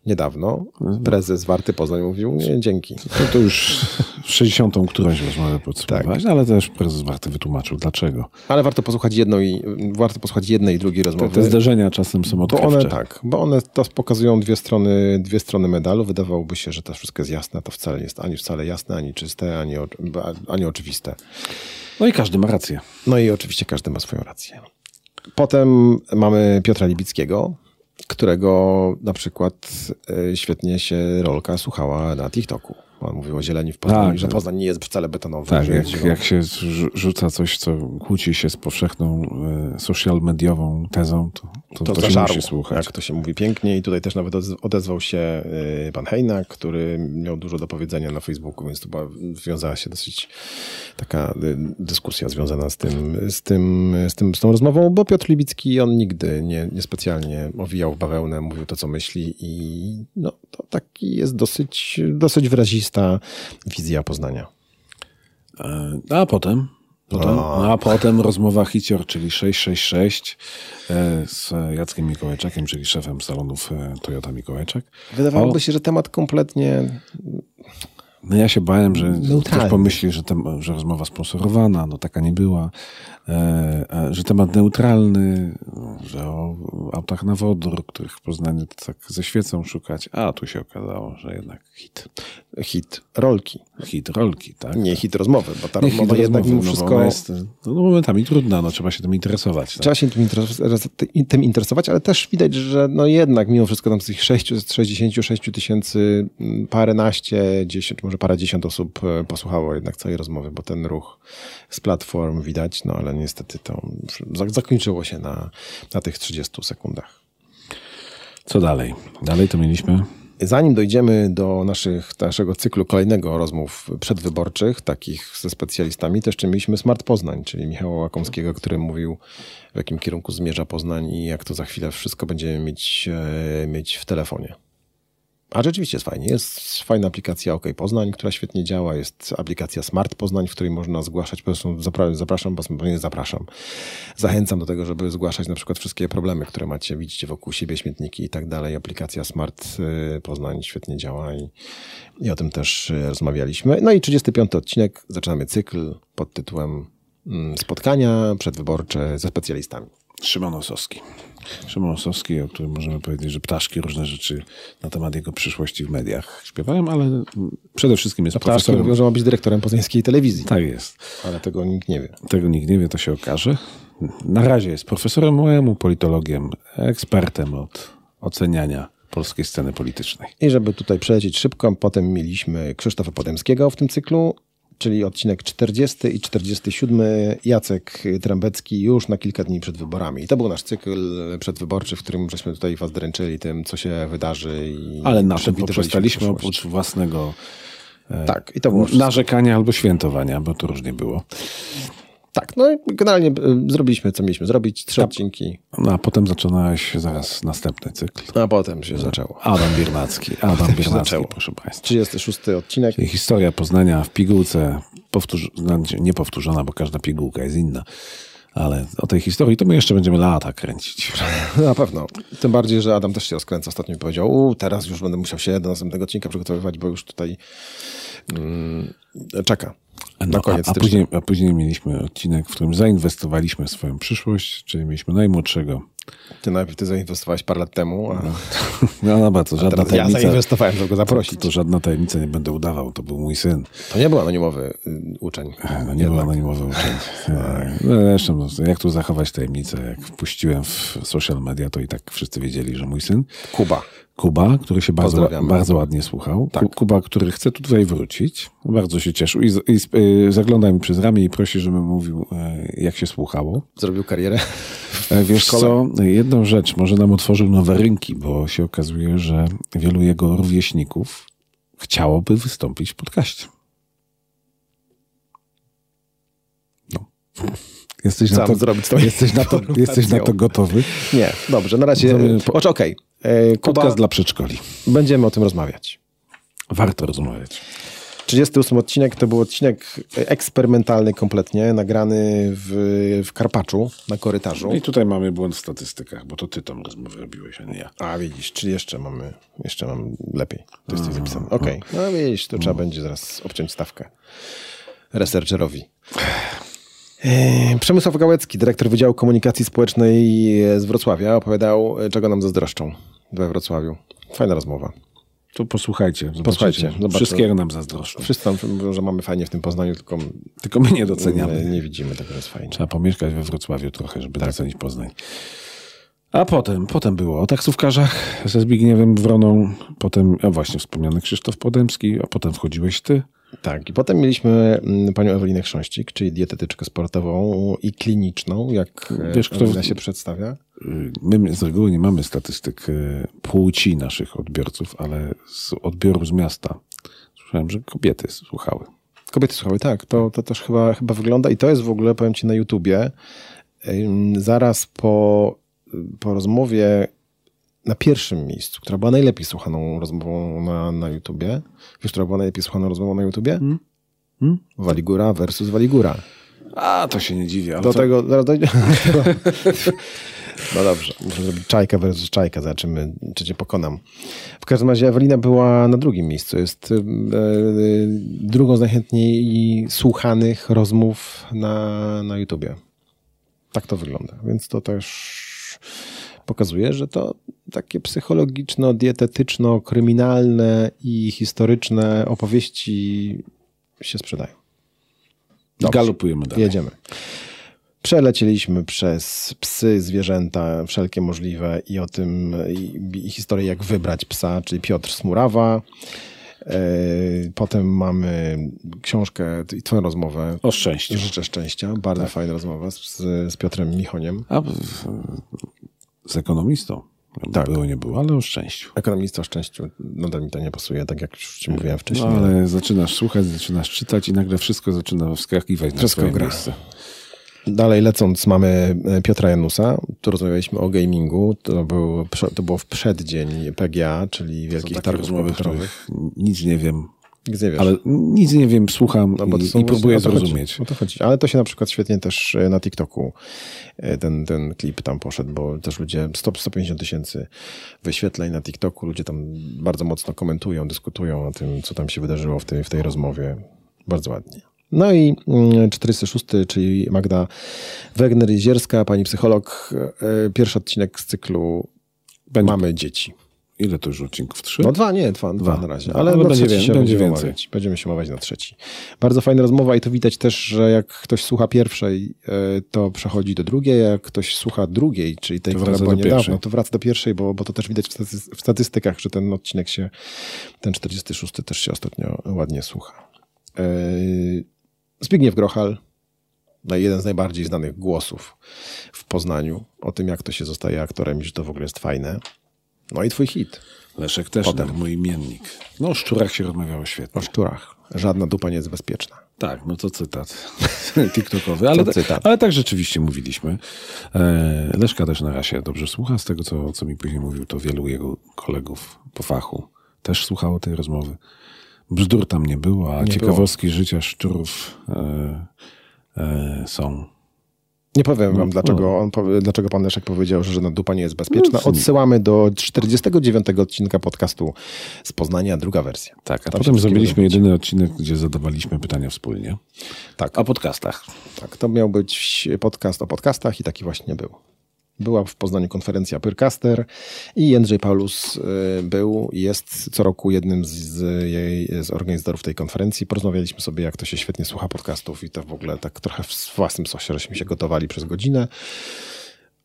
[SPEAKER 1] niedawno prezes Warty Poznań mówił nie, dzięki.
[SPEAKER 2] No to już 60. którąś rozmowę podsumować,
[SPEAKER 1] Tak.
[SPEAKER 2] ale też prezes Warty wytłumaczył dlaczego.
[SPEAKER 1] Ale warto posłuchać jedną i, warto posłuchać jednej i drugiej
[SPEAKER 2] Te,
[SPEAKER 1] rozmowy.
[SPEAKER 2] te zderzenia czasem są
[SPEAKER 1] Bo
[SPEAKER 2] odkrywcze.
[SPEAKER 1] one tak, bo one to pokazują dwie strony, dwie strony medalu. Wydawałoby się, że to wszystko jest jasne, a to wcale nie jest ani wcale jasne, ani czyste, ani, o- ani oczywiste.
[SPEAKER 2] No i każdy ma rację.
[SPEAKER 1] No i oczywiście każdy ma swoją rację. Potem mamy Piotra Libickiego, którego na przykład y, świetnie się rolka słuchała na TikToku. On mówił o zieleni w Poznaniu,
[SPEAKER 2] Tak,
[SPEAKER 1] że
[SPEAKER 2] tak.
[SPEAKER 1] Poznań nie jest wcale betonowy.
[SPEAKER 2] Tak,
[SPEAKER 1] że
[SPEAKER 2] jak,
[SPEAKER 1] jest
[SPEAKER 2] jak się zrzu- rzuca coś, co kłóci się z powszechną e, social mediową tezą, to, to,
[SPEAKER 1] to
[SPEAKER 2] to, się
[SPEAKER 1] zażarło,
[SPEAKER 2] musi słuchać.
[SPEAKER 1] jak to się mówi pięknie. I tutaj też nawet odez- odezwał się y, pan Hejna, który miał dużo do powiedzenia na Facebooku, więc tu była, wiązała się dosyć taka y, dyskusja związana z tym, z tym, z tym, z tą rozmową, bo Piotr Libicki, on nigdy nie, nie specjalnie owijał w bawełnę, mówił to, co myśli i no, to taki jest dosyć, dosyć wyrazista wizja Poznania.
[SPEAKER 2] E, A potem? potem a potem rozmowa Hicior, czyli 666 e, z Jackiem Mikołajczakiem, czyli szefem salonów e, Toyota Mikołajczak.
[SPEAKER 1] Wydawałoby się, że temat kompletnie
[SPEAKER 2] No ja się bałem, że
[SPEAKER 1] Neutralny.
[SPEAKER 2] ktoś pomyśli, że, tem, że rozmowa sponsorowana, no taka nie była, e, a, że temat neutralny, że o autach na wodór, których w Poznaniu tak ze świecą szukać, a tu się okazało, że jednak hit.
[SPEAKER 1] Hit rolki.
[SPEAKER 2] Hit rolki, tak?
[SPEAKER 1] Nie
[SPEAKER 2] tak.
[SPEAKER 1] hit rozmowy, bo ta
[SPEAKER 2] Nie
[SPEAKER 1] rozmowa
[SPEAKER 2] hit
[SPEAKER 1] jednak
[SPEAKER 2] rozmowy,
[SPEAKER 1] mimo
[SPEAKER 2] no bo
[SPEAKER 1] wszystko...
[SPEAKER 2] ona Jest, no, momentami trudna, no trzeba się tym interesować. Tak?
[SPEAKER 1] Trzeba się tym, interes- tym interesować, ale też widać, że no jednak mimo wszystko tam z tych 6, z 66 tysięcy mm, paręnaście, 10, może parędziesiąt osób e, posłuchało jednak całej rozmowy, bo ten ruch z platform widać, no ale niestety to za- zakończyło się na, na tych 30 sekundach.
[SPEAKER 2] Co dalej? Dalej to mieliśmy
[SPEAKER 1] Zanim dojdziemy do naszych, naszego cyklu kolejnego rozmów przedwyborczych, takich ze specjalistami, to jeszcze mieliśmy Smart Poznań, czyli Michała Łakomskiego, który mówił w jakim kierunku zmierza Poznań i jak to za chwilę wszystko będziemy mieć, e, mieć w telefonie. A rzeczywiście jest fajnie. Jest fajna aplikacja OK Poznań, która świetnie działa. Jest aplikacja Smart Poznań, w której można zgłaszać, po prostu zapra- zapraszam was, bo nie zapraszam. Zachęcam do tego, żeby zgłaszać na przykład wszystkie problemy, które macie, widzicie wokół siebie, śmietniki i tak dalej. Aplikacja Smart y, Poznań świetnie działa i, i o tym też y, rozmawialiśmy. No i 35 odcinek. Zaczynamy cykl pod tytułem mm, Spotkania przedwyborcze ze specjalistami.
[SPEAKER 2] Szymon Osowski. Szymon Osowski, o którym możemy powiedzieć, że ptaszki różne rzeczy na temat jego przyszłości w mediach śpiewają, ale mm, przede wszystkim jest
[SPEAKER 1] Ptaszki
[SPEAKER 2] profesorem.
[SPEAKER 1] mówią, że ma być dyrektorem poznańskiej telewizji,
[SPEAKER 2] Tak jest.
[SPEAKER 1] ale tego nikt nie wie.
[SPEAKER 2] Tego nikt nie wie, to się okaże. Na razie jest profesorem UEM-u, politologiem, ekspertem od oceniania polskiej sceny politycznej.
[SPEAKER 1] I żeby tutaj przelecieć szybko, potem mieliśmy Krzysztofa Podemskiego w tym cyklu, czyli odcinek 40 i 47. Jacek Trębecki już na kilka dni przed wyborami. I to był nasz cykl przedwyborczy, w którym żeśmy tutaj was dręczyli tym, co się wydarzy. I
[SPEAKER 2] Ale na tym
[SPEAKER 1] przewidywaliśmy
[SPEAKER 2] poprzestaliśmy
[SPEAKER 1] przyszłość.
[SPEAKER 2] oprócz własnego
[SPEAKER 1] Tak, i to było wszystko.
[SPEAKER 2] narzekania albo świętowania, bo to różnie było.
[SPEAKER 1] Tak, no i generalnie y, zrobiliśmy, co mieliśmy zrobić. Trzy odcinki, no
[SPEAKER 2] No, a potem zaczynałeś zaraz następny cykl.
[SPEAKER 1] a potem
[SPEAKER 2] Tak.
[SPEAKER 1] się zaczęło.
[SPEAKER 2] Adam Biernacki. Adam Biernacki,
[SPEAKER 1] Tak zaczęło.
[SPEAKER 2] proszę Państwa.
[SPEAKER 1] 36 odcinek.
[SPEAKER 2] Czyli Historia Poznania w pigułce, powtórz... znaczy, nie powtórzona, bo każda pigułka jest inna, ale o tej historii to my jeszcze będziemy lata kręcić.
[SPEAKER 1] Na pewno. Tym bardziej, że Adam też się rozkręca. Ostatnio mi powiedział, u, teraz już będę musiał się do następnego odcinka przygotowywać, bo już tutaj mm, czeka. na
[SPEAKER 2] No,
[SPEAKER 1] koniec
[SPEAKER 2] a, a,
[SPEAKER 1] stycznia.
[SPEAKER 2] później, a później mieliśmy odcinek, w którym zainwestowaliśmy w swoją przyszłość, czyli mieliśmy najmłodszego.
[SPEAKER 1] Ty najpierw ty zainwestowałeś parę lat temu, a
[SPEAKER 2] No dobra, to żadna
[SPEAKER 1] teraz ja
[SPEAKER 2] tajemnica.
[SPEAKER 1] zainwestowałem, żeby go zaprosić.
[SPEAKER 2] To żadna tajemnica nie będę udawał, to był mój syn.
[SPEAKER 1] To nie był anonimowy y, uczeń.
[SPEAKER 2] No, nie była anonimowa uczeń. No, zresztą, no, jak tu zachować tajemnicę? Jak wpuściłem w social media, to i tak wszyscy wiedzieli, że mój syn.
[SPEAKER 1] Kuba.
[SPEAKER 2] Kuba, który się bardzo,
[SPEAKER 1] Pozdrawiamy. Tak.
[SPEAKER 2] bardzo ładnie słuchał. Ku- Kuba, który chce tutaj wrócić, bardzo się cieszył i, z- i z- y, zagląda mi przez ramię i prosi, żebym mówił, y, jak się słuchało.
[SPEAKER 1] Zrobił karierę.
[SPEAKER 2] E, Wiesz
[SPEAKER 1] szkole.
[SPEAKER 2] co, jedną rzecz, może nam otworzył nowe rynki, bo się okazuje, że wielu jego rówieśników chciałoby wystąpić w podcaście. No. Jesteś na
[SPEAKER 1] Sam
[SPEAKER 2] to,
[SPEAKER 1] zrobić to.
[SPEAKER 2] jesteś na to, jesteś na to gotowy?
[SPEAKER 1] Nie, dobrze, na razie.
[SPEAKER 2] Zrobimy po-
[SPEAKER 1] Oczy, okej. Y, Kuba,
[SPEAKER 2] Podcast dla przedszkoli.
[SPEAKER 1] będziemy o tym rozmawiać.
[SPEAKER 2] Warto rozmawiać.
[SPEAKER 1] 38 odcinek to był odcinek y, eksperymentalny kompletnie, nagrany w, w Karpaczu na korytarzu.
[SPEAKER 2] No i tutaj mamy błąd w statystykach, bo to ty tą rozmowę robiłeś, a nie ja.
[SPEAKER 1] A widzisz, czyli jeszcze mamy, jeszcze mam lepiej. To jest coś zapisane. Okej, no widzisz, to trzeba będzie zaraz obciąć stawkę researcherowi. Eee, Przemysław Gałecki, dyrektor Wydziału Komunikacji Społecznej e, z Wrocławia, opowiadał, e, czego nam zazdroszczą we Wrocławiu. Fajna rozmowa.
[SPEAKER 2] To posłuchajcie, zobaczycie.
[SPEAKER 1] Posłuchajcie, zobaczcie.
[SPEAKER 2] Wszystkiego nam zazdroszczą.
[SPEAKER 1] Wszyscy tam mówią, że mamy fajnie w tym Poznaniu, tylko
[SPEAKER 2] Tylko my nie
[SPEAKER 1] my
[SPEAKER 2] doceniamy. Tak.
[SPEAKER 1] nie widzimy tego, że jest fajnie.
[SPEAKER 2] Yy, Trzeba pomieszkać we Wrocławiu trochę, żeby docenić Poznań. A potem, potem było o taksówkarzach ze Zbigniewem Wroną, potem, a właśnie wspomniany Krzysztof Podemski, a potem wchodziłeś ty.
[SPEAKER 1] Tak, i potem mieliśmy mm, panią Ewelinę Chrząścik, czyli dietetyczkę sportową i kliniczną, jak
[SPEAKER 2] Wiesz,
[SPEAKER 1] Wiesz,
[SPEAKER 2] kto w-
[SPEAKER 1] Ewelina się przedstawia.
[SPEAKER 2] Y, My z reguły nie mamy statystyk y, płci naszych odbiorców, ale z odbioru z miasta słyszałem, że kobiety słuchały.
[SPEAKER 1] Kobiety słuchały, tak. To, to też chyba, chyba wygląda i to jest w ogóle, powiem ci, na YouTubie. ym, Zaraz po, po rozmowie na pierwszym miejscu, która była najlepiej słuchaną rozmową na, na YouTubie. Wiesz, która była najlepiej słuchaną rozmową na YouTubie?
[SPEAKER 2] Hmm?
[SPEAKER 1] Waligura versus Waligura.
[SPEAKER 2] A, to się nie dziwię, ale
[SPEAKER 1] Do
[SPEAKER 2] to, tak-
[SPEAKER 1] tego zaraz dojdzie. No dobrze, muszę zrobić czajka versus czajka, zobaczymy, czy cię pokonam. W każdym razie Ewelina była na drugim miejscu. Jest ym, e, drugą z najchętniej słuchanych rozmów na, na YouTubie. Tak to wygląda, więc to też pokazuje, że to takie psychologiczno-dietetyczno-kryminalne i historyczne opowieści się sprzedają. Dobrze.
[SPEAKER 2] Galopujemy dalej.
[SPEAKER 1] Jedziemy. Przelecieliśmy przez psy, zwierzęta, wszelkie możliwe i o tym i, i historię, jak wybrać psa, czyli Piotr Smurawa. E, Potem mamy książkę i twoją rozmowę.
[SPEAKER 2] O Tak. szczęście.
[SPEAKER 1] Życzę szczęścia. Bardzo fajna rozmowa z, z Piotrem Michoniem.
[SPEAKER 2] A w- z ekonomistą. Tak. Było, nie było, ale o szczęściu.
[SPEAKER 1] Ekonomista o szczęściu. Nadal mi to nie pasuje, tak jak już ci mówiłem
[SPEAKER 2] No,
[SPEAKER 1] wcześniej. ale
[SPEAKER 2] ale zaczynasz słuchać, zaczynasz czytać i nagle wszystko zaczyna wskakiwać na
[SPEAKER 1] Wszystko
[SPEAKER 2] swoje
[SPEAKER 1] gra.
[SPEAKER 2] miejsce.
[SPEAKER 1] Dalej lecąc mamy e, Piotra Janusa. Tu rozmawialiśmy o gamingu. To, był, prze- to było w przeddzień PGA, czyli
[SPEAKER 2] Są
[SPEAKER 1] Wielkich
[SPEAKER 2] takie
[SPEAKER 1] Targów
[SPEAKER 2] rozmowy, w
[SPEAKER 1] Komputerowych.
[SPEAKER 2] których nic nie wiem,
[SPEAKER 1] Gdzie wiesz?
[SPEAKER 2] ale nic nie wiem, słucham
[SPEAKER 1] No bo to
[SPEAKER 2] i,
[SPEAKER 1] są
[SPEAKER 2] i
[SPEAKER 1] właśnie-
[SPEAKER 2] próbuję
[SPEAKER 1] o to chodzi,
[SPEAKER 2] zrozumieć.
[SPEAKER 1] O to chodzi. Ale to się na przykład świetnie też e, na TikToku e, ten, ten klip tam poszedł, bo też ludzie 100, 150 tysięcy wyświetleń na TikToku. Ludzie tam bardzo mocno komentują, dyskutują o tym, co tam się wydarzyło w tej, w tej rozmowie. Bardzo ładnie. No i mm, 406, czyli Magda Wegner-Jezierska, pani psycholog. e, Pierwszy odcinek z cyklu
[SPEAKER 2] Będzie-
[SPEAKER 1] Mamy dzieci.
[SPEAKER 2] Ile to już odcinków? Trzy?
[SPEAKER 1] No dwa, nie, dwa, dwa,
[SPEAKER 2] Dwa.
[SPEAKER 1] na razie.
[SPEAKER 2] Dwa.
[SPEAKER 1] Ale,
[SPEAKER 2] Ale
[SPEAKER 1] na
[SPEAKER 2] będzie
[SPEAKER 1] trzeci
[SPEAKER 2] wie-
[SPEAKER 1] się
[SPEAKER 2] będzie
[SPEAKER 1] będziemy
[SPEAKER 2] więcej.
[SPEAKER 1] Omawiać. Będziemy się omawiać na trzeci. Bardzo fajna rozmowa i to widać też, że jak ktoś słucha pierwszej, e, to przechodzi do drugiej, a jak ktoś słucha drugiej, czyli tej,
[SPEAKER 2] To
[SPEAKER 1] która
[SPEAKER 2] wraca
[SPEAKER 1] była
[SPEAKER 2] do
[SPEAKER 1] niedawno,
[SPEAKER 2] pierwszej.
[SPEAKER 1] to wraca do pierwszej, bo, bo to też widać w, staty- w statystykach, że ten odcinek się, ten 46 też się ostatnio ładnie słucha. E, Zbigniew Grochal, no i jeden z najbardziej znanych głosów w Poznaniu, o tym jak to się zostaje aktorem i że to w ogóle jest fajne. No i twój hit.
[SPEAKER 2] Leszek też, tak, mój imiennik. No o szczurach się rozmawiało świetnie.
[SPEAKER 1] O szczurach. Żadna dupa nie jest bezpieczna.
[SPEAKER 2] Tak, no to cytat TikTokowy, ale,
[SPEAKER 1] To cytat.
[SPEAKER 2] ale tak rzeczywiście mówiliśmy. E, Leszka też na razie dobrze słucha, z tego co, co mi później mówił, to wielu jego kolegów po fachu też słuchało tej rozmowy. Bzdur tam nie było, a ciekawostki życia szczurów e, e, są.
[SPEAKER 1] Nie powiem wam, dlaczego, on powie, dlaczego pan Leszek powiedział, że żadna dupa nie jest bezpieczna.
[SPEAKER 2] No,
[SPEAKER 1] Odsyłamy do 49 odcinka podcastu z Poznania, druga wersja.
[SPEAKER 2] Tak,
[SPEAKER 1] Tam się
[SPEAKER 2] a potem
[SPEAKER 1] wszystkim
[SPEAKER 2] zrobiliśmy jedyny odcinek, gdzie zadawaliśmy pytania wspólnie.
[SPEAKER 1] Tak,
[SPEAKER 2] O podcastach.
[SPEAKER 1] tak, to miał być podcast o podcastach i taki właśnie był. Była w Poznaniu konferencja Pyrcaster i Jędrzej Paulus y, był i jest co roku jednym z, z, jej, z organizatorów tej konferencji. Porozmawialiśmy sobie, jak to się świetnie słucha podcastów i to w ogóle tak trochę w własnym sosie, żeśmy się gotowali przez godzinę.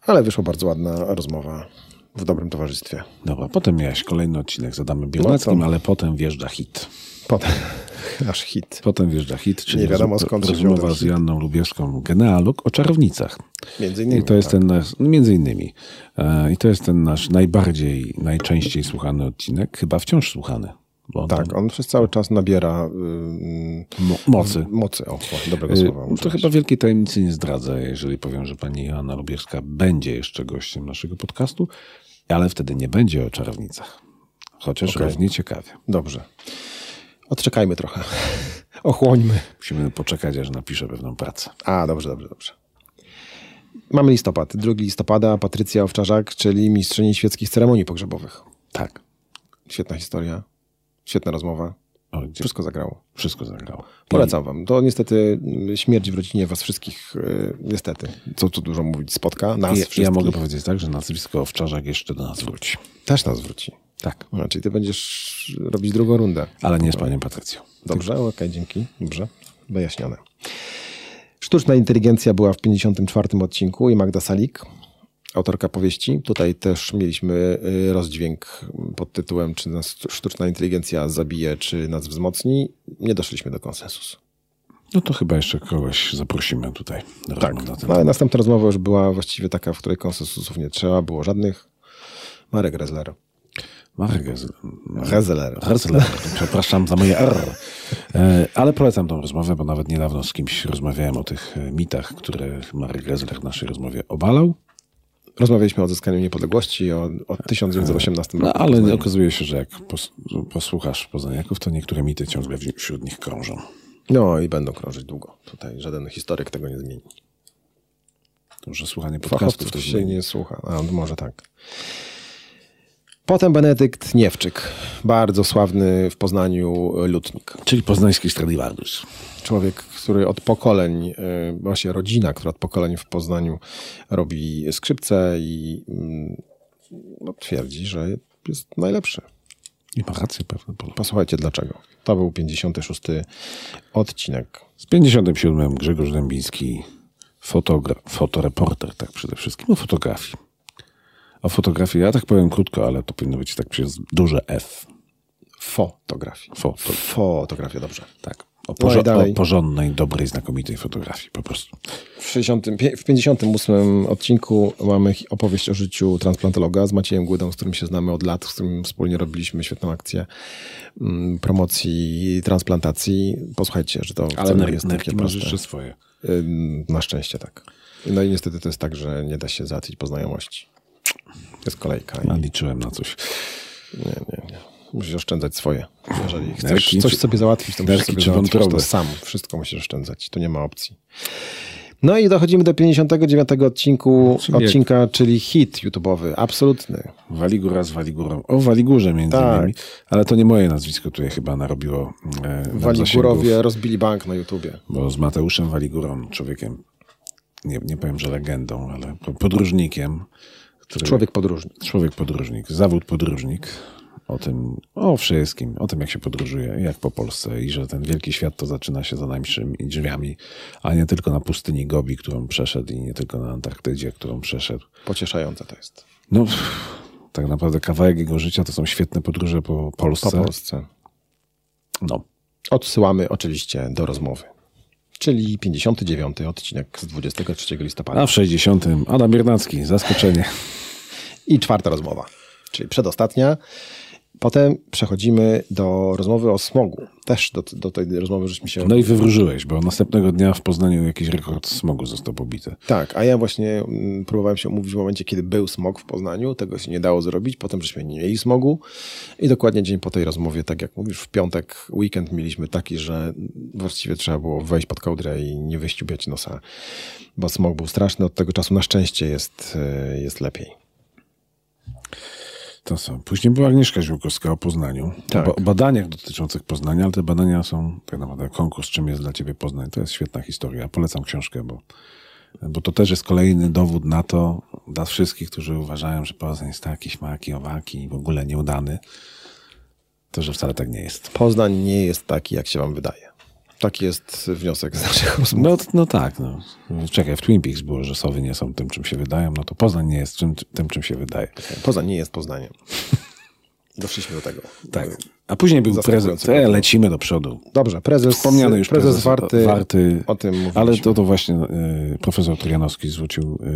[SPEAKER 1] Ale wyszła bardzo ładna rozmowa w dobrym towarzystwie.
[SPEAKER 2] Dobra, potem miałeś kolejny odcinek,
[SPEAKER 1] No
[SPEAKER 2] zadamy Biernackim, ale potem wjeżdża hit.
[SPEAKER 1] Potem aż hit.
[SPEAKER 2] Potem wjeżdża hit, czyli
[SPEAKER 1] Nie wiadomo,
[SPEAKER 2] roz-
[SPEAKER 1] skąd się wziął
[SPEAKER 2] rozmowa
[SPEAKER 1] ten
[SPEAKER 2] z Janną Lubiewską, genealog o czarownicach.
[SPEAKER 1] Między
[SPEAKER 2] I
[SPEAKER 1] innymi.
[SPEAKER 2] to jest
[SPEAKER 1] tak.
[SPEAKER 2] ten nasz, no między innymi, e, i to jest ten nasz najbardziej, najczęściej słuchany odcinek, chyba wciąż słuchany. Bo on
[SPEAKER 1] Tak,
[SPEAKER 2] tam
[SPEAKER 1] on przez cały czas nabiera ym,
[SPEAKER 2] mo- mocy.
[SPEAKER 1] mocy. O, o, dobrego
[SPEAKER 2] Y,
[SPEAKER 1] słowa.
[SPEAKER 2] To
[SPEAKER 1] użyłeś.
[SPEAKER 2] chyba wielkiej tajemnicy nie zdradzę, jeżeli powiem, że pani Joanna Lubierska będzie jeszcze gościem naszego podcastu, ale wtedy nie będzie o czarownicach. Chociaż
[SPEAKER 1] Okej.
[SPEAKER 2] równie ciekawie.
[SPEAKER 1] Dobrze. Odczekajmy trochę. Ochłońmy.
[SPEAKER 2] Musimy poczekać, aż napiszę pewną pracę.
[SPEAKER 1] A, dobrze, dobrze, dobrze. Mamy listopad. 2 listopada Patrycja Owczarzak, czyli mistrzyni świeckich ceremonii pogrzebowych.
[SPEAKER 2] Tak.
[SPEAKER 1] Świetna historia, świetna rozmowa.
[SPEAKER 2] O, gdzie-
[SPEAKER 1] Wszystko zagrało.
[SPEAKER 2] Wszystko zagrało.
[SPEAKER 1] Polecam wam. To niestety mm, śmierć w rodzinie was wszystkich, y, niestety, co tu dużo mówić, spotka nas
[SPEAKER 2] Ja,
[SPEAKER 1] wszystkich.
[SPEAKER 2] ja mogę powiedzieć tak, że nazwisko Owczarzak jeszcze do nas wróci.
[SPEAKER 1] Też nas wróci.
[SPEAKER 2] Tak.
[SPEAKER 1] No, czyli ty będziesz robić drugą rundę.
[SPEAKER 2] Ale nie z panią Patrycją.
[SPEAKER 1] Dobrze, okej, dzięki. Dobrze, wyjaśnione. Sztuczna inteligencja była w 54 odcinku i Magda Salik, autorka powieści. Tutaj też mieliśmy y, rozdźwięk pod tytułem czy nas sztuczna inteligencja zabije, czy nas wzmocni. Nie doszliśmy do konsensusu.
[SPEAKER 2] No to chyba jeszcze kogoś zaprosimy tutaj. do rozmów Na ten.
[SPEAKER 1] No, ale następna rozmowa już była właściwie taka, w której konsensusów nie trzeba było żadnych. Marek Rezler.
[SPEAKER 2] Marek Gez-
[SPEAKER 1] Rezler.
[SPEAKER 2] Herzler. Przepraszam za moje R. E, Ale polecam tą rozmowę, bo nawet niedawno z kimś rozmawiałem o tych e, mitach, które Marek Gresler w naszej rozmowie obalał.
[SPEAKER 1] Rozmawialiśmy o odzyskaniu niepodległości o, o 1918
[SPEAKER 2] No
[SPEAKER 1] roku.
[SPEAKER 2] ale okazuje się, że jak pos- posłuchasz poznaniaków, to niektóre mity ciągle w- wśród nich krążą.
[SPEAKER 1] No i będą krążyć długo. Tutaj żaden historyk tego nie zmieni.
[SPEAKER 2] To, że słuchanie podcastów
[SPEAKER 1] Fachowców
[SPEAKER 2] to
[SPEAKER 1] się
[SPEAKER 2] się
[SPEAKER 1] nie słucha. A, może tak. Potem Benedykt Niewczyk, bardzo sławny w Poznaniu lutnik.
[SPEAKER 2] Czyli poznański Stradivarius.
[SPEAKER 1] Człowiek, który od pokoleń, y, właśnie rodzina, która od pokoleń w Poznaniu robi skrzypce i mm, no, twierdzi, że jest najlepszy.
[SPEAKER 2] I ma rację pewnie.
[SPEAKER 1] Posłuchajcie dlaczego. To był 56 odcinek.
[SPEAKER 2] Z 57 Grzegorz Dębiński, fotogra- fotoreporter, tak przede wszystkim, o fotografii. O fotografii, ja tak powiem krótko, ale to powinno być tak przez duże F.
[SPEAKER 1] Fotografia.
[SPEAKER 2] Foto,
[SPEAKER 1] Fotografia, dobrze.
[SPEAKER 2] tak. O,
[SPEAKER 1] No i
[SPEAKER 2] porzo-
[SPEAKER 1] dalej.
[SPEAKER 2] o porządnej, dobrej, znakomitej fotografii po prostu.
[SPEAKER 1] W, 60, pie- w 58 odcinku mamy hi- opowieść o życiu transplantologa z Maciejem Głydą, z którym się znamy od lat, z którym wspólnie robiliśmy świetną akcję mm, promocji transplantacji. Posłuchajcie, że to
[SPEAKER 2] Ale
[SPEAKER 1] wcale nie
[SPEAKER 2] ner-
[SPEAKER 1] jest takie
[SPEAKER 2] nerki masz
[SPEAKER 1] proste.
[SPEAKER 2] jeszcze swoje.
[SPEAKER 1] Ym, Na szczęście tak. No i niestety to jest tak, że nie da się załatwić po znajomości. Jest kolejka i
[SPEAKER 2] Ja liczyłem na coś.
[SPEAKER 1] nie, nie, nie. Musisz oszczędzać swoje. Jeżeli chcesz
[SPEAKER 2] Nerki
[SPEAKER 1] coś
[SPEAKER 2] czy-
[SPEAKER 1] sobie załatwić, to musisz
[SPEAKER 2] nerki
[SPEAKER 1] sobie
[SPEAKER 2] czy
[SPEAKER 1] załatwić
[SPEAKER 2] wątroby?
[SPEAKER 1] to sam. Wszystko musisz oszczędzać. Tu nie ma opcji. No i dochodzimy do 59 odcinku,
[SPEAKER 2] Czyli No, jak-
[SPEAKER 1] odcinka, czyli hit YouTube'owy. Absolutny.
[SPEAKER 2] Waligura z Waligurą. O Waligurze między
[SPEAKER 1] Tak.
[SPEAKER 2] innymi. Ale to nie moje nazwisko tutaj chyba narobiło e, nam zasięgów.
[SPEAKER 1] Waligurowie rozbili bank na YouTubie.
[SPEAKER 2] bo z Mateuszem Waligurą, człowiekiem, nie, nie powiem, że legendą, ale po- podróżnikiem. Który,
[SPEAKER 1] Człowiek podróżny.
[SPEAKER 2] człowiek podróżnik, zawód podróżnik. O tym, o wszystkim, o tym jak się podróżuje, jak po Polsce i że ten wielki świat to zaczyna się za najmniejszymi drzwiami, a nie tylko na pustyni Gobi, którą przeszedł i nie tylko na Antarktydzie, którą przeszedł.
[SPEAKER 1] Pocieszające to jest.
[SPEAKER 2] No, pff, tak naprawdę kawałek jego życia to są świetne podróże po Polsce.
[SPEAKER 1] Po Polsce.
[SPEAKER 2] No,
[SPEAKER 1] Odsyłamy oczywiście do rozmowy. Czyli 59 odcinek z 23 listopada.
[SPEAKER 2] a w 60. Adam Biernacki, zaskoczenie.
[SPEAKER 1] I czwarta rozmowa, czyli przedostatnia. Potem przechodzimy do rozmowy o smogu. Też do, do tej rozmowy żeśmy się.
[SPEAKER 2] No i wywróżyłeś, bo następnego dnia w Poznaniu jakiś rekord smogu został pobity.
[SPEAKER 1] Tak, a ja właśnie mm, próbowałem się umówić w momencie, kiedy był smog w Poznaniu. Tego się nie dało zrobić. Potem żeśmy nie mieli smogu. I dokładnie dzień po tej rozmowie, tak jak mówisz, w piątek weekend mieliśmy taki, że właściwie trzeba było wejść pod kołdrę i nie wyściubiać nosa, bo smog był straszny. Od tego czasu na szczęście jest, y, jest lepiej.
[SPEAKER 2] To co? Później była Agnieszka Ziółkowska o Poznaniu.
[SPEAKER 1] Tak.
[SPEAKER 2] O ba- badaniach dotyczących Poznania, ale te badania są tak naprawdę konkurs, czym jest dla ciebie Poznań. To jest świetna historia. Polecam książkę, bo, bo to też jest kolejny dowód na to, dla wszystkich, którzy uważają, że Poznań jest taki, śmaki, owaki i w ogóle nieudany, to, że wcale tak nie jest.
[SPEAKER 1] Poznań nie jest taki, jak się wam wydaje. Taki jest wniosek z naszych rozmów.
[SPEAKER 2] No, no tak, no. Czekaj, w Twin Peaks było, że sowy nie są tym, czym się wydają, no to Poznań nie jest czym, tym, czym się wydaje.
[SPEAKER 1] Poznań nie jest Poznaniem. Doszliśmy do tego.
[SPEAKER 2] Tak. A później był
[SPEAKER 1] Zaskakujące
[SPEAKER 2] prezent. E, lecimy do przodu.
[SPEAKER 1] Dobrze, prezes,
[SPEAKER 2] Wspomniany już
[SPEAKER 1] prezes, Warty,
[SPEAKER 2] Warty.
[SPEAKER 1] o tym mówiliśmy.
[SPEAKER 2] Ale to, to właśnie y, profesor Trianowski zwrócił y,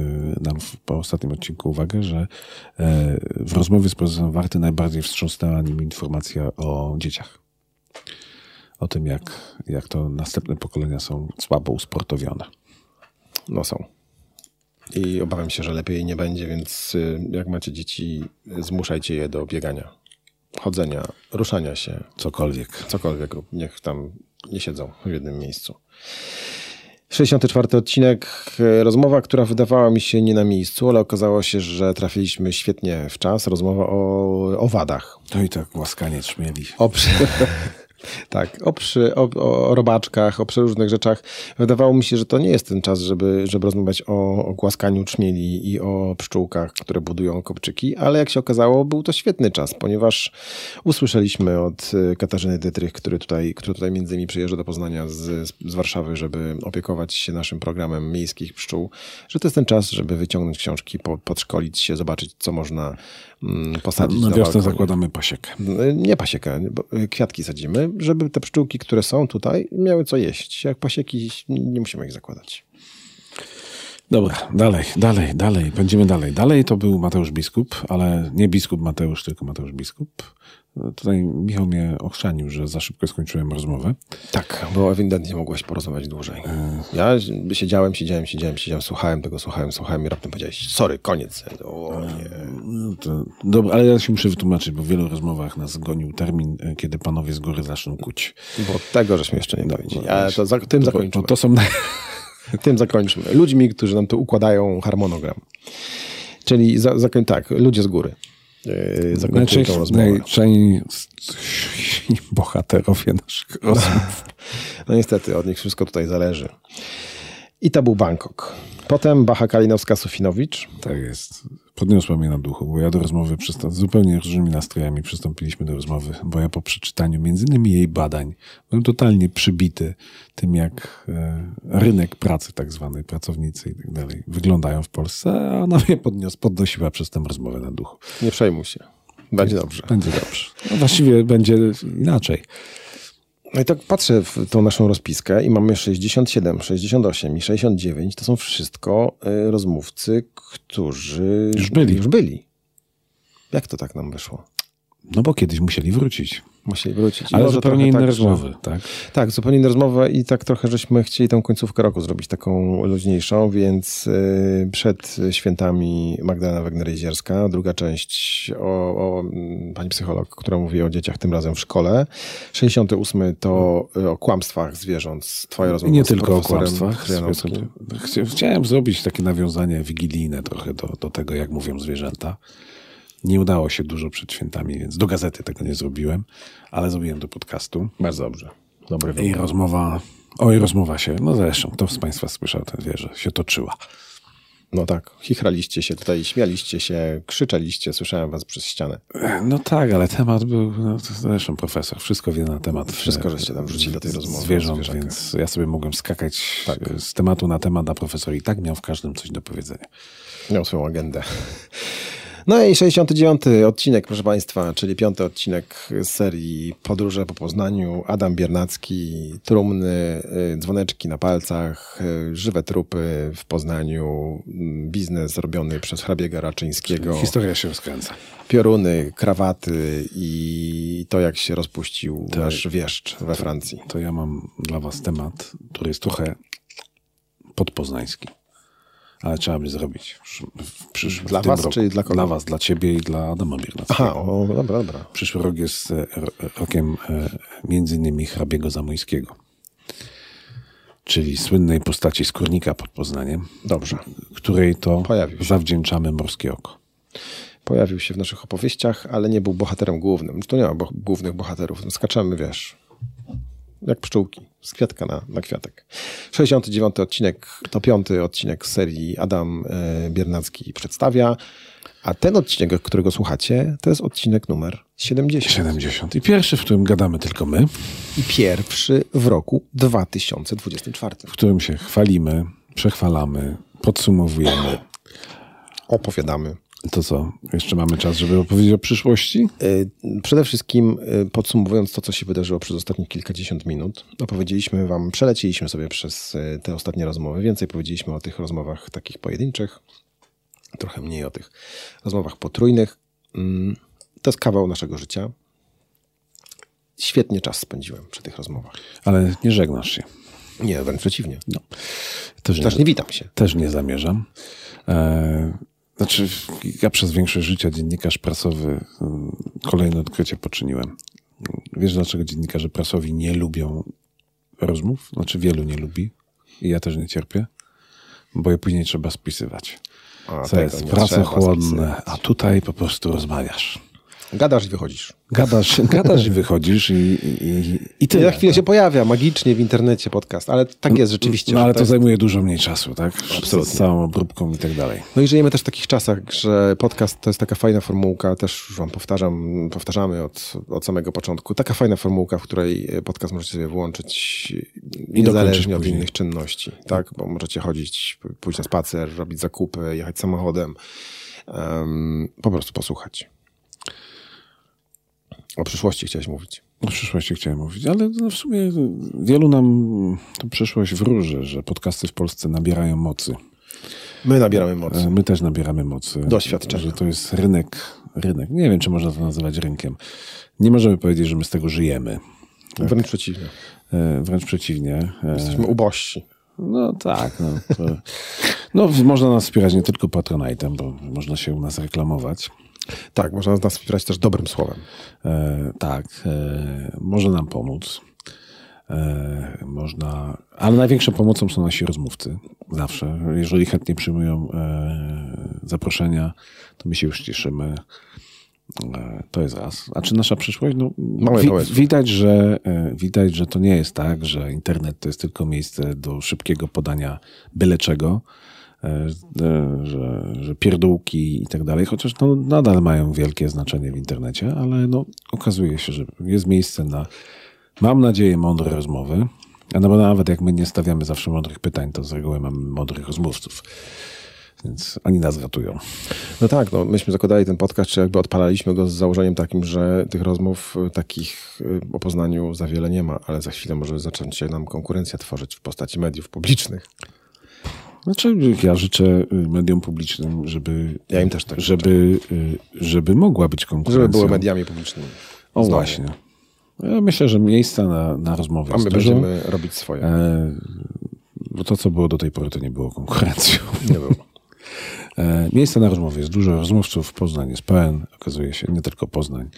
[SPEAKER 2] nam w, po ostatnim odcinku uwagę, że y, w rozmowie z prezesem Warty najbardziej wstrząsnęła nim informacja o dzieciach. O tym, jak, jak to następne pokolenia są słabo usportowione.
[SPEAKER 1] No są. I obawiam się, że lepiej nie będzie, więc y, jak macie dzieci, y, zmuszajcie je do biegania, chodzenia, ruszania się,
[SPEAKER 2] Cokolwiek.
[SPEAKER 1] cokolwiek rób. Niech tam nie siedzą w jednym miejscu. 64 odcinek, e, rozmowa, która wydawała mi się nie na miejscu, ale okazało się, że trafiliśmy świetnie w czas. Rozmowa o owadach.
[SPEAKER 2] No i tak łaskanie trzmieli.
[SPEAKER 1] O przy... tak, o, przy, o, o robaczkach, o przeróżnych rzeczach. Wydawało mi się, że to nie jest ten czas, żeby, żeby rozmawiać o, o głaskaniu czmieli i o pszczółkach, które budują kopczyki, ale jak się okazało, był to świetny czas, ponieważ usłyszeliśmy od y, Katarzyny Dytrych, który tutaj, który tutaj między innymi przyjeżdża do Poznania z, z Warszawy, żeby opiekować się naszym programem miejskich pszczół, że to jest ten czas, żeby wyciągnąć książki, po, podszkolić się, zobaczyć, co można mm, posadzić
[SPEAKER 2] Na wiosnę
[SPEAKER 1] balkonie.
[SPEAKER 2] zakładamy pasiekę.
[SPEAKER 1] Nie pasiekę, bo e, kwiatki sadzimy, żeby te pszczółki, które są tutaj, miały co jeść. Jak pasieki, nie musimy ich zakładać.
[SPEAKER 2] Dobra, dalej, dalej, dalej. Będziemy dalej. Dalej to był Mateusz Biskup, ale nie biskup Mateusz, tylko Mateusz Biskup. E, Tutaj Michał mnie ochrzanił, że za szybko skończyłem rozmowę.
[SPEAKER 1] Tak, bo ewidentnie mogłeś porozmawiać dłużej. E. Ja siedziałem, siedziałem, siedziałem, siedziałem, słuchałem tego, słuchałem, słuchałem i raptem powiedziałeś, sorry, koniec. O nie.
[SPEAKER 2] No to, dobra, ale ja się muszę wytłumaczyć, bo w wielu rozmowach nas gonił termin, e, kiedy panowie z góry zaczną kuć. No,
[SPEAKER 1] Bo tego żeśmy jeszcze nie dowiedzieli. Ale no, to za, tym
[SPEAKER 2] To,
[SPEAKER 1] zakończymy.
[SPEAKER 2] to są naj...
[SPEAKER 1] Tym zakończmy. Ludźmi, którzy nam tu układają harmonogram. Czyli za, zakoń, tak, ludzie z góry. Yy, zakończyli tą
[SPEAKER 2] najczęściej,
[SPEAKER 1] rozmowę.
[SPEAKER 2] najczęściej bohaterowie naszych rozmów.
[SPEAKER 1] No niestety, od nich wszystko tutaj zależy. I to był Bangkok. Potem Bacha Kalinowska-Sufinowicz.
[SPEAKER 2] Tak jest. podniosła mnie na duchu, bo ja do rozmowy przysta- z zupełnie różnymi nastrojami przystąpiliśmy do rozmowy, bo ja po przeczytaniu między innymi jej badań byłem totalnie przybity tym, jak e, rynek pracy tak zwanej, pracownicy i tak dalej wyglądają w Polsce, a ona mnie podnios- podnosiła przez tę rozmowę na duchu.
[SPEAKER 1] Nie przejmuj się. Będzie dobrze.
[SPEAKER 2] Będzie dobrze. No właściwie będzie inaczej.
[SPEAKER 1] No i tak patrzę w tą naszą rozpiskę i mamy 67, 68 i 69. To są wszystko y, rozmówcy, którzy
[SPEAKER 2] Już byli.
[SPEAKER 1] Już byli. Jak to tak nam wyszło?
[SPEAKER 2] No bo kiedyś musieli wrócić.
[SPEAKER 1] Musieli wrócić. I
[SPEAKER 2] Ale
[SPEAKER 1] może
[SPEAKER 2] zupełnie
[SPEAKER 1] trochę
[SPEAKER 2] inne
[SPEAKER 1] tak,
[SPEAKER 2] rozmowy, tak?
[SPEAKER 1] że- Tak, zupełnie inne rozmowy i tak trochę żeśmy chcieli tą końcówkę roku zrobić taką luźniejszą, więc y, przed świętami Magdalena Wegner-Jezierska, druga część o, o mm, pani psycholog, która mówi o dzieciach tym razem w szkole. 68 to y, o kłamstwach zwierząt, twoja
[SPEAKER 2] I
[SPEAKER 1] rozmowa
[SPEAKER 2] nie
[SPEAKER 1] z
[SPEAKER 2] tylko o
[SPEAKER 1] profesorem
[SPEAKER 2] kłamstwach.
[SPEAKER 1] Kryjanowskim.
[SPEAKER 2] Chcia- Chciałem zrobić takie nawiązanie wigilijne trochę do, do tego, jak mówią zwierzęta. Nie udało się dużo przed świętami, więc do gazety tego nie zrobiłem, ale zrobiłem do podcastu.
[SPEAKER 1] Bardzo dobrze. Dobry
[SPEAKER 2] I
[SPEAKER 1] wybór.
[SPEAKER 2] rozmowa, oj, rozmowa się, no zresztą, kto z Państwa słyszał tę wieżę, się toczyła.
[SPEAKER 1] No tak, chichraliście się tutaj, śmialiście się, krzyczeliście, słyszałem was przez ścianę.
[SPEAKER 2] No tak, ale temat był, no, to zresztą profesor wszystko wie na temat.
[SPEAKER 1] Wszystko,
[SPEAKER 2] e,
[SPEAKER 1] żeście tam wrzucili do tej
[SPEAKER 2] z-
[SPEAKER 1] rozmowy o
[SPEAKER 2] Zwierząt,
[SPEAKER 1] zwierzakach. Tak.
[SPEAKER 2] więc ja sobie mogłem skakać e, z tematu na temat, a profesor i tak miał w każdym coś do powiedzenia.
[SPEAKER 1] Miał swoją agendę. No i 69 odcinek, proszę Państwa, czyli piąty odcinek z serii Podróże po Poznaniu. Adam Biernacki, trumny, y, dzwoneczki na palcach, y, żywe trupy w Poznaniu, mm, biznes robiony przez hrabiego Raczyńskiego,
[SPEAKER 2] Historia się rozkręca.
[SPEAKER 1] pioruny, krawaty i to, jak się rozpuścił nasz wieszcz we Francji.
[SPEAKER 2] To ja mam dla was temat, który jest trochę podpoznański. Ale trzeba by zrobić w- w przyszłym
[SPEAKER 1] Dla
[SPEAKER 2] w tym
[SPEAKER 1] was,
[SPEAKER 2] roku.
[SPEAKER 1] czy dla kogo?
[SPEAKER 2] Dla was, dla ciebie i dla Adama Biernackiego.
[SPEAKER 1] Aha, o, dobra, dobra.
[SPEAKER 2] Przyszły rok jest e, ro- e, rokiem e, między innymi hrabiego Zamojskiego. Czyli słynnej postaci skórnika pod Poznaniem,
[SPEAKER 1] Dobrze.
[SPEAKER 2] której to
[SPEAKER 1] Pojawił się.
[SPEAKER 2] zawdzięczamy morskie oko.
[SPEAKER 1] Pojawił się w naszych opowieściach, ale nie był bohaterem głównym. Tu nie ma bo głównych bohaterów. No, Skaczemy, wiesz, jak pszczółki, z kwiatka na, na kwiatek. 69 odcinek to piąty odcinek z serii Adam e, Biernacki przedstawia. A ten odcinek, którego słuchacie, to jest odcinek numer 70.
[SPEAKER 2] 70. I pierwszy, w którym gadamy tylko my,
[SPEAKER 1] I pierwszy w roku 2024.
[SPEAKER 2] w którym się chwalimy, przechwalamy, podsumowujemy,
[SPEAKER 1] Opowiadamy.
[SPEAKER 2] To co? Jeszcze mamy czas, żeby opowiedzieć o przyszłości?
[SPEAKER 1] Y, Przede wszystkim y, podsumowując to, co się wydarzyło przez ostatnie kilkadziesiąt minut, opowiedzieliśmy wam, przelecieliśmy sobie przez y, te ostatnie rozmowy. Więcej powiedzieliśmy o tych rozmowach takich pojedynczych, trochę mniej o tych rozmowach potrójnych. Mm, To jest kawał naszego życia. Świetnie czas spędziłem przy tych rozmowach.
[SPEAKER 2] Ale nie żegnasz się.
[SPEAKER 1] Nie, wręcz przeciwnie.
[SPEAKER 2] No, Też nie,
[SPEAKER 1] Też nie witam się.
[SPEAKER 2] też nie zamierzam. E, znaczy, ja przez większość życia dziennikarz prasowy mm, kolejne odkrycie poczyniłem. Wiesz, dlaczego dziennikarze prasowi nie lubią rozmów? Znaczy, wielu nie lubi. I ja też nie cierpię. Bo je później trzeba spisywać.
[SPEAKER 1] A,
[SPEAKER 2] Co
[SPEAKER 1] tego
[SPEAKER 2] jest
[SPEAKER 1] nie trzeba
[SPEAKER 2] pracochłonne,
[SPEAKER 1] spisywać.
[SPEAKER 2] a tutaj po prostu rozmawiasz.
[SPEAKER 1] Gadasz i wychodzisz.
[SPEAKER 2] Gadasz, gadasz i wychodzisz i, i, i, i
[SPEAKER 1] I
[SPEAKER 2] tyle. no.
[SPEAKER 1] za chwilę się pojawia magicznie w internecie podcast, ale tak jest rzeczywiście.
[SPEAKER 2] No
[SPEAKER 1] że
[SPEAKER 2] ale
[SPEAKER 1] to
[SPEAKER 2] to zajmuje dużo mniej czasu, tak? Absolutnie. Z całą obróbką i tak dalej.
[SPEAKER 1] No i żyjemy też w takich czasach, że podcast to jest taka fajna formułka, też już wam powtarzam, powtarzamy od, od samego początku, taka fajna formułka, w której e, podcast możecie sobie włączyć niezależnie od
[SPEAKER 2] później.
[SPEAKER 1] innych czynności, tak? Bo możecie chodzić, pójść na spacer, robić zakupy, jechać samochodem, em, po prostu posłuchać. O przyszłości chciałeś mówić.
[SPEAKER 2] O przyszłości chciałem mówić, ale no w sumie wielu nam to przyszłość wróży, że podcasty w Polsce nabierają mocy.
[SPEAKER 1] My nabieramy mocy.
[SPEAKER 2] E, My też nabieramy mocy.
[SPEAKER 1] Doświadczenia.
[SPEAKER 2] Że to jest rynek, rynek. Nie wiem, czy można to nazywać rynkiem. Nie możemy powiedzieć, że my z tego żyjemy. tak.
[SPEAKER 1] Wręcz przeciwnie.
[SPEAKER 2] E, Wręcz przeciwnie. E,
[SPEAKER 1] Jesteśmy ubożsi.
[SPEAKER 2] No tak. No, to, no można nas wspierać nie tylko Patronite'em, bo można się u nas reklamować.
[SPEAKER 1] Tak, można nas wspierać też dobrym słowem.
[SPEAKER 2] E, tak, e, może nam pomóc. E, można, ale największą pomocą są nasi rozmówcy. Zawsze. Jeżeli chętnie przyjmują e, zaproszenia, to my się już cieszymy. E, to jest raz. A czy nasza przyszłość? No,
[SPEAKER 1] Mamy pomysł.
[SPEAKER 2] widać, że, e, widać, że to nie jest tak, że internet to jest tylko miejsce do szybkiego podania byle czego. e, że, że pierdółki i tak dalej, chociaż no, nadal mają wielkie znaczenie w internecie, ale no, okazuje się, że jest miejsce na, mam nadzieję, mądre rozmowy. A No bo nawet jak my nie stawiamy zawsze mądrych pytań, to z reguły mamy mądrych rozmówców. Więc oni nas ratują.
[SPEAKER 1] No tak, no, myśmy zakładali ten podcast, czy jakby odpalaliśmy go z założeniem takim, że tych rozmów y, takich y, o Poznaniu za wiele nie ma, ale za chwilę może zacząć się nam konkurencja tworzyć w postaci mediów publicznych.
[SPEAKER 2] Znaczy, ja życzę y, mediom publicznym, żeby.
[SPEAKER 1] Ja im też tak
[SPEAKER 2] żeby, y, żeby mogła być konkurencja.
[SPEAKER 1] Żeby były mediami publicznymi.
[SPEAKER 2] O,
[SPEAKER 1] Znowu.
[SPEAKER 2] właśnie. Ja myślę, że miejsca na, na rozmowę
[SPEAKER 1] A
[SPEAKER 2] jest
[SPEAKER 1] my
[SPEAKER 2] dużo,
[SPEAKER 1] będziemy robić swoje.
[SPEAKER 2] e, bo to, co było do tej pory, to nie było konkurencją.
[SPEAKER 1] Nie było.
[SPEAKER 2] E, Miejsca na rozmowy jest dużo rozmówców, Poznań jest pełen, okazuje się, nie tylko Poznań.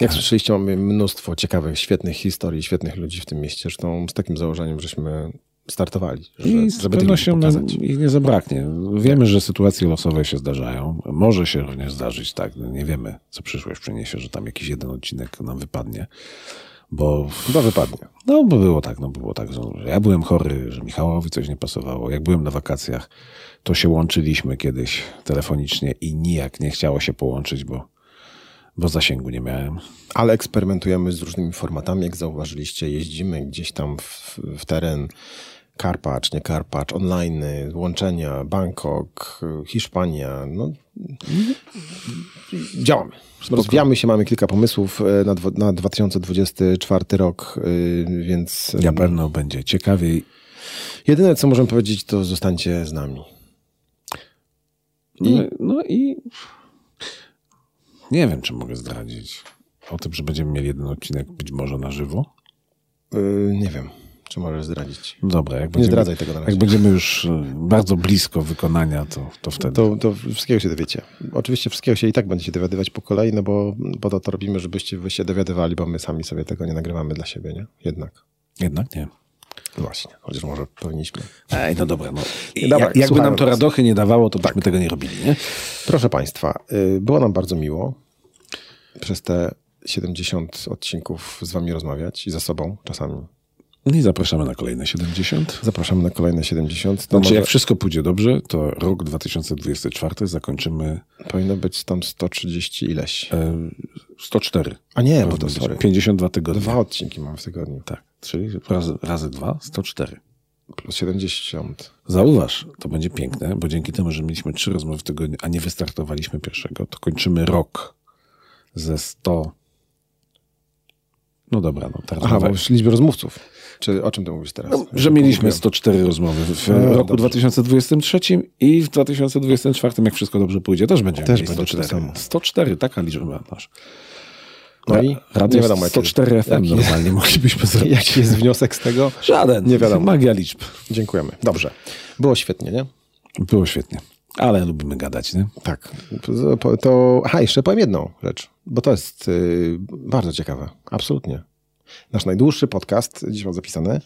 [SPEAKER 1] Jak
[SPEAKER 2] e.
[SPEAKER 1] słyszeliście, mamy mnóstwo ciekawych, świetnych historii, świetnych ludzi w tym mieście. Zresztą z takim założeniem, żeśmy startowali, że,
[SPEAKER 2] I z
[SPEAKER 1] żeby tych ludzi
[SPEAKER 2] pewnością nam
[SPEAKER 1] pokazać.
[SPEAKER 2] ich nie zabraknie. Wiemy, że sytuacje losowe się zdarzają. Może się również zdarzyć, tak. No Nie wiemy, co przyszłość przyniesie, że tam jakiś jeden odcinek nam wypadnie. Bo,
[SPEAKER 1] Chyba wypadnie.
[SPEAKER 2] no, bo było tak, no było tak, że ja byłem chory, że Michałowi coś nie pasowało. Jak byłem na wakacjach, to się łączyliśmy kiedyś telefonicznie i nijak nie chciało się połączyć, bo, bo zasięgu nie miałem.
[SPEAKER 1] Ale eksperymentujemy z różnymi formatami, jak zauważyliście. Jeździmy gdzieś tam w, w teren Karpacz, nie Karpacz, online, łączenia, Bangkok, Hiszpania. No. Działamy. Rozwijamy się, mamy kilka pomysłów e, na, dwo- na 2024 rok, y, więc
[SPEAKER 2] Na pewno będzie ciekawiej
[SPEAKER 1] jedyne, co możemy powiedzieć, to zostańcie z nami.
[SPEAKER 2] I, no i nie wiem, czy mogę zdradzić o tym, że będziemy mieli jeden odcinek być może na żywo.
[SPEAKER 1] Y, Nie wiem, czy możesz zdradzić.
[SPEAKER 2] No Dobra, jak będziemy,
[SPEAKER 1] zdradzaj tego na razie.
[SPEAKER 2] Jak będziemy już e, bardzo blisko wykonania, to, to wtedy.
[SPEAKER 1] To, to wszystkiego się dowiecie. Oczywiście wszystkiego się i tak będziecie dowiadywać po kolei, no bo, bo to, to robimy, żebyście wy się dowiadywali, bo my sami sobie tego nie nagrywamy dla siebie, nie? Jednak.
[SPEAKER 2] Jednak nie.
[SPEAKER 1] No Właśnie, chociaż może powinniśmy.
[SPEAKER 2] Ej, no dobra. No. I
[SPEAKER 1] Dobra, Tak.
[SPEAKER 2] jak, jakby
[SPEAKER 1] słuchamy
[SPEAKER 2] nam to
[SPEAKER 1] was.
[SPEAKER 2] radochy nie dawało, to byśmy tego nie robili, nie?
[SPEAKER 1] Proszę Państwa, y, było nam bardzo miło przez te 70 odcinków z Wami rozmawiać i ze sobą czasami.
[SPEAKER 2] No I zapraszamy na kolejne 70.
[SPEAKER 1] Zapraszamy na kolejne 70. To
[SPEAKER 2] Znaczy,
[SPEAKER 1] może
[SPEAKER 2] jak wszystko pójdzie dobrze, to rok 2024 zakończymy
[SPEAKER 1] powinno być tam 130 ileś.
[SPEAKER 2] e, 104.
[SPEAKER 1] A nie, bo to
[SPEAKER 2] Powinno być
[SPEAKER 1] sorry.
[SPEAKER 2] 52 tygodnie.
[SPEAKER 1] Dwa odcinki mamy w tygodniu.
[SPEAKER 2] Tak, czyli razy, razy dwa, 104.
[SPEAKER 1] Plus 70.
[SPEAKER 2] Zauważ, to będzie piękne, bo dzięki temu, że mieliśmy trzy rozmowy w tygodniu, a nie wystartowaliśmy pierwszego, to kończymy rok ze 100. No dobra, no teraz.
[SPEAKER 1] Aha, bo już liczby rozmówców. Czy o czym ty mówisz teraz?
[SPEAKER 2] no, że mieliśmy 104 rozmowy w
[SPEAKER 1] No,
[SPEAKER 2] roku
[SPEAKER 1] dobrze.
[SPEAKER 2] 2023 i w 2024, jak wszystko dobrze pójdzie, też tak będziemy
[SPEAKER 1] Też
[SPEAKER 2] mieli
[SPEAKER 1] będzie to
[SPEAKER 2] 104.
[SPEAKER 1] samo.
[SPEAKER 2] 104, taka liczba nasz.
[SPEAKER 1] No i
[SPEAKER 2] Radio
[SPEAKER 1] nie wiadomo, jaki,
[SPEAKER 2] 104 FM
[SPEAKER 1] jaki, jest,
[SPEAKER 2] normalnie moglibyśmy zrobić.
[SPEAKER 1] jaki jest wniosek z tego.
[SPEAKER 2] Żaden.
[SPEAKER 1] Nie wiadomo.
[SPEAKER 2] Magia liczb.
[SPEAKER 1] Dziękujemy. Dobrze. Było świetnie, nie?
[SPEAKER 2] Było świetnie. Ale lubimy gadać, nie?
[SPEAKER 1] Tak. To, to, aha, jeszcze powiem jedną rzecz, bo to jest y, bardzo ciekawe. Absolutnie. Nasz najdłuższy podcast, dziś mam zapisane,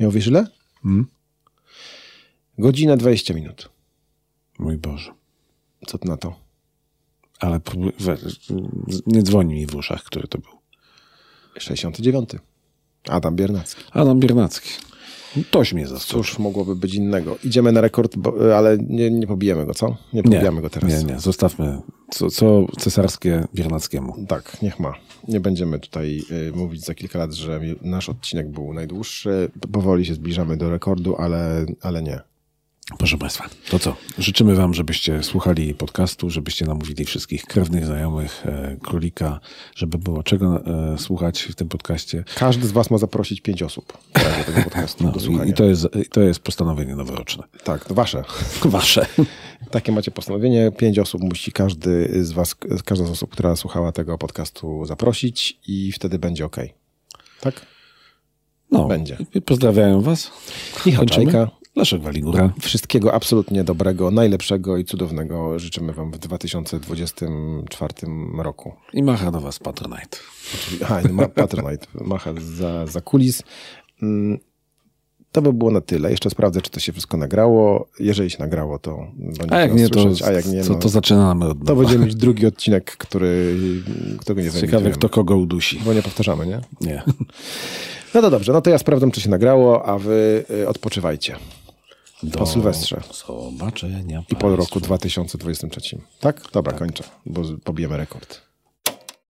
[SPEAKER 1] miał wiesz ile?
[SPEAKER 2] Mm.
[SPEAKER 1] Godzinę 20 minut.
[SPEAKER 2] Mój Boże.
[SPEAKER 1] Co ty na to?
[SPEAKER 2] Ale próbuj, we, nie dzwoni mi w uszach, który to był.
[SPEAKER 1] 69. Adam Biernacki.
[SPEAKER 2] Adam Biernacki. Toś mnie zaskoczył.
[SPEAKER 1] Cóż mogłoby być innego? Idziemy na rekord, bo, y, ale nie, nie pobijemy go, co? Nie pobijamy go teraz.
[SPEAKER 2] nie, nie, zostawmy. Co, co cesarskie Biernackiemu.
[SPEAKER 1] Tak, niech ma. Nie będziemy tutaj y, mówić za kilka lat, że mi- nasz odcinek był najdłuższy. P- Powoli się zbliżamy do rekordu, ale, ale nie.
[SPEAKER 2] Proszę Państwa, to co? Życzymy Wam, żebyście słuchali podcastu, żebyście namówili wszystkich krewnych, znajomych, e, królika, żeby było czego e, słuchać w tym podcaście.
[SPEAKER 1] Każdy z Was ma zaprosić pięć osób w razie tego podcastu do
[SPEAKER 2] No, i,
[SPEAKER 1] słuchania.
[SPEAKER 2] i, to jest, I to jest postanowienie noworoczne.
[SPEAKER 1] Tak, to Wasze.
[SPEAKER 2] Wasze.
[SPEAKER 1] Takie macie postanowienie. Pięć osób musi każdy z Was, każda z osób, która słuchała tego podcastu, zaprosić i wtedy będzie ok. Tak?
[SPEAKER 2] No,
[SPEAKER 1] Będzie.
[SPEAKER 2] Pozdrawiam Was.
[SPEAKER 1] Michał
[SPEAKER 2] Kończymy.
[SPEAKER 1] Czajka.
[SPEAKER 2] Leszek Waligura.
[SPEAKER 1] Wszystkiego absolutnie dobrego, najlepszego i cudownego życzymy Wam w 2024 roku.
[SPEAKER 2] I macha do Was Patronite.
[SPEAKER 1] Aha, i ma Patronite macha za, za kulis. Mm, To by było na tyle. Jeszcze sprawdzę, czy to się wszystko nagrało. Jeżeli się nagrało, to będzie
[SPEAKER 2] A jak nie, to,
[SPEAKER 1] słyszeć. A jak nie,
[SPEAKER 2] to,
[SPEAKER 1] no,
[SPEAKER 2] to
[SPEAKER 1] to,
[SPEAKER 2] zaczynamy od nowa.
[SPEAKER 1] będziemy mieć drugi odcinek, który, którego nie
[SPEAKER 2] Ciekawe,
[SPEAKER 1] wiem.
[SPEAKER 2] kto kogo udusi.
[SPEAKER 1] Bo nie powtarzamy, nie?
[SPEAKER 2] Nie.
[SPEAKER 1] No to dobrze, no to ja sprawdzam, czy się nagrało, a wy y, odpoczywajcie. po Sylwestrze.
[SPEAKER 2] Zobaczenia.
[SPEAKER 1] I po
[SPEAKER 2] państwu. Tak.
[SPEAKER 1] roku 2023. Tak? Dobra, kończę, bo z- pobijemy rekord.